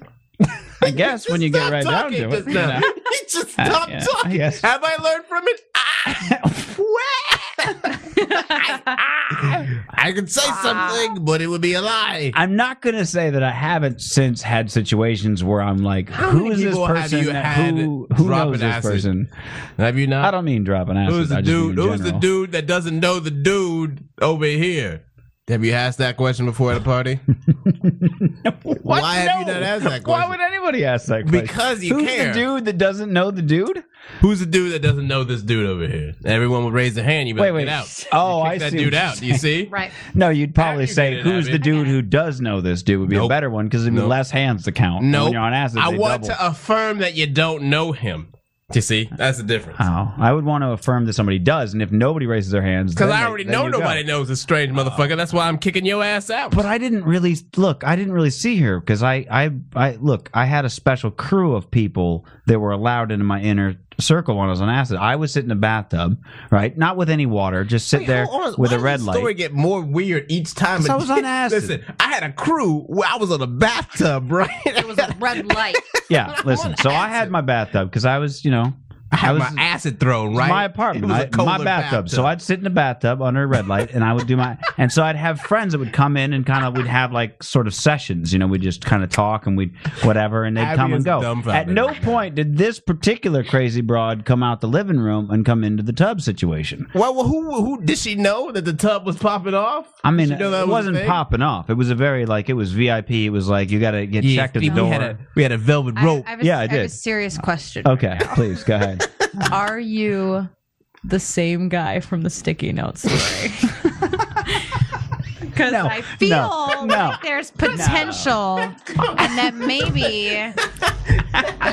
I guess when you get Stop right down talking to it. just you now. know. He just stopped yeah, I talking. guess. Have I learned from it? Ah! Ah! I could say Ah! something, but it would be a lie. I'm not gonna say that I haven't since had situations where I'm like, How who many is this people have person? you that- had who who dropping knows this acid? person? Have you not? I don't mean dropping acid. Who's I the just mean dude? in Who's the general. dude that doesn't know the dude over here? Have you asked that question before at a party? What? Why have you No. not asked that Why question? would anybody ask that question? Because you Who's care. the dude that doesn't know the dude? Who's the dude that doesn't know this dude over here? Everyone would raise their hand. You better Wait, get wait. out. Oh, I Kick that see dude what you're out. Do you see? right? No, you'd After probably you say get it, who's Abby. the dude who does know this dude would be Nope. a better one because there'd be Nope. less hands to count. And No, when you're on acid, I they want double. to affirm that you don't know him. You see, that's the difference. Oh, I would want to affirm that somebody does, and if nobody raises their hands, Because then I they- already then know you go. nobody knows this strange motherfucker. That's why I'm kicking your ass out. But I didn't really look. I didn't really see her because I, I, I look. I had a special crew of people that were allowed into my inner circle when I was on acid. I would sit in a bathtub, right, not with any water, just sit there Hold on, with why a does red this light. Story get more weird each time. 'Cause I was on acid. Listen, I had a crew where I was on a bathtub, right? It was With red light. Yeah, listen. So I had my bathtub because I was, you know, I had was my acid thrown It's right. my apartment, It was a I- my colder bathtub. So I'd sit in the bathtub under a red light, and I would do my. and so I'd have friends that would come in and kind of we'd have like sort of sessions. You know, we'd just kind of talk and we'd whatever, and they'd Abby come is and go. dumbfounded At no right now. point did this particular crazy broad come out the living room and come into the tub situation. well, well, who who did she know that the tub was popping off? I mean, Did she know that was it a wasn't thing? popping off. It was a very like it was VIP. It was like you got to get checked at the We door. had a, we had a velvet rope. I, I have a, Yeah, I have a did. Oh, serious question. okay, please go ahead. Are you the same guy from the sticky notes story? Because No, I Feel no, no. like there's potential, and that maybe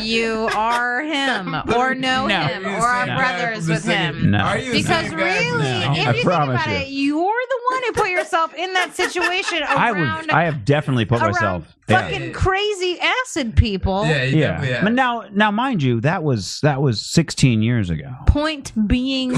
you are him, or know No. him, or are No. brothers with him. No. Are you the Because same guy? really, No. if you I think promise you. about it, you're the one who put yourself in that situation around, I would. I have definitely put around myself. yeah. fucking crazy acid people. Yeah, you Yeah. definitely had. But now now mind you, that was that was sixteen years ago. Point being,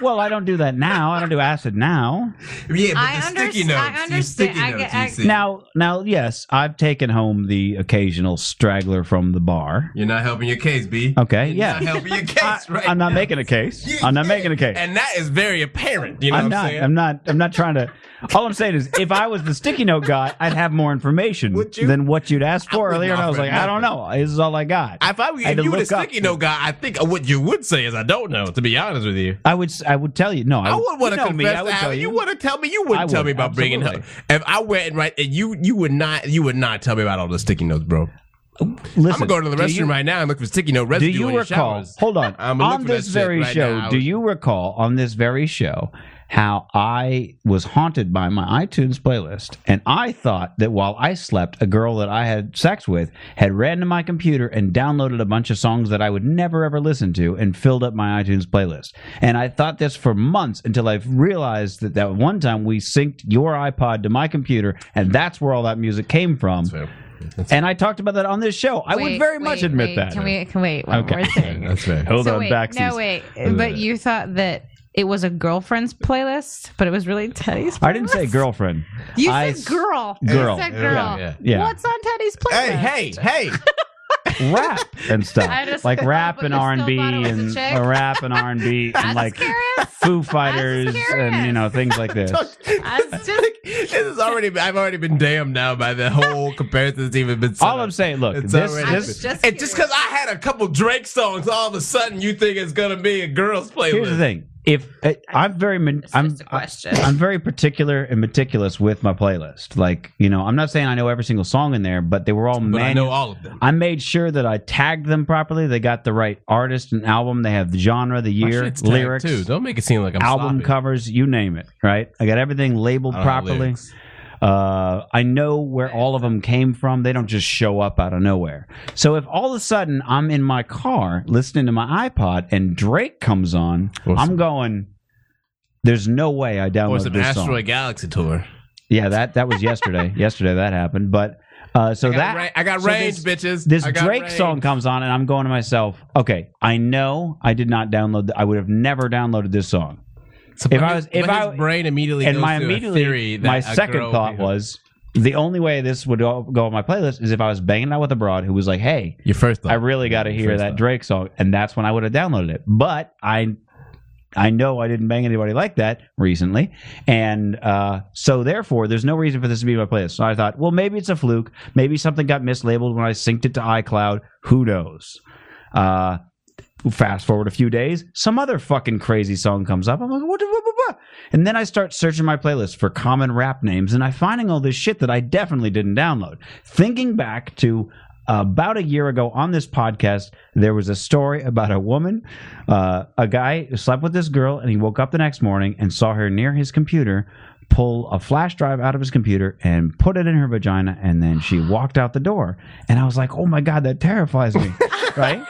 Well, I don't do that now. I don't do acid now. Yeah, but I the sticky underst- notes. I Your sticky understand- I notes. get- I- you see. Now, now, yes, I've taken home the occasional straggler from the bar. you're not helping your case, B. Okay, You're yeah. not helping your I, case, right? am not now. making a case. You I'm not can't. making a case. and that is very apparent. You know I'm what not. saying? I'm not. I'm not trying to. All I'm saying is, if I was the sticky note guy, I'd have more information Would you? than what you'd asked for I wouldn't earlier. And I was offer like, I don't nothing. know. This is all I got. If I had if to you were the look up sticky to- note guy, I think what you would say is I don't know. To be honest with you, I would. s- I would tell you. No, I would want to Oh, you know confess. me, I would to tell Alan. you. you want to tell me? You wouldn't I tell would, me about bringing absolutely. her. If I went and right, and you you would not you would not tell me about all the sticky notes, bro. Listen, I'm gonna go to the do restroom you- right now and look for sticky note residue. do you on your recall? showers. Hold on. I'm gonna look on for that this shit very right show, now. do you recall on this very show how I was haunted by my iTunes playlist, and I thought that while I slept, a girl that I had sex with had ran to my computer and downloaded a bunch of songs that I would never ever listen to, and filled up my iTunes playlist. And I thought this for months until I realized that that one time we synced your iPod to my computer, and that's where all that music came from. Fair. And I talked about that on this show. I would Wait, very much wait, admit wait, that. Can we? Can wait. One Okay. more thing. That's fair. Hold so on, wait, backseat. no wait, but you thought that it was a girlfriend's playlist, but it was really Teddy's. Playlist? I didn't say girlfriend. You I said girl. girl. You said girl. Yeah, yeah. Yeah. What's on Teddy's playlist? Hey, hey, hey! rap and I stuff, just- like rap but and you still R and B thought it was a and chick? uh, rap and R and B and like Curious? Foo Fighters curious. and you know things like this. I was just this is already. I've already been damned now by the whole comparison that's even been. set All up. I'm saying, look, It's this, already- this just And just because I had a couple Drake songs, all of a sudden you think it's gonna be a girl's playlist. here's the thing. If uh, I'm very, min- I'm, just a I- question. I'm very particular and meticulous with my playlist. Like, you know, I'm not saying I know every single song in there, but they were all But I know manual. all of them. I made sure that I tagged them properly. They got the right artist and album. They have the genre, the My year, shit's tagged, lyrics, too. Don't make it seem like I'm album sloppy. covers, you name it. Right? I got everything labeled I don't have properly. lyrics. Uh, I know where all of them came from. They don't just show up out of nowhere. So if all of a sudden I'm in my car listening to my iPod and Drake comes on, Awesome. I'm going. There's no way I Or downloaded some this Asteroid song. Galaxy tour. Yeah, that that was yesterday. yesterday that happened, but uh, so I got, that ra- I got so range, this- bitches. this I got Drake range. song comes on, and I'm going to myself, okay, I know I did not download. th- I would have never downloaded this song. So if my- I was- if my- I- his brain immediately and goes my to a immediately theory that my a second girl thought would be- was the only way this would go go on my playlist is if I was banging out with a broad who was like, "Hey, your first thought. I really got to Your hear first that thought. Drake song," and that's when I would have downloaded it. But I, I know I didn't bang anybody like that recently, and uh, so therefore, there's no reason for this to be in my playlist. So I thought, well, maybe it's a fluke. Maybe something got mislabeled when I synced it to iCloud. Who knows? Uh, fast forward a few days, some other fucking crazy song comes up. I'm like, what? the- what- what- what? And then I start searching my playlist for common rap names, and I'm finding all this shit that I definitely didn't download. Thinking back to uh, about a year ago on this podcast, there was a story about a woman, uh, a guy who slept with this girl, and he woke up the next morning and saw her near his computer. Pull a flash drive out of his computer and put it in her vagina, and then she walked out the door. And I was like, "Oh my god, that terrifies me!" right?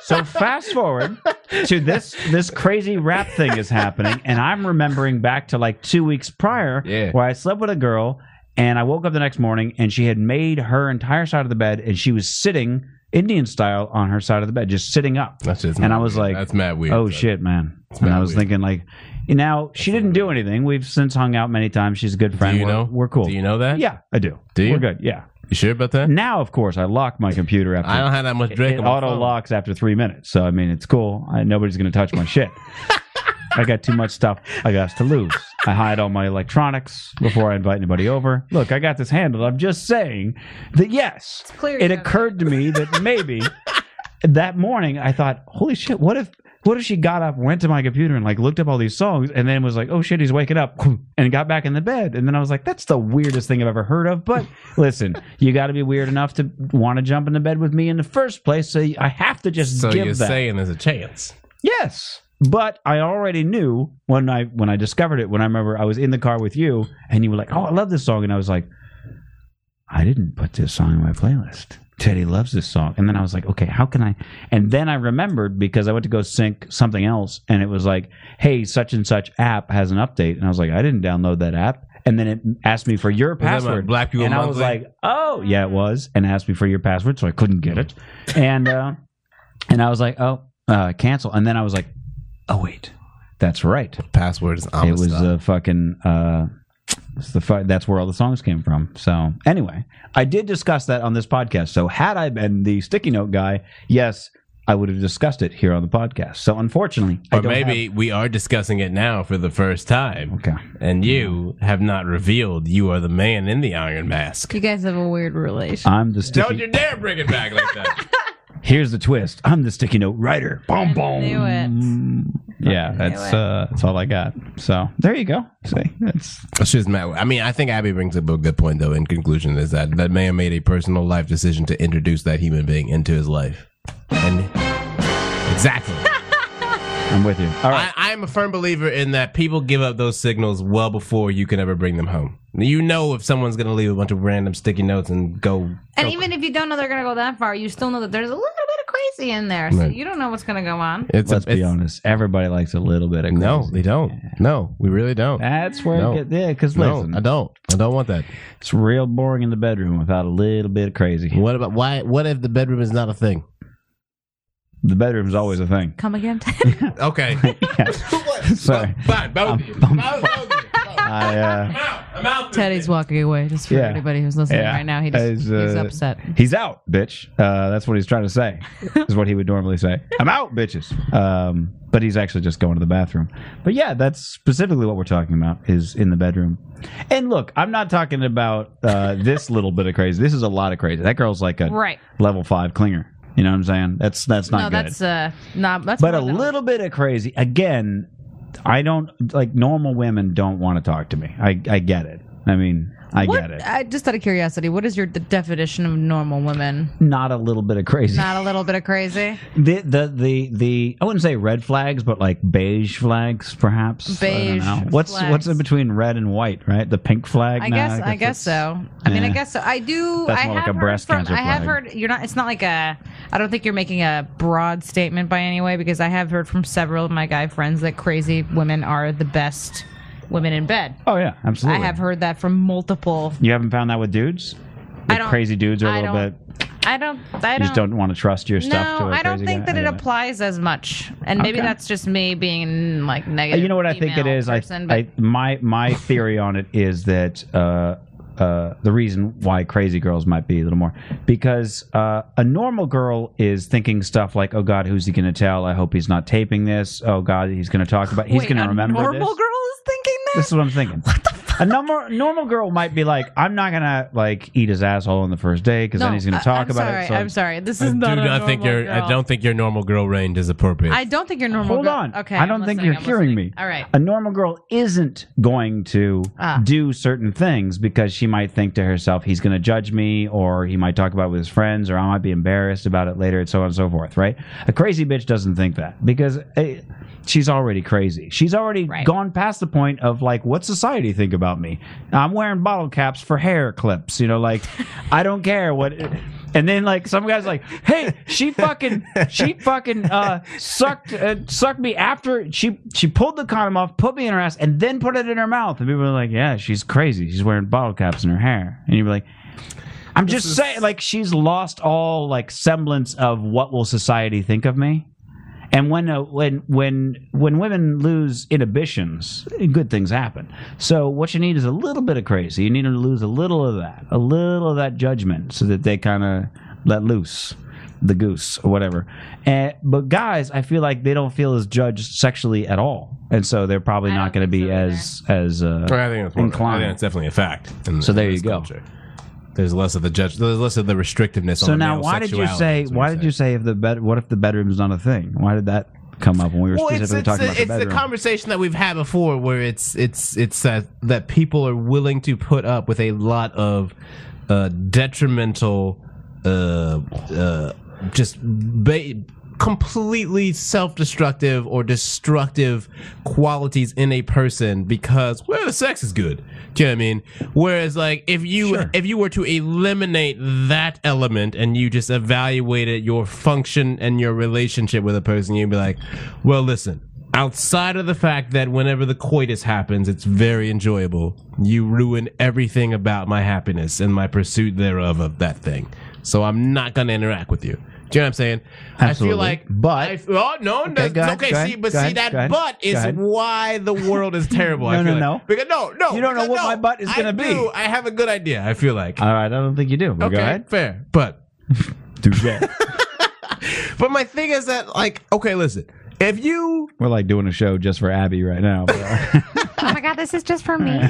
So fast forward to this this crazy rap thing is happening, and I'm remembering back to like two weeks prior Yeah. where I slept with a girl and I woke up the next morning and she had made her entire side of the bed and she was sitting Indian style on her side of the bed, just sitting up. That's just And mad I was weird. like, that's mad weird. Oh son. shit, man. And not I was weird. thinking like now she didn't do anything. We've since hung out many times. She's a good friend. Do you we're, know? we're cool. Do you know that? Yeah, I do. Do you? We're good. Yeah. You sure about that? Now, of course, I lock my computer after I don't have that much Drake. it on my auto phone. locks after three minutes. So I mean, it's cool. I, nobody's gonna touch my shit. I got too much stuff I got to lose. I hide all my electronics before I invite anybody over. Look, I got this handled. I'm just saying that yes, clear it you have occurred to me that maybe that morning I thought, holy shit, what if what if she got up, went to my computer and like looked up all these songs and then was like, oh shit, he's waking up and got back in the bed. And then I was like, that's the weirdest thing I've ever heard of. But listen, you got to be weird enough to want to jump into bed with me in the first place. So I have to just So give you're that. saying there's a chance? Yes, but I already knew when I when I discovered it. When I remember I was in the car with you, and you were like, "Oh, I love this song," and I was like, "I didn't put this song in my playlist." Teddy loves this song, and then I was like, "Okay, how can I?" And then I remembered because I went to go sync something else, and it was like, "Hey, such and such app has an update," and I was like, "I didn't download that app." And then it asked me for your that my password. Black People and I was Monthly? like, "Oh, yeah, it was," and asked me for your password, so I couldn't get it, and. Uh, and I was like, oh, uh, cancel. And then I was like, oh wait, That's right. Password is it was Amistad. a fucking. Uh, it's the fu- that's where all the songs came from. So anyway, I did discuss that on this podcast. So had I been the sticky note guy, yes, I would have discussed it here on the podcast. So unfortunately, I or don't maybe we are discussing it now for the first time. Okay. And you have not revealed you are the man in the iron mask. You guys have a weird relation. have- I'm the sticky. Don't you dare bring it back like that. Here's the twist. I'm the sticky note writer. Boom, boom. Knew it. Yeah, that's uh, that's all I got. So there you go. See, that's It's just Matt. I mean, I think Abby brings up a good point, though. In conclusion, is that that man made a personal life decision to introduce that human being into his life, and exactly. I'm with you. All right. I, I am a firm believer in that people give up those signals well before you can ever bring them home. You know if someone's going to leave a bunch of random sticky notes and go. And go- even if you don't know they're gonna go that far, you still know that there's a little bit of crazy in there. So Right. you don't know what's gonna go on. it's Let's be it's- honest. Everybody likes a little bit of crazy. No, they don't. No, we really don't. That's where No. it gets, yeah. Because No, listen, I don't. I don't want that. it's real boring in the bedroom without a little bit of crazy. What about why? What if the bedroom is not a thing? The bedroom's always a thing. Come again. Okay. Sorry, Fine, both I'm- of you. I'm- Both of you. I'm I uh, out. I'm out. Teddy's walking away just for Yeah. anybody who's listening Yeah. right now. He just, As, he's uh, upset. he's out, bitch. Uh, that's what he's trying to say. Is what he would normally say. I'm out, bitches. Um, but he's actually just going to the bathroom. But yeah, that's specifically what we're talking about is in the bedroom. And look, I'm not talking about uh, this little bit of crazy. This is a lot of crazy. That girl's like a Right. level five clinger. You know what I'm saying? That's that's not No, good. that's uh not that's but a more than- little bit of crazy again i don't like normal women don't want to talk to me i i get it i mean i what, get it I just out of curiosity, what is your the definition of normal women? not a little bit of crazy Not a little bit of crazy. the, the the the i wouldn't say red flags but like beige flags perhaps I don't Beige know. what's what's flags. in between red and white right the pink flag I Nah, guess I guess that's- so. I mean, I yeah. guess so. I do. That's I more have like a heard breast from, cancer I have flag. heard you're not. It's not like a. I don't think you're making a broad statement by any way because I have heard from several of my guy friends that crazy women are the best women in bed. oh yeah absolutely I have heard that from multiple. you haven't found that with dudes I That don't- crazy dudes are a I little bit don't- I don't. I you just don't want to trust your stuff to No, a I don't crazy think guy. that it Anyway. applies as much, and maybe Okay. that's just me being like Uh, negative. you know what I think it female is. person, I, but- I my my theory on it is that uh, uh, the reason why crazy girls might be a little more because uh, a normal girl is thinking stuff like, "Oh God, who's he going to tell? I hope he's not taping this. Oh God, he's going to talk about. He's Wait, going to a remember normal this." girl is thinking that. This is what I'm thinking. A normal normal girl might be like, "I'm not going to like eat his asshole on the first day because then he's going I- to talk I'm about sorry, it." So I'm sorry. This I is do not. a not think normal your I girl. don't think your normal girl range is appropriate. I don't think you're normal. Hold girl- on. Okay. I I'm don't think listening, you're I'm hearing listening. me. All right. A normal girl isn't going to Ah. do certain things because she might think to herself, he's going to judge me, or he might talk about it with his friends, or I might be embarrassed about it later, and so on and so forth, right? A crazy bitch doesn't think that because eh, she's already crazy. She's already Right. gone past the point of, like, what society think about me? I'm wearing bottle caps for hair clips, you know, like, I don't care what. And then like some guys like, hey, she fucking she fucking uh, sucked uh, sucked me after she she pulled the condom off, put me in her ass, and then put it in her mouth. And people are like, yeah, she's crazy. She's wearing bottle caps in her hair. And you're like, I'm just saying, like she's lost all like semblance of what will society think of me. And when uh, when when when women lose inhibitions, good things happen. So what you need is a little bit of crazy. You need them to lose a little of that, a little of that judgment, so that they kind of let loose the goose or whatever. And but guys, I feel like they don't feel as judged sexually at all, and so they're probably not going to be as as uh, I think that's one. I Inclined. think that's definitely a fact. in- So there in you this go. culture. There's less of the judge. There's less of the restrictiveness. So on the now, male why did you sexuality, say? is what Why I'm did you saying. say if the bed? What if the bedroom's not a thing? Why did that come up when we were Well, it's specifically it's, a- talking about the it's the bedroom? conversation that we've had before, where it's it's it's that that people are willing to put up with a lot of uh, detrimental, uh, uh, just ba- completely self-destructive or destructive qualities in a person because well, the sex is good. Do you know what I mean? Whereas, like, if you if you were to eliminate that element and you just evaluated your function and your relationship with a person, you'd be like, well, listen. Outside of the fact that whenever the coitus happens, it's very enjoyable. You ruin everything about my happiness and my pursuit thereof of that thing. So I'm not gonna interact with you. Do you know what I'm saying? Absolutely. I feel like, But- I f- oh no, no, go ahead, okay. go see, ahead, but go see ahead, that go ahead, butt is go ahead. why the world is terrible. I No, feel no, like. no. Because no, no, You don't know because what no, my butt is I gonna be. do. I have a good idea. I feel like All right, I don't think you do. But okay, go ahead. fair, but Do that. but my thing is that like okay, listen, if you We're like doing a show just for Abby right now. That's Oh my god, this is just for me. what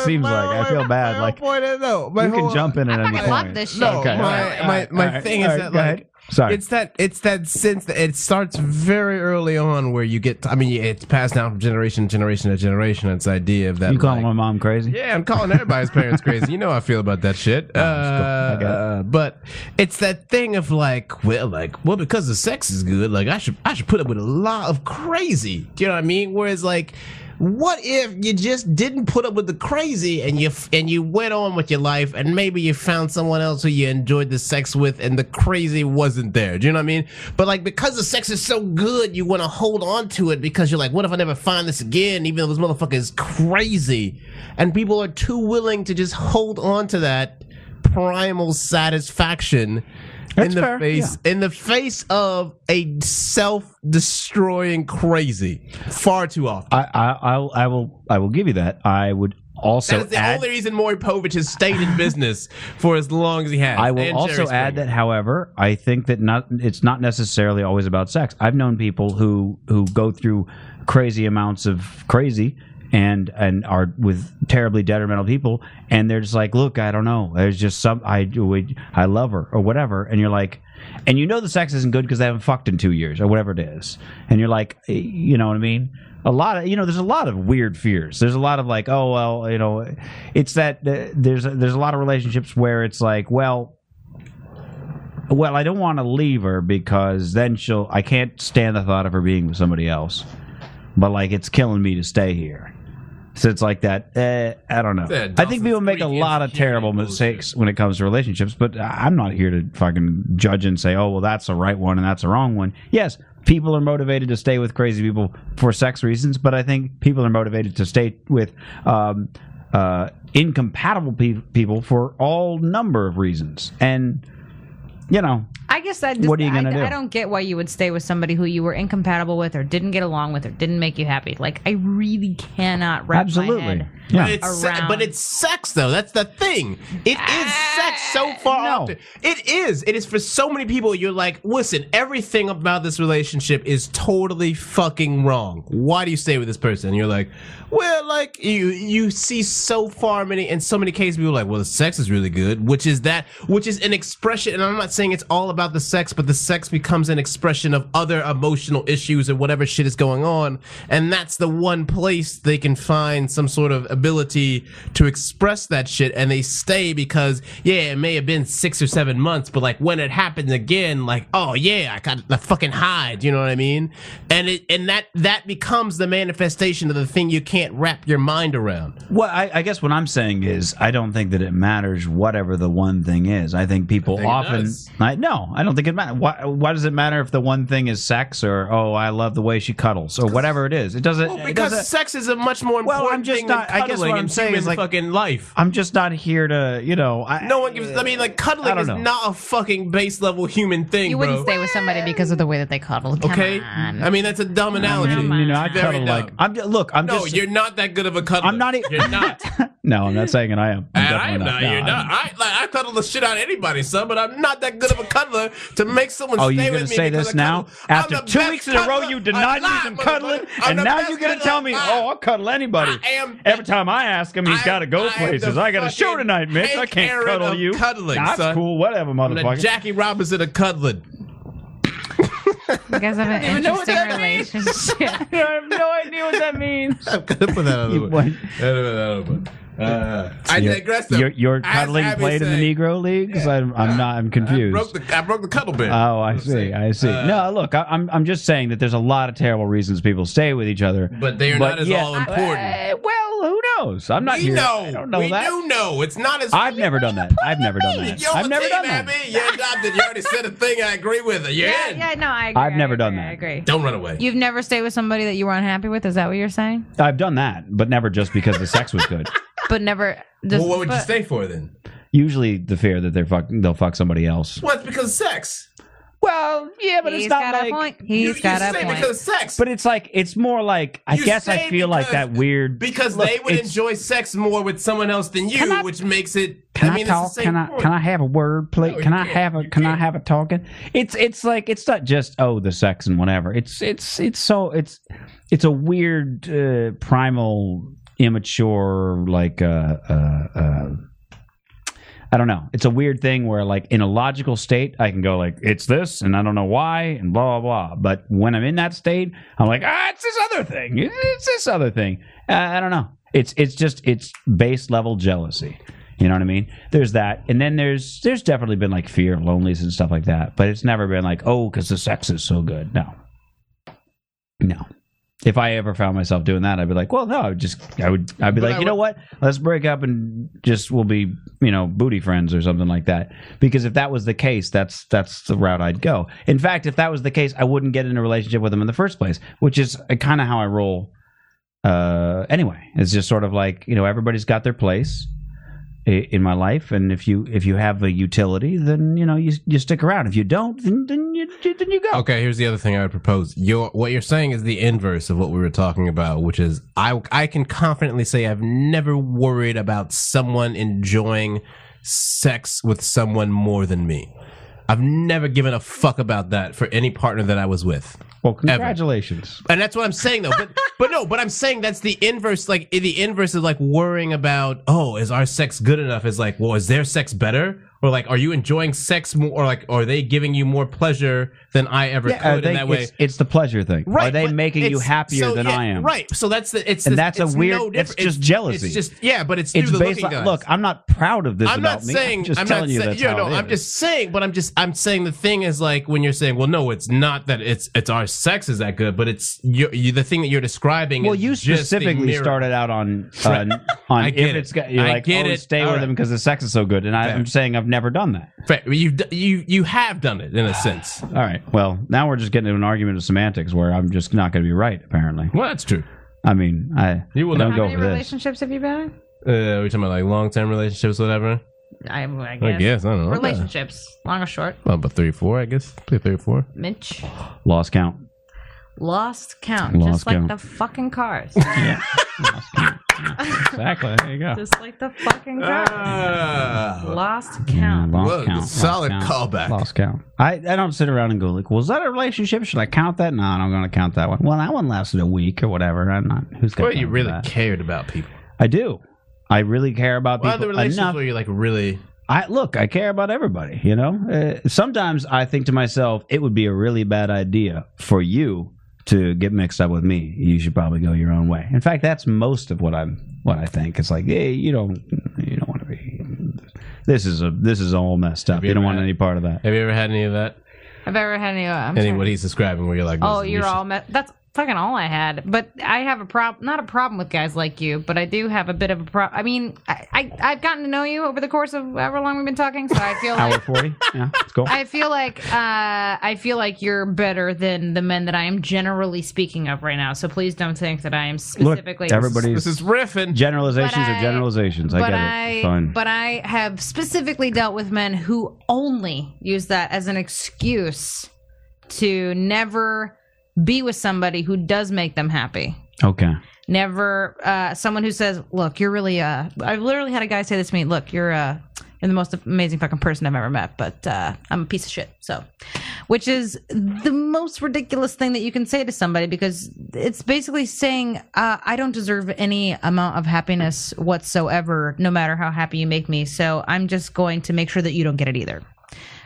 it seems like. I feel bad. Like point is, no, my you can whole- jump in at any fucking love point. this shit. No, Okay, all my, right, all my, right, my all right, thing is all right, that go ahead. like Sorry. it's that it's that sense that it starts very early on where you get. I mean, it's passed down from generation to generation to generation. It's the idea of that. you calling like- my mom crazy? Yeah, I'm calling everybody's parents crazy. You know how I feel about that shit. Uh, it's cool. I got uh, but it's that thing of like, well, like, well, because the sex is good, like I should I should put up with a lot of crazy. Do you know what I mean? Whereas like what if you just didn't put up with the crazy and you f- and you went on with your life and maybe you found someone else who you enjoyed the sex with and the crazy wasn't there do you know what i mean but like because the sex is so good you want to hold on to it because you're like what if i never find this again even though this motherfucker is crazy and people are too willing to just hold on to that primal satisfaction in the fair, face in the face of a self-destroying crazy far too often I, I, I'll, I will, I will give you that. I would also that is the add. only reason Maury Povich has stayed in business for as long as he has. I will And also Jerry add Springer. that, however, I think that not it's not necessarily always about sex. I've known people who who go through crazy amounts of crazy and and are with terribly detrimental people, and they're just like, look, I don't know, there's just some I we- I love her or whatever, and you're like. And you know the sex isn't good because they haven't fucked in two years or whatever it is, and you're like, eh, you know what I mean? A lot of you know, there's a lot of weird fears. There's a lot of like, oh well, you know, it's that uh, there's there's a lot of relationships where it's like, well, well, I don't want to leave her because then she'll. I can't stand the thought of her being with somebody else. But like, it's killing me to stay here. So it's like that. Eh, I don't know. Yeah, I think people Dawson's make a Creek lot of insecurity terrible bullshit. mistakes when it comes to relationships. But I- I'm not here to fucking judge and say, oh, well, that's the right one and that's the wrong one. Yes, people are motivated to stay with crazy people for sex reasons, but I think people are motivated to stay with. Um, uh, incompatible pe- people for all number of reasons, and you know, I guess I just, What are you gonna I, do? I don't get why you would stay with somebody who you were incompatible with or didn't get along with or didn't make you happy. Like I really cannot wrap Absolutely. my head. Yeah. But it's, se- Around. but it's sex though. That's the thing. It is sex so far. Ah, no. off. It is. It is for so many people. You're like, listen, everything about this relationship is totally fucking wrong. Why do you stay with this person? And you're like, well, like you you see so far many in so many cases people are like, well, the sex is really good, which is that, which is an expression. And I'm not saying it's all about the sex, but the sex becomes an expression of other emotional issues and whatever shit is going on. And that's the one place they can find some sort of ability to express that shit. And they stay because, yeah, it may have been six or seven months, but like when it happens again, like, oh yeah, I got the fucking hide. You know what I mean? And it, and that, that becomes the manifestation of the thing you can't wrap your mind around. Well, I, I guess what I'm saying is, I don't think that it matters whatever the one thing is. I think people think it often. does. I, no, I don't think it matters. Why, why does it matter if the one thing is sex or oh, I love the way she cuddles or whatever it is? It doesn't. it because doesn't- sex is a much more Well, important I'm just thing not- I than guess what cuddling I'm in saying is, human like- fucking life. I'm just not here to, you know. I, No one gives. I mean, like I cuddling don't is know. not a fucking base level human thing, You wouldn't bro. stay with somebody because of the way that they cuddled. Come okay, on. I mean that's a dumb analogy. You know, I Very cuddle dumb. like I'm. Just, look, I'm no, just. you're not that good of a cuddler. I'm not e- You're not. no, I'm not saying it. I am. I'm And definitely I'm not. No, you're I'm- not. I like I cuddle the shit out of anybody, son. But I'm not that good of a cuddler to make someone. Oh, stay you're with gonna me say because this I now? cuddle. I'm After the two best weeks in a row, cuddler you denied me alive, some cuddling, motherfucker. I'm and the now best you're gonna cuddler tell me, alive. "Oh, I'll cuddle anybody." I am- Every time I ask him, he's I- got to go I am the places. I got a show fucking tonight, Mitch. I Hank can't Aaron cuddle of you. cuddling, That's son. cool. Whatever, I'm the motherfucker. Jackie Robinson of cuddling. you guys have an interesting relationship. I have no idea what that means. I'm gonna put that on You what? Uh, I digress. though. Your, your As cuddling Abby played in said, the Negro Leagues. I'm, I'm not. I'm I broke confused. the Uh, I broke the cuddle bit. Oh, I see. I see. No, look, I, I'm I'm just saying that there's a lot of terrible reasons people stay with each other. but they are But not as yeah, all important. Eh, well, who knows? I'm not we here. know. I don't know we that. do know. It's not as. I've never done that. I've never done that. You're on I've the never team, done that. Abby. You're adopted. You already said a thing. I agree with her. You're yeah, in. yeah, no, I agree. I've I never agree, done that. I agree. Don't run away. You've never stayed with somebody that you were unhappy with? Is that what you're saying? I've done that, but never just because the sex was good. But never. Just, well, what would you but- stay for then? Usually, the fear that they're fuck, they'll fuck somebody else. Well, it's because of sex. Well, yeah, but He's it's not got like. a point. He's you got just a say point. because sex. But it's like it's more like I You guess I say feel like because- that weird. because Look, they would it's- enjoy sex more with someone else than you, Can I- which makes it. Can I, mean, talk? It's the same Can I point. can I have a word, please? No, you can I can't. have a You can I can't. have a talking? It's it's like it's not just oh the sex and whatever. It's it's it's so it's it's a weird uh, primal immature like uh, uh, uh, I don't know. It's a weird thing where like in a logical state I can go like it's this and I don't know why and blah blah blah. But when I'm in that state I'm like ah it's this other thing. It's this other thing. Uh, I don't know. It's it's just it's base level jealousy. You know what I mean? There's that, and then there's there's definitely been like fear of loneliness and stuff like that, but it's never been like oh, because the sex is so good. No, no. If I ever found myself doing that, I'd be like, well, no, I would just I would I'd be like, I you know what? Let's break up and just we'll be you know booty friends or something like that. Because if that was the case, that's that's the route I'd go. In fact, if that was the case, I wouldn't get in a relationship with them in the first place, which is kind of how I roll. Uh, anyway, it's just sort of like you know everybody's got their place i- in my life and if you if you have a utility then you know you you stick around if you don't then then you you- then you go Okay, here's the other thing I would propose. Your what you're saying is the inverse of what we were talking about, which is I I can confidently say I've never worried about someone enjoying sex with someone more than me. I've never given a fuck about that for any partner that I was with. well congratulations And that's what I'm saying though. But but no, but I'm saying that's the inverse. Like i- the inverse is like worrying about, oh, is our sex good enough? Is like, well, is their sex better? Or like, are you enjoying sex more? Or like, are they giving you more pleasure than I ever Yeah, I could in think that way? it's, it's the pleasure thing are they but making you it's- happier so, than yeah, i am Right. So that's the it's And the- that's a it's weird- No that's different. just it's, jealousy. It's just yeah, but it's, it's through the based looking on, glass. look i'm not proud of this I'm about not me saying i'm just I'm telling not you saying that's yeah, how no, it I'm is. just saying, but I'm just I'm saying the thing is like when you're saying, well, no, it's not that it's it's our sex is that good, but it's you, you the thing that you're describing. well is you just the specifically mirror. started out on on, on I if get it. it's got you're I like get oh it. stay All with right. them because the sex is so good and I, Fair. i'm saying i've never done that Fact, You've d- you you have done it in a sense. all right well now we're just getting into an argument of semantics where i'm just not going to be right apparently Well, that's true. I mean, I You will I don't not- go How many for this. relationships have you been in? Uh, are we talking about like long term relationships, whatever? I, I guess. I guess I don't know. Relationships, long or short. Well, but three, four, I guess. Three, three, four. Mitch Lost count. lost count, Lost just like count. the fucking cars, Exactly. There you go. just like the fucking cars. Ah. Ah. lost Yeah, count. Mm, lost Whoa, count. solid lost count, callback. Lost count. I, I don't sit around and go like, "Was that a relationship? Should I count that?" No, I'm going to count that one. Well, that one lasted a week or whatever. I'm not. Who's going Well, to? you really That? cared about people. I do. I really care about Well, the people relationships enough. where you like really I look. I care about everybody. You know. Uh, sometimes I think to myself, it would be a really bad idea for you to get mixed up with me. You should probably go your own way. In fact, that's most of what I'm. What I think. It's like, hey, you don't. You don't want to be. This is a. This is all messed up. you You don't ever want had- any part of that. Have you ever had any of that? Mm. I've ever had any. I'm any sorry. what he's describing where you're like, Oh, listen, you're you should- all me- that's fucking all I had. But I have a problem, not a problem with guys like you, but I do have a bit of a problem. I mean, I, I I've gotten to know you over the course of however long we've been talking, so I feel Hour like. forty. Yeah, it's cool. I feel like uh, I feel like you're better than the men that I am generally speaking of right now. So please don't think that I am Look, specifically This is everybody's riffing. generalizations But are I- generalizations. I but get it. I, It's Fine. but I have specifically dealt with men who only use that as an excuse to never be with somebody who does make them happy. okay. Never uh, someone who says, "Look, you're really uh." I've literally had a guy say this to me. Look, you're uh, you're the most amazing fucking person I've ever met, but uh, I'm a piece of shit. So, which is the most ridiculous thing that you can say to somebody because it's basically saying, uh, "I don't deserve any amount of happiness whatsoever, no matter how happy you make me." So I'm just going to make sure that you don't get it either.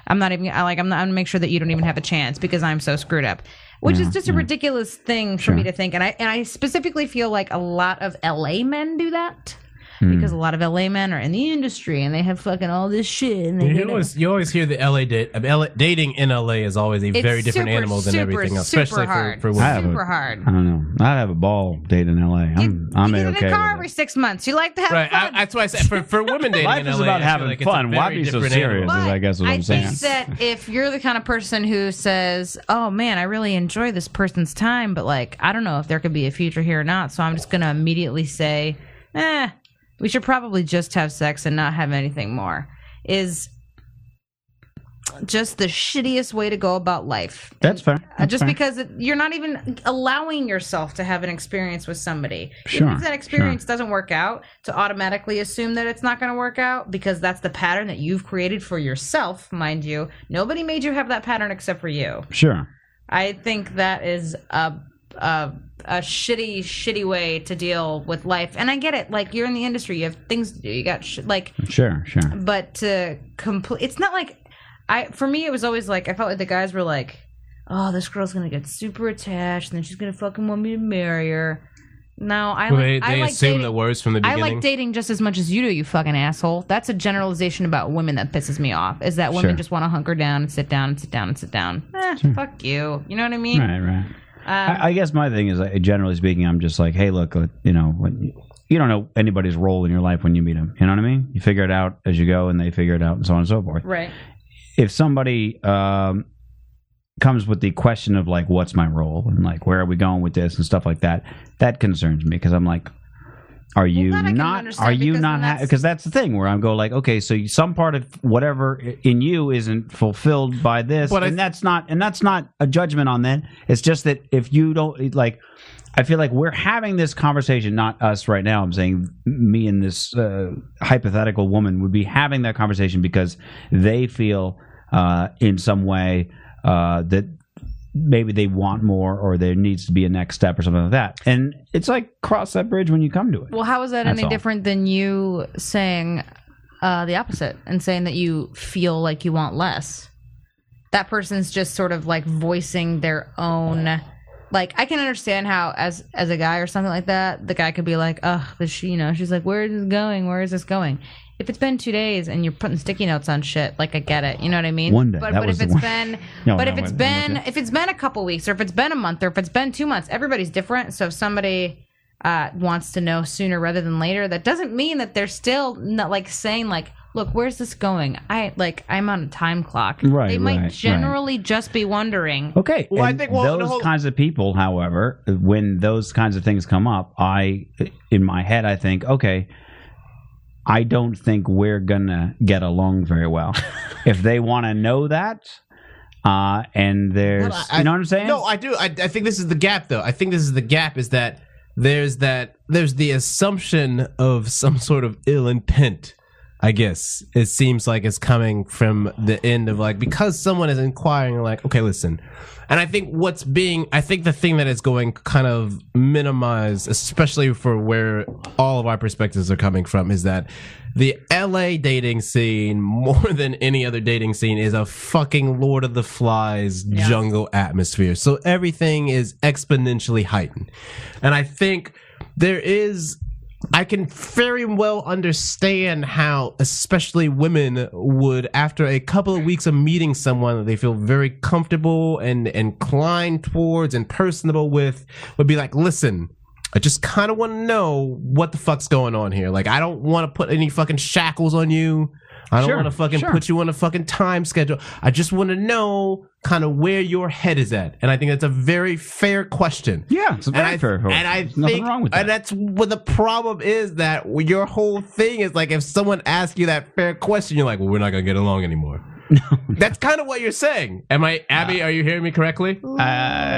I'm not even I like I'm not I'm gonna make sure that you don't even have a chance because I'm so screwed up. Which is just a ridiculous thing for me to think. And I and I specifically feel like a lot of LA men do that. Hmm. Because a lot of LA men are in the industry and they have fucking all this shit and they You do always, you always hear the LA, date, uh, LA dating in LA is always a It's very different super, animal than super, everything else, super especially for, hard. for I women. have a- super hard. I don't know. I'd have a ball date in L.A. I'm I'm you a get okay. in a car with every it. six months. You like to have Right, I, fun. that's why I said for, for women dating Life in is LA, about I feel having like it's a fun. Why very be so different serious? animal. is, I guess, what I'm saying. think that if you're the kind of person who says, "Oh man, I really enjoy this person's time, but like, I don't know if there could be a future here or not," so I'm just gonna immediately say, "Eh, we should probably just have sex and not have anything more." Is just the shittiest way to go about life. That's fair. Uh, That's just fair. because it, you're not even allowing yourself to have an experience with somebody. Sure, Even if that experience doesn't work out, to automatically assume that it's not going to work out because that's the pattern that you've created for yourself, mind you. Nobody made you have that pattern except for you. sure. I think that is a a, a shitty, shitty way to deal with life. And I get it. Like you're in the industry, you have things to do. You got sh- like Sure, sure. but to complete it's not like i for me it was always like i felt like the guys were like oh this girl's gonna get super attached and then she's gonna fucking want me to marry her no i Well, they like, I they like assume dating, the worst from the I beginning. like dating just as much as you do, you fucking asshole. That's a generalization about women that pisses me off. Is that women Sure. just want to hunker down and sit down and sit down and sit down? Eh, Fuck you. You know what I mean? Um, uh, Right, right. I, I guess my thing is, like, generally speaking, I'm just like, hey, look, uh, you know, when, you don't know anybody's role in your life when you meet them. You know what I mean? You figure it out as you go, and they figure it out, and so on and so forth. Right. if somebody um, comes with the question of like what's my role and like where are we going with this and stuff like that that concerns me because i'm like are you that I can not understand are you because not then ha- that's- because that's the thing where i'm go like okay so some part of whatever i- in you isn't fulfilled by this But I- and that's not and that's not a judgment on that it's just that if you don't like I feel like we're having this conversation, not us right now. I'm saying me and this uh, hypothetical woman would be having that conversation because they feel uh, in some way uh, that maybe they want more or there needs to be a next step or something like that. And it's like cross that bridge when you come to it. Well, how is that That's any all. different than you saying uh, the opposite and saying that you feel like you want less? That person's just sort of like voicing their own. Like I can understand how, as as a guy or something like that, the guy could be like, "Ugh, this," sh- you know, she's like, "Where is this going? Where is this going?" If it's been two days and you're putting sticky notes on shit, like I get it, you know what I mean. One day, but that but was if the it's one. been, No, but no, if it's I'm with been, you. if it's been a couple weeks, or if it's been a month, or if it's been two months, everybody's different. So if somebody uh, wants to know sooner rather than later. That doesn't mean that they're still not like saying like, look, where's this going? I like I'm on a time clock. Right, They might right, generally just be wondering. Okay. Well, I and think- well, no, those hold- kinds of people, however, when those kinds of things come up, I, in my head, I think, okay, I don't think we're gonna get along very well. if they want to know that, uh, and there's, Well, I- you know what I'm saying? No, I do. I, I think this is the gap, though. I think this is the gap is that there's that there's the assumption of some sort of ill intent. I guess it seems like it's coming from the end of like because someone is inquiring, like, okay, listen. And I think what's being, I think the thing that is going kind of minimized, especially for where all of our perspectives are coming from, is that the LA dating scene, more than any other dating scene, is a fucking Lord of the Flies jungle atmosphere. So everything is exponentially heightened. And I think there is I can very well understand how, especially women, would after a couple of weeks of meeting someone that they feel very comfortable and inclined towards and personable with, would be like, "Listen, I just kind of want to know what the fuck's going on here. Like, I don't want to put any fucking shackles on you. I don't Sure, want to fucking sure. put you on a fucking time schedule. I just want to know kind of where your head is at." And I think that's a very fair question. yeah, it's a And very I, fair. and I There's think, nothing wrong with that. and that's what the problem is that your whole thing is like if someone asks you that fair question, you're like, well, we're not gonna get along anymore. that's kind of what you're saying. Am I, Abby? are you hearing me correctly?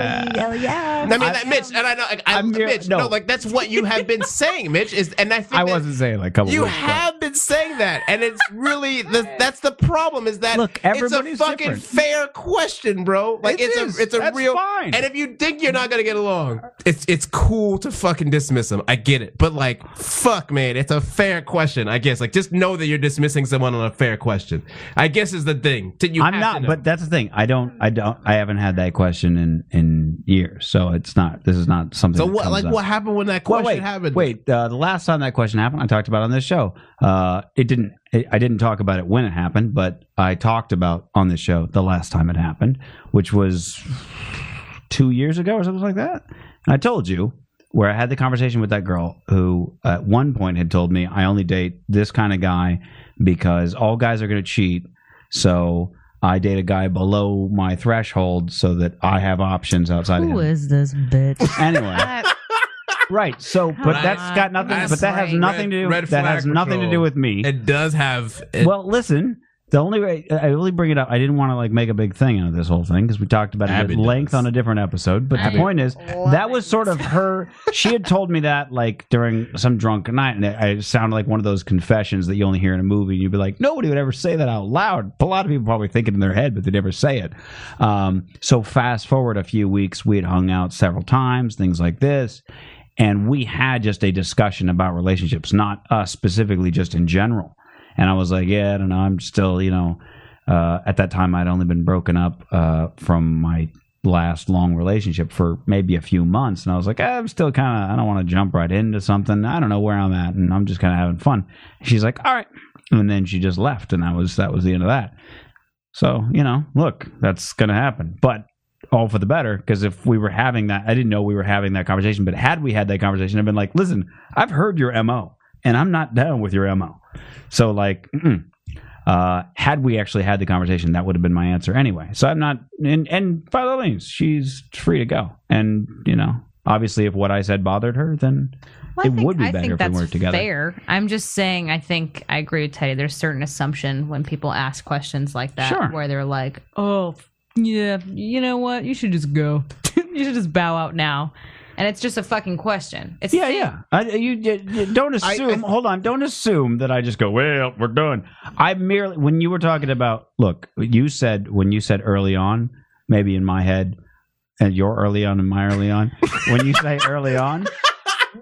I mean, that, Mitch, and I know, I, I, I'm here- Mitch, no. no. like that's what you have been saying, Mitch. Is and I think I that- wasn't saying like a couple. you weeks, but- have been saying that, and it's really the, that's the problem. Is that Look, it's a everybody's fucking different. fair question, bro? Like It it's is. a it's a That's real. fine. And if you think you're not gonna get along, it's it's cool to fucking dismiss them. I get it, but like, fuck, man, it's a fair question. I guess like just know that you're dismissing someone on a fair question. I guess is the thing. That you I'm have to not, know. but that's the thing. I don't, I don't, I haven't had that question in in years. So it's not. This is not something. so that what comes like up. what happened when that Well, question wait, happened? wait. Uh, the last time that question happened, I talked about it on this show. Uh, it didn't. It, I didn't talk about it when it happened, but I talked about on this show the last time it happened, which was two years ago or something like that. And I told you where I had the conversation with that girl who at one point had told me I only date this kind of guy because all guys are going to cheat. So I date a guy below my threshold so that I have options outside of Who him is this bitch? anyway. right. So, but on. that's got nothing. That's but that has right. nothing to do. Red- red that has flag nothing to do patrol. with me. It does have. well, listen. The only way I only bring it up, I didn't want to like make a big thing out of this whole thing because we talked about it Abby at length does. on a different episode. But the point is, love that was it. sort of her. She had told me that like during some drunk night, and it, it sounded like one of those confessions that you only hear in a movie. You'd be like, nobody would ever say that out loud. A lot of people probably think it in their head, but they never say it. Um, so fast forward a few weeks, we had hung out several times, things like this. And we had just a discussion about relationships, not us specifically, just in general. And I was like, yeah, I don't know. I'm still, you know, uh, at that time, I'd only been broken up uh, from my last long relationship for maybe a few months. And I was like, "Ah, I'm still kind of, I don't want to jump right into something. I don't know where I'm at. And I'm just kind of having fun. She's like, all right. And then she just left. And that was, that was the end of that. So, you know, look, that's going to happen. But all for the better because if we were having that, I didn't know we were having that conversation. But had we had that conversation, I've been like, listen, I've heard your MO and I'm not down with your MO. So, like, mm-mm. Uh, had we actually had the conversation, that would have been my answer anyway. So I'm not, and, and by all means, she's free to go. And, you know, obviously, if what I said bothered her, then Well, I it think- would be I better think if we that's worked together. Fair. I'm just saying. I think I agree with Teddy. There's certain assumption when people ask questions like that, Sure. where they're like, "Oh, f- yeah, you know what? You should just go. you should just bow out now." And it's just a fucking question. It's Yeah, yeah. I, you, you- you don't I- assume. hold on. Don't assume that I just go. Well, we're done. I merely when you were talking about. Look, you said when you said early on, maybe in my head, and your early on and my early on. when you say early on,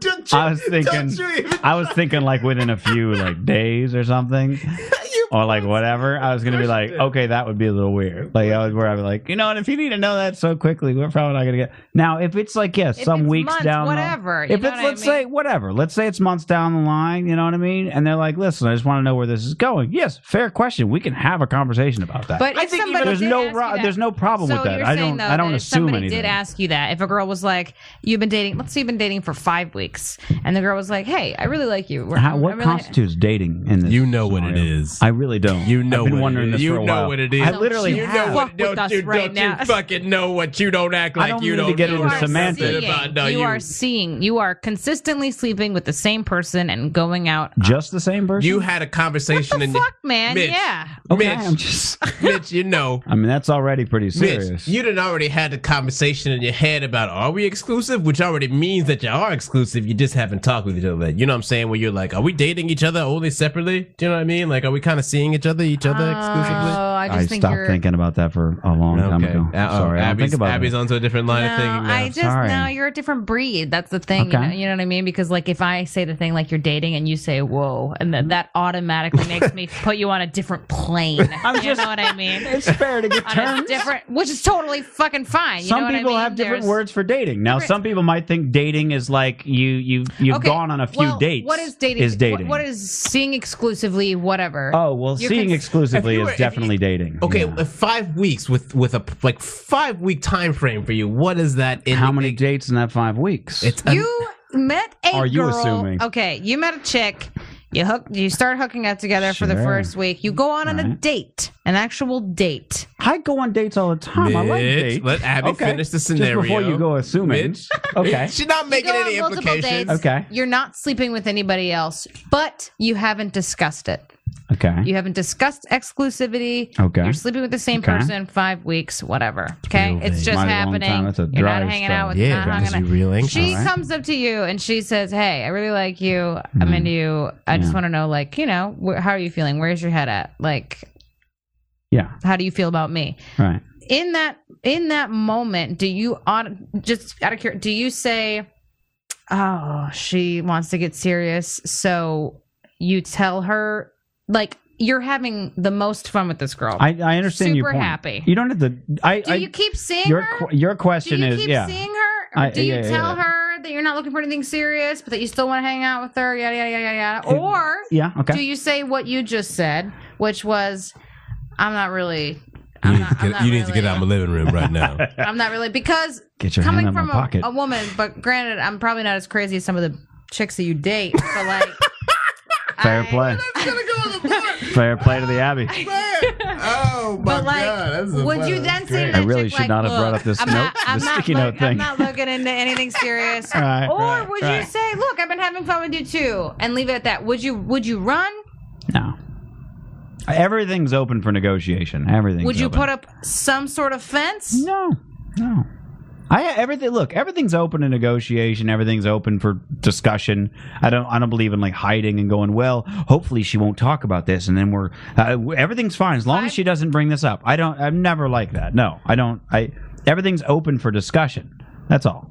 Don't I was thinking. don't you even- I was thinking like within a few like days or something, you- or like whatever. I was gonna be like, okay, that would be a little weird. Like I was where I'd be like, you know, and if you need to know that so quickly, we're probably not gonna get. Now, if it's like yes, If some it's weeks months, down, the- whatever, you if know it's what I let's mean? say whatever, let's say it's months down the line, you know what I mean? And they're like, listen, I just want to know where this is going. Yes, fair question. We can have a conversation about that. But I if think somebody even- there's did no ask ro- you that- there's no problem so with that. You're I saying, don't though, I don't that if assume somebody anything. did ask you that. If a girl was like, "You've been dating," let's say you've been dating for five weeks, and the girl was like, "Hey, I really like you." We're- How, Mm, I what really- constitutes dating in this? You know what it scenario? is. I really don't. You know I've been what it wondering is. this You for a know whiile. what it is. I Don't literally you have. know Fuck what? Don't with us you, right don't now. you fucking know what you don't act like don't you need to don't get know into or something semantics. About, Seeing, no, you, you, are seeing. You are consistently sleeping with the same person and going out. just the same person. you had a conversation The and fuck, man. Mitch. Yeah. okay, Mitch, I'm just. Mitch, you know. I mean, that's already pretty serious. Mitch, you done already had the conversation in your head about are we exclusive, which already means that you are exclusive. You just haven't talked with each other. You know what I'm saying? Where you're like, are we dating each other only separately? Do you know what I mean? Like, are we kind of seeing each other, each other exclusively? Oh, I just I think stopped you're. thinking about that for a long time ago. Uh-oh. Sorry, I don't Abby's, think about Abby's it. onto a different line No, of thinking now. I just Sorry. no. You're a different breed. That's the thing. You, Okay. know, you know what I mean? Because like, if I say the thing like you're dating and you say whoa, and then that automatically makes me put you on a different plane. you know what I mean? It's fair to get On a different, which is totally fucking fine. You some know what I people mean? have different There's- words for dating. Now, some people might think dating is like you you you've Okay, gone on a few well, dates. What is dating? Is dating? What, what is seeing exclusively? Whatever. Oh well, You're seeing cons- exclusively If you were- is if you- definitely dating. Okay, Yeah. uh, five weeks with with a like five week time frame for you. What is that? In How many dates in that five weeks? It's You met a Are you girl. assuming? Okay, you met a chick. You hook. You start hooking out together for the Sure. first week. You go on, on a Alright. date, an actual date. I go on dates all the time. I like Mitch, dates. let Abby Okay. finish the Just before scenario. you go assuming. Mitch. Okay. She's not You making go any on multiple implications. dates. Okay. You're not sleeping with anybody else, but you haven't discussed it. Okay. You haven't discussed exclusivity. Okay. You're sleeping with the same Okay. person five weeks, whatever. Okay. real It's vague. Might just be a long happening. time. That's a You're not dry hanging spell. out with Yeah, not because hanging you real anxious. She All right. comes up to you and she says, "Hey, I really like you. Mm-hmm. I'm into you. I just want to know, like, you know, wh- how are you feeling? Where's your head at? Like, Yeah. how do you feel about me?" Right. in that in that moment do you on just out of curiosity do you say oh she wants to get serious so you tell her like you're having the most fun with this girl I, I understand your Super point. happy. You don't have to. I. do I, you keep seeing your her qu- your do question you is keep yeah. seeing her or I- do you yeah, yeah, tell yeah. her that you're not looking for anything serious but that you still want to hang out with her yada yada yada yada or yeah. Okay. do you say what you just said which was i'm not really I'm not, I'm not really- my living room right now. I'm not really because Get your coming hand out of from my a, pocket. a woman, but granted, I'm probably not as crazy as some of the chicks that you date. But like, Fair I- play. Fair play to the Abbey. oh my But like, would you then say to that I really chick, should like, not have "Look, brought up this I'm note, not, the I'm not sticky look- note thing." I'm not looking into anything serious. Right, or right, would you right. say, "Look, I've been having fun with you too," and leave it at that? Would you? Would you run? No. Everything's open for negotiation. Everything. Would you put up some sort of fence? No, no. I everything. Look, everything's open to negotiation. Everything's open for discussion. I don't. I don't believe in like hiding and going. Well, hopefully she won't talk about this, and then we're uh, everything's fine as long as she doesn't bring this up. I don't. I'm never like that. No, I don't. I everything's open for discussion. That's all.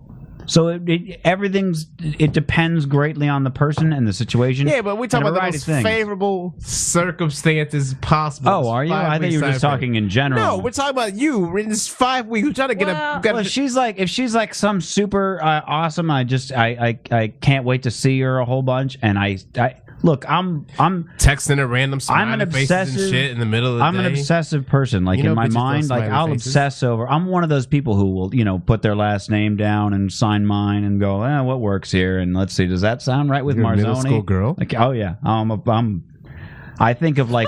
So it, it, everything's. It depends greatly on the person and the situation. Yeah, but we talk and a about the variety most of things. favorable circumstances possible. Oh, This are you? I five-week thought you were just cycle. talking in general. No, we're talking about you. We're in this five week. We're trying to get Well- a. Got well, if she's like if she's like some super uh, awesome. I just I, I I can't wait to see her a whole bunch. And I, I look, I'm I'm texting a random I'm smiley an faces obsessive- and shit in the middle of the I'm day. an obsessive person. Like You know in my bitches love mind, like smiley I'll faces. obsess over. I'm one of those people who will you know put their last name down and sign mine and go, eh, what works here? And let's see, does that sound right with You're a Marzoni? middle school girl? Like oh yeah, I'm a, I'm. I think of like.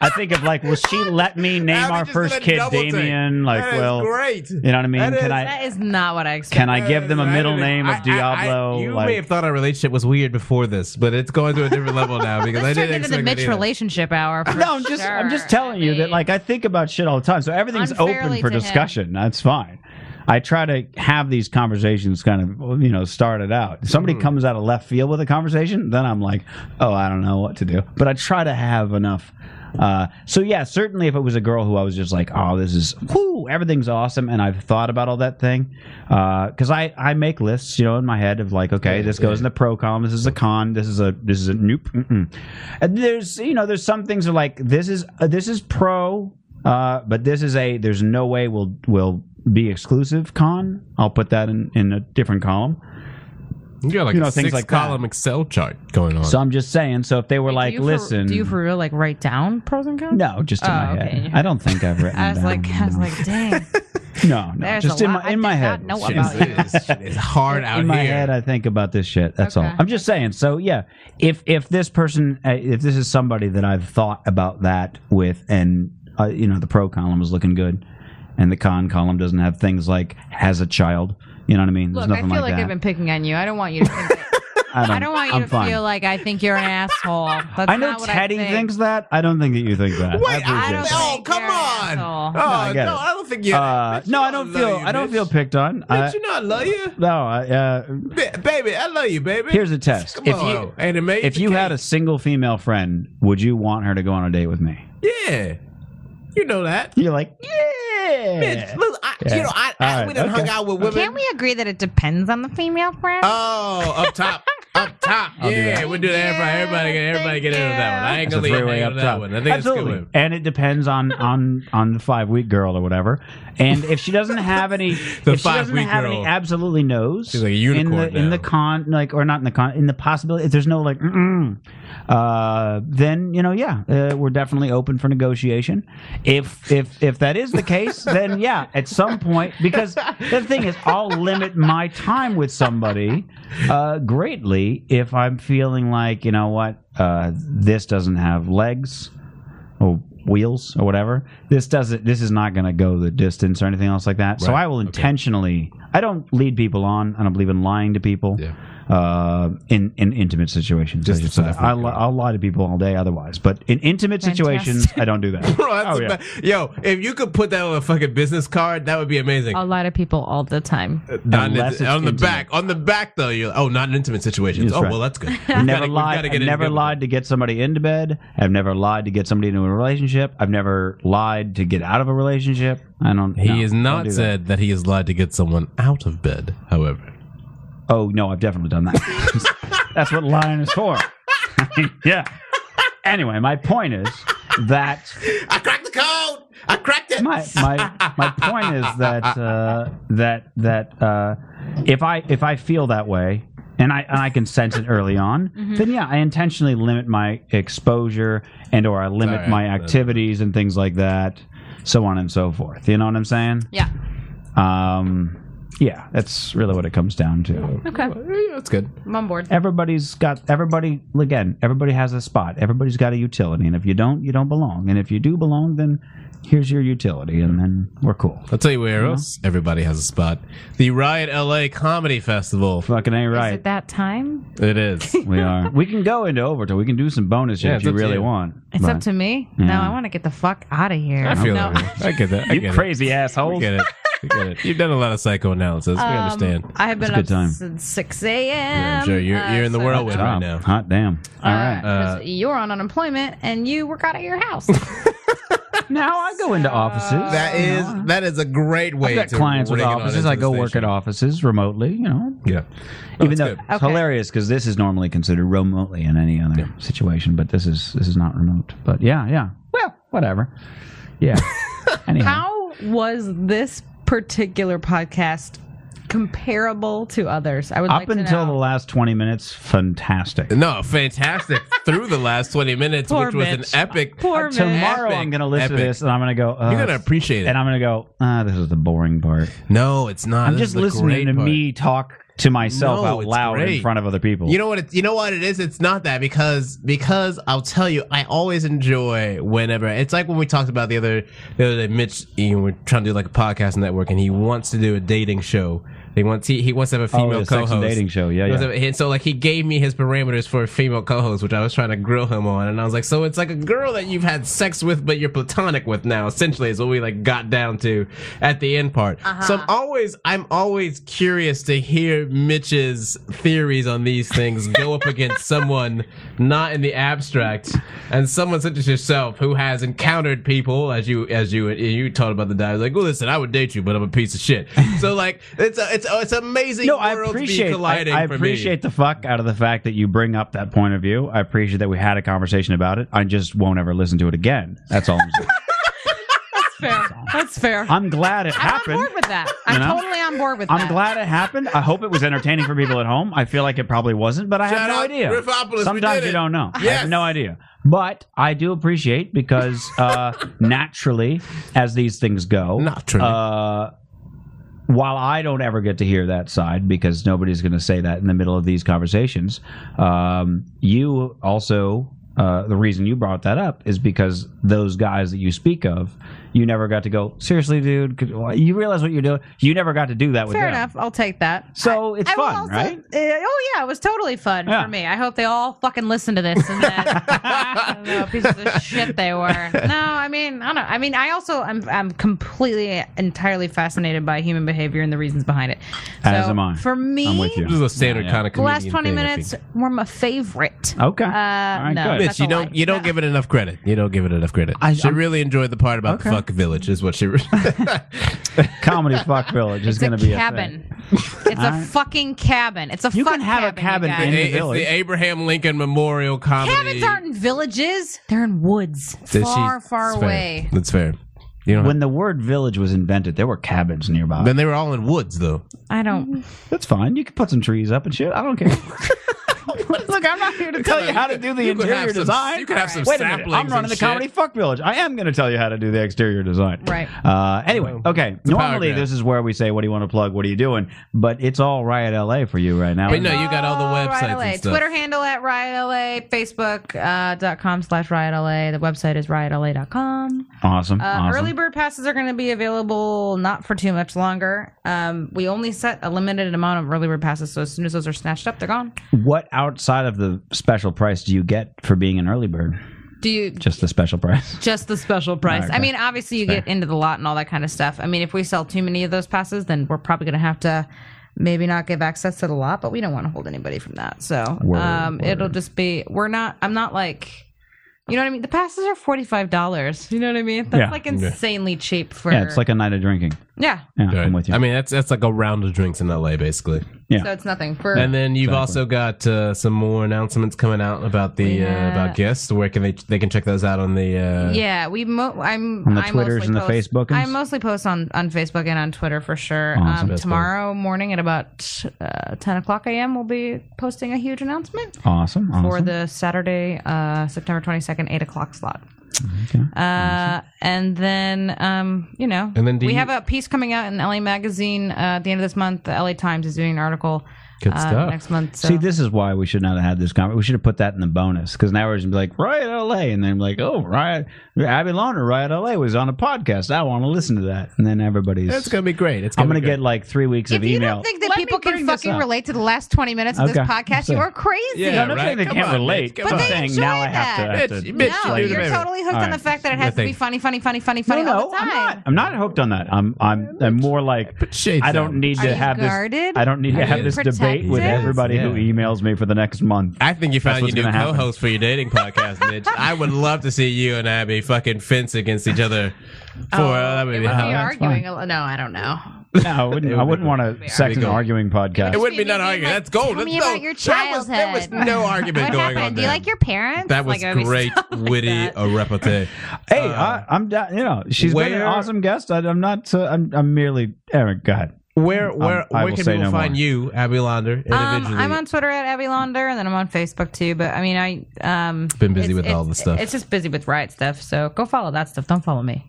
I think of like, will she let me name Abby our just first did a kid double take. Damien? Like, That is well, great. you know what I mean? That is- Can I? That is not what I expected. Can I give them a I middle didn't- name I- of I- Diablo? I- you like, may have thought our relationship was weird before this, but it's going to a different level now because I This turned didn't into the expect Mitch it either. relationship hour. For no, I'm just sure. I'm just telling you I that mean, like I think about shit all the time, so everything's open Unfairly for to him. discussion. That's fine. I try to have these conversations kind of you know started out. If somebody comes out of left field with a conversation, then I'm like, oh, I don't know what to do. But I try to have enough. Uh, so yeah, certainly if it was a girl who I was just like, oh, this is whoo, everything's awesome, and I've thought about all that thing, because I I make lists, you know, in my head of like, okay, this goes in the pro column, this is a con, this is a this is a nope. Mm-mm. And there's you know there's some things that are like this is uh, this is pro, uh, but this is a there's no way we'll will be exclusive con. I'll put that in in a different column. You got like You know, a things six like that. column Excel chart going on. So I'm just saying. So if they were do like, you for- listen, do you for real like write down pros and cons? no, just in Oh, my okay. head. I don't think I've written. I was down, like, I was no. like, dang. no, no, There's just a in lot my I in my did not head. know Shit. about It is- shit is hard out in my here. head, I think about this shit. That's all. Okay. I'm just saying. So yeah, if if this person, uh, if this is somebody that I've thought about that with, and uh, you know the pro column is looking good, and the con column doesn't have things like has a child. You know what I mean? Look, There's I nothing feel like, like, that. I've been picking on you. I don't want you to think that. I don't want you I'm to fine. feel like I think you're an asshole. That's I know not what Teddy I think. thinks that. I don't think that you think that. Wait, appreciate I don't that. think oh, come you're an on. asshole. Oh, No, I get no, it. I don't think you're. Uh, Bitch, no, I you don't love feel. you, I don't bitch. feel picked on. I, Bitch, you not love you, no, I, uh, Ba- baby. I love you, baby. here's a test. Come if on. you and it made if the you had a cake. single female friend, would you want her to go on a date with me? yeah, you know that. You're like, yeah. Bitch, look, I, Yeah. you know, I, I All we right, done hung okay. out with women. Can we agree that it depends on the female friend? Uh, Oh, up top. up top. I'll do yeah, that. we'll do that. Everybody, everybody, get, everybody get in on that one. I ain't It's going to a leave three-way you up on that top. one. I think Absolutely. it's a good. and it depends on on on the five week girl or whatever. And if she doesn't have any, The if she doesn't five-week have any, girl. absolutely knows. She's like a unicorn in the in now. the con like or not in the con in the possibility. If there's no like, mm-mm, uh, then you know, yeah, uh, we're definitely open for negotiation. If if if that is the case, then yeah, at some point, because the thing is, I'll limit my time with somebody uh, greatly if I'm feeling like you know what, uh, this doesn't have legs or wheels or whatever. This doesn't. This is not going to go the distance or anything else like that. So Right. I will intentionally. I don't lead people on. I don't believe in lying to people. Yeah. Uh, in in intimate situations, Just I should the say. stuff we I'll, li- do. I'll lie to people all day otherwise, but in intimate situations, I don't do that. Bro, that's Oh, the yeah. best. Yo, if you could put that on a fucking business card, that would be amazing. A lot of people all the time. Uh, Not in- Unless it's on the intimate. back, on the back though. You're oh, not in intimate situations. That's oh right. well, that's good. We've I've never gotta- we've lied. gotta I've in a never good lied to get somebody into bed. I've never lied to get somebody into a relationship. I've never lied to get out of a relationship. I one. don't. no, He has don't not do that. said that. he has lied to get someone out of bed. However, Oh no, I've definitely done that. That's what lying is for. yeah. Anyway, my point is that I cracked the code. I cracked it. my my my point is that uh, that that uh, if I if I feel that way and I and I can sense it early on, Mm-hmm. then yeah, I intentionally limit my exposure and or I limit Alright, my that's- activities and things like that, so on and so forth. You know what I'm saying? Yeah. Um, yeah, that's really what it comes down to. Okay. Yeah, that's good. I'm on board. everybody's got everybody again everybody has a spot everybody's got a utility and if you don't you don't belong and if you do belong then here's your utility, and then we're cool. I'll tell you where else everybody has a spot. The Riot LA Comedy Festival. Fucking ain't Is right. it that time? It is. We are. We can go into overtime. We can do some bonus shit Yeah, if it's you up to really you. want. It's but- up to me. No, Yeah. I want to get the fuck out of here. I feel no. it. I get that. I you get crazy it. I assholes. get it. I get it. You've done a lot of psychoanalysis. we Um, understand. I have been a good up time. since 6 a.m. Yeah, I'm sure you're, uh, um, you're in the so- whirlwind Job. right now. Hot damn. All right. Uh, 'cause you're on unemployment and you work out of your house. Now I go Uh, into offices. That is that is a great way I've got to clients with ring it on offices. into I the go work station. at offices remotely. You know, Yeah. even it's though good. it's hilarious because this is normally considered remotely in any other situation, but this is this is not remote. But yeah, yeah. Well, whatever. Yeah. Anyhow, How was this particular podcast comparable to others? I would up like to until the know. last twenty minutes, fantastic. No, fantastic. Through the last 20 minutes, Poor which was Mitch. an epic. Poor man. Tomorrow I'm going to listen to Epic. this and I'm going to go. Uh, You're going to appreciate it. and I'm going to go. Ah, this is the boring part. no, it's not. I'm This just is the listening great to part. me talk to myself No, out it's loud in great. front of other people. You know what? It, you know what it is. It's not that because because I'll tell you. I always enjoy whenever it's like when we talked about the other the other day. Mitch, you know, we're trying to do like a podcast network, and he wants to do a dating show. He wants he, he wants to have a female the Oh, sex and co-host dating show. Yeah, He wants yeah. to have- and so like he gave me his parameters for a female co-host, which I was trying to grill him on, and I was like, so it's like a girl that you've had sex with, but you're platonic with now. Essentially, is what we like got down to at the end part. So I'm always I'm always curious to hear Mitch's theories on these things go up against someone not in the abstract, and someone such as yourself who has encountered people as you as you you talked about the guy like, well, listen, I would date you, but I'm a piece of shit. so like it's a, it's a, it's amazing. no, I worlds be appreciate. I, colliding I for me. appreciate the fuck out of the fact that you bring up that point of view. I appreciate that we had a conversation about it. I just won't ever listen to it again. That's all. I'm saying. That's fair. That's fair. I'm glad it I'm on happened. board with that. I'm You know? totally on board with that. I'm glad it happened. I hope it was entertaining for people at home. I feel like it probably wasn't, but I have Shout no out idea. Riffopolis, we Sometimes did you it. don't know. I have Yes. no idea. But I do appreciate because uh, naturally, as these things go, Naturally. Uh, while I don't ever get to hear that side because nobody's going to say that in the middle of these conversations, um, you also. Uh, the reason you brought that up is because those guys that you speak of, you never got to go. Seriously, dude, could, you realize what you're doing. You never got to do that with Fair them. enough. I'll take that. So it's I will fun, also- right? uh, oh yeah, it was totally fun Yeah. for me. I hope they all fucking listen to this and that oh, pieces of shit they were. No, I mean I don't. I mean I also I'm I'm completely entirely fascinated by human behavior and the reasons behind it. As So, am I. For me, I'm with you. This is a standard Yeah, yeah. kind of the comedian last twenty thing, I minutes think. were my favorite. Okay. Uh, no, good. Mitch, that's you a don't lie. you don't No. give it enough credit. You don't give it enough credit. she I'm- really enjoyed the part about the Okay. fuck village, is what she. Re- Comedy fuck village is It's a going to be cabin. A thing. It's All a right. fucking cabin. It's a You fuck can have a cabin, you cabin in guys. it's village. the Abraham Lincoln Memorial Comedy. Cabins aren't in villages. They're in woods. That she- far, far that's fair. away. That's fair. You know, When the word village was invented, there were cabins nearby. then they were all in woods though. I don't. That's fine. You can put some trees up and shit. I don't care. Look, I'm not here to tell you how to do the You could interior have some- design. you could have some Wait a minute. saplings I'm and running the shit. comedy fuck village. I am going to tell you how to do the exterior design. Right. Uh, anyway, okay. a power Normally, grab. this is where we say, "What do you want to plug? What are you doing?" But it's all Riot LA for you right now. But no, you got all the Riot websites LA. and stuff. Oh, Twitter handle at riotla, facebook.com uh, slash riotla. The website is riotla.com. awesome. Uh, awesome. Early bird passes are going to be available not for too much longer. Um, we only set a limited amount of early bird passes, so as soon as those are snatched up, they're gone. What outside of the special price do you get for being an early bird? Do you Just the special price. just the special price? I mean, obviously, you get into the lot and all that kind of stuff. I mean, if we sell too many of those passes, then we're probably going to have to maybe not give access to the lot, but we don't want to hold anybody from that. So Word, um, it'll word. just be, we're not, I'm not like, you know what I mean? The passes are $45. You know what I mean? That's Yeah. like insanely cheap for, Yeah, it's like a night of drinking. yeah. Yeah, I'm Right. with you. I mean, that's that's like a round of drinks in LA, basically. yeah. So it's nothing for, And then you've also got uh, some more announcements coming out about the uh, Yeah. about guests. Where can they they can check those out on the uh, yeah, we mo- I'm On the I Twitters mostly and the post- Facebookings? I mostly post on on Facebook and on Twitter for sure. Awesome. Um, tomorrow morning at about uh, ten o'clock a.m. we'll be posting a huge announcement. awesome. awesome. for the Saturday, uh, September 22nd, 8 o'clock slot. Okay. Uh, and then, um, you know, And then do we you- have a piece coming out in LA Magazine uh, at the end of this month. The LA Times is doing an article Good uh, stuff. next month. So. See, this is why we should not have had this conversation. We should have put that in the bonus because now we're just gonna be like Riot LA, and then I'm like, oh, Riot Abby Loner, Riot LA was on a podcast. I want to listen to that, and then everybody's. That's gonna be great. It's I'm gonna be gonna get like three weeks if of you email. don't think that Let me people can bring this fucking up. relate to the last 20 minutes of Okay. this podcast, So- you are crazy. Yeah, No, I'm not right? saying they Come can't on, relate. bitch, I'm come on. saying They now I enjoy have to. I have that. Bitch, to- bitch, No, do the you're favor. totally hooked All on the right. fact that it has to be Nothing. funny, funny, funny, funny, funny, no, all no, the I'm time. not. I'm not hooked on that. I'm, I'm, I'm more like Put shades I don't on. need Are to you have this. guarded? I don't need to Are have you this debate with protective? everybody who Yeah. emails me for the next month. I think you found That's your what's new gonna happen. co-host for your dating podcast, Mitch. I would love to see you and Abby fucking fence against each other for Oh, uh, I it mean, would be how- arguing. a lo- No, I don't know. No, I wouldn't. It I would be- wouldn't want a sex and cool. arguing podcast. it wouldn't be none Maybe, arguing. like, That's gold. tell That's me about no- your That was, there was childhood. no argument what going happened? on Do there. you like your parents? that was Like, it would be great, stuff like witty that. a repartee. Hey, Uh, I, I'm da- you know she's been where- an awesome guest. I, I'm not. Uh, I'm, I'm merely Eric. Go ahead. Where where I where will can say people no find more. you, Abby Launder, Um, individually? I'm on Twitter at Abby Launder, and then I'm on Facebook too. But I mean, I um Been busy it's- with it's- all the stuff. It's just busy with riot stuff. So go follow that stuff. Don't follow me.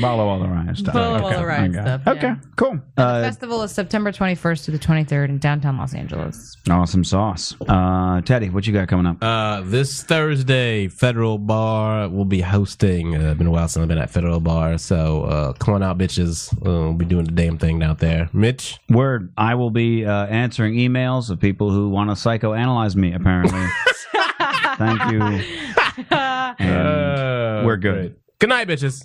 Follow all the Ryan stuff. Follow all the Ryan okay. stuff, Okay, yeah. cool. Uh, Festival is September 21st through the 23rd in downtown Los Angeles. awesome sauce. Uh, Teddy, what you got coming up? Uh, this Thursday, Federal Bar will be hosting. Uh, been a while since I've been at Federal Bar, so uh, come on out, bitches. Uh, we'll be doing the damn thing out there. Mitch, Word. I will be uh, answering emails of people who want to psychoanalyze me. Apparently. Thank you. And we're good. Uh, great. Good night, bitches.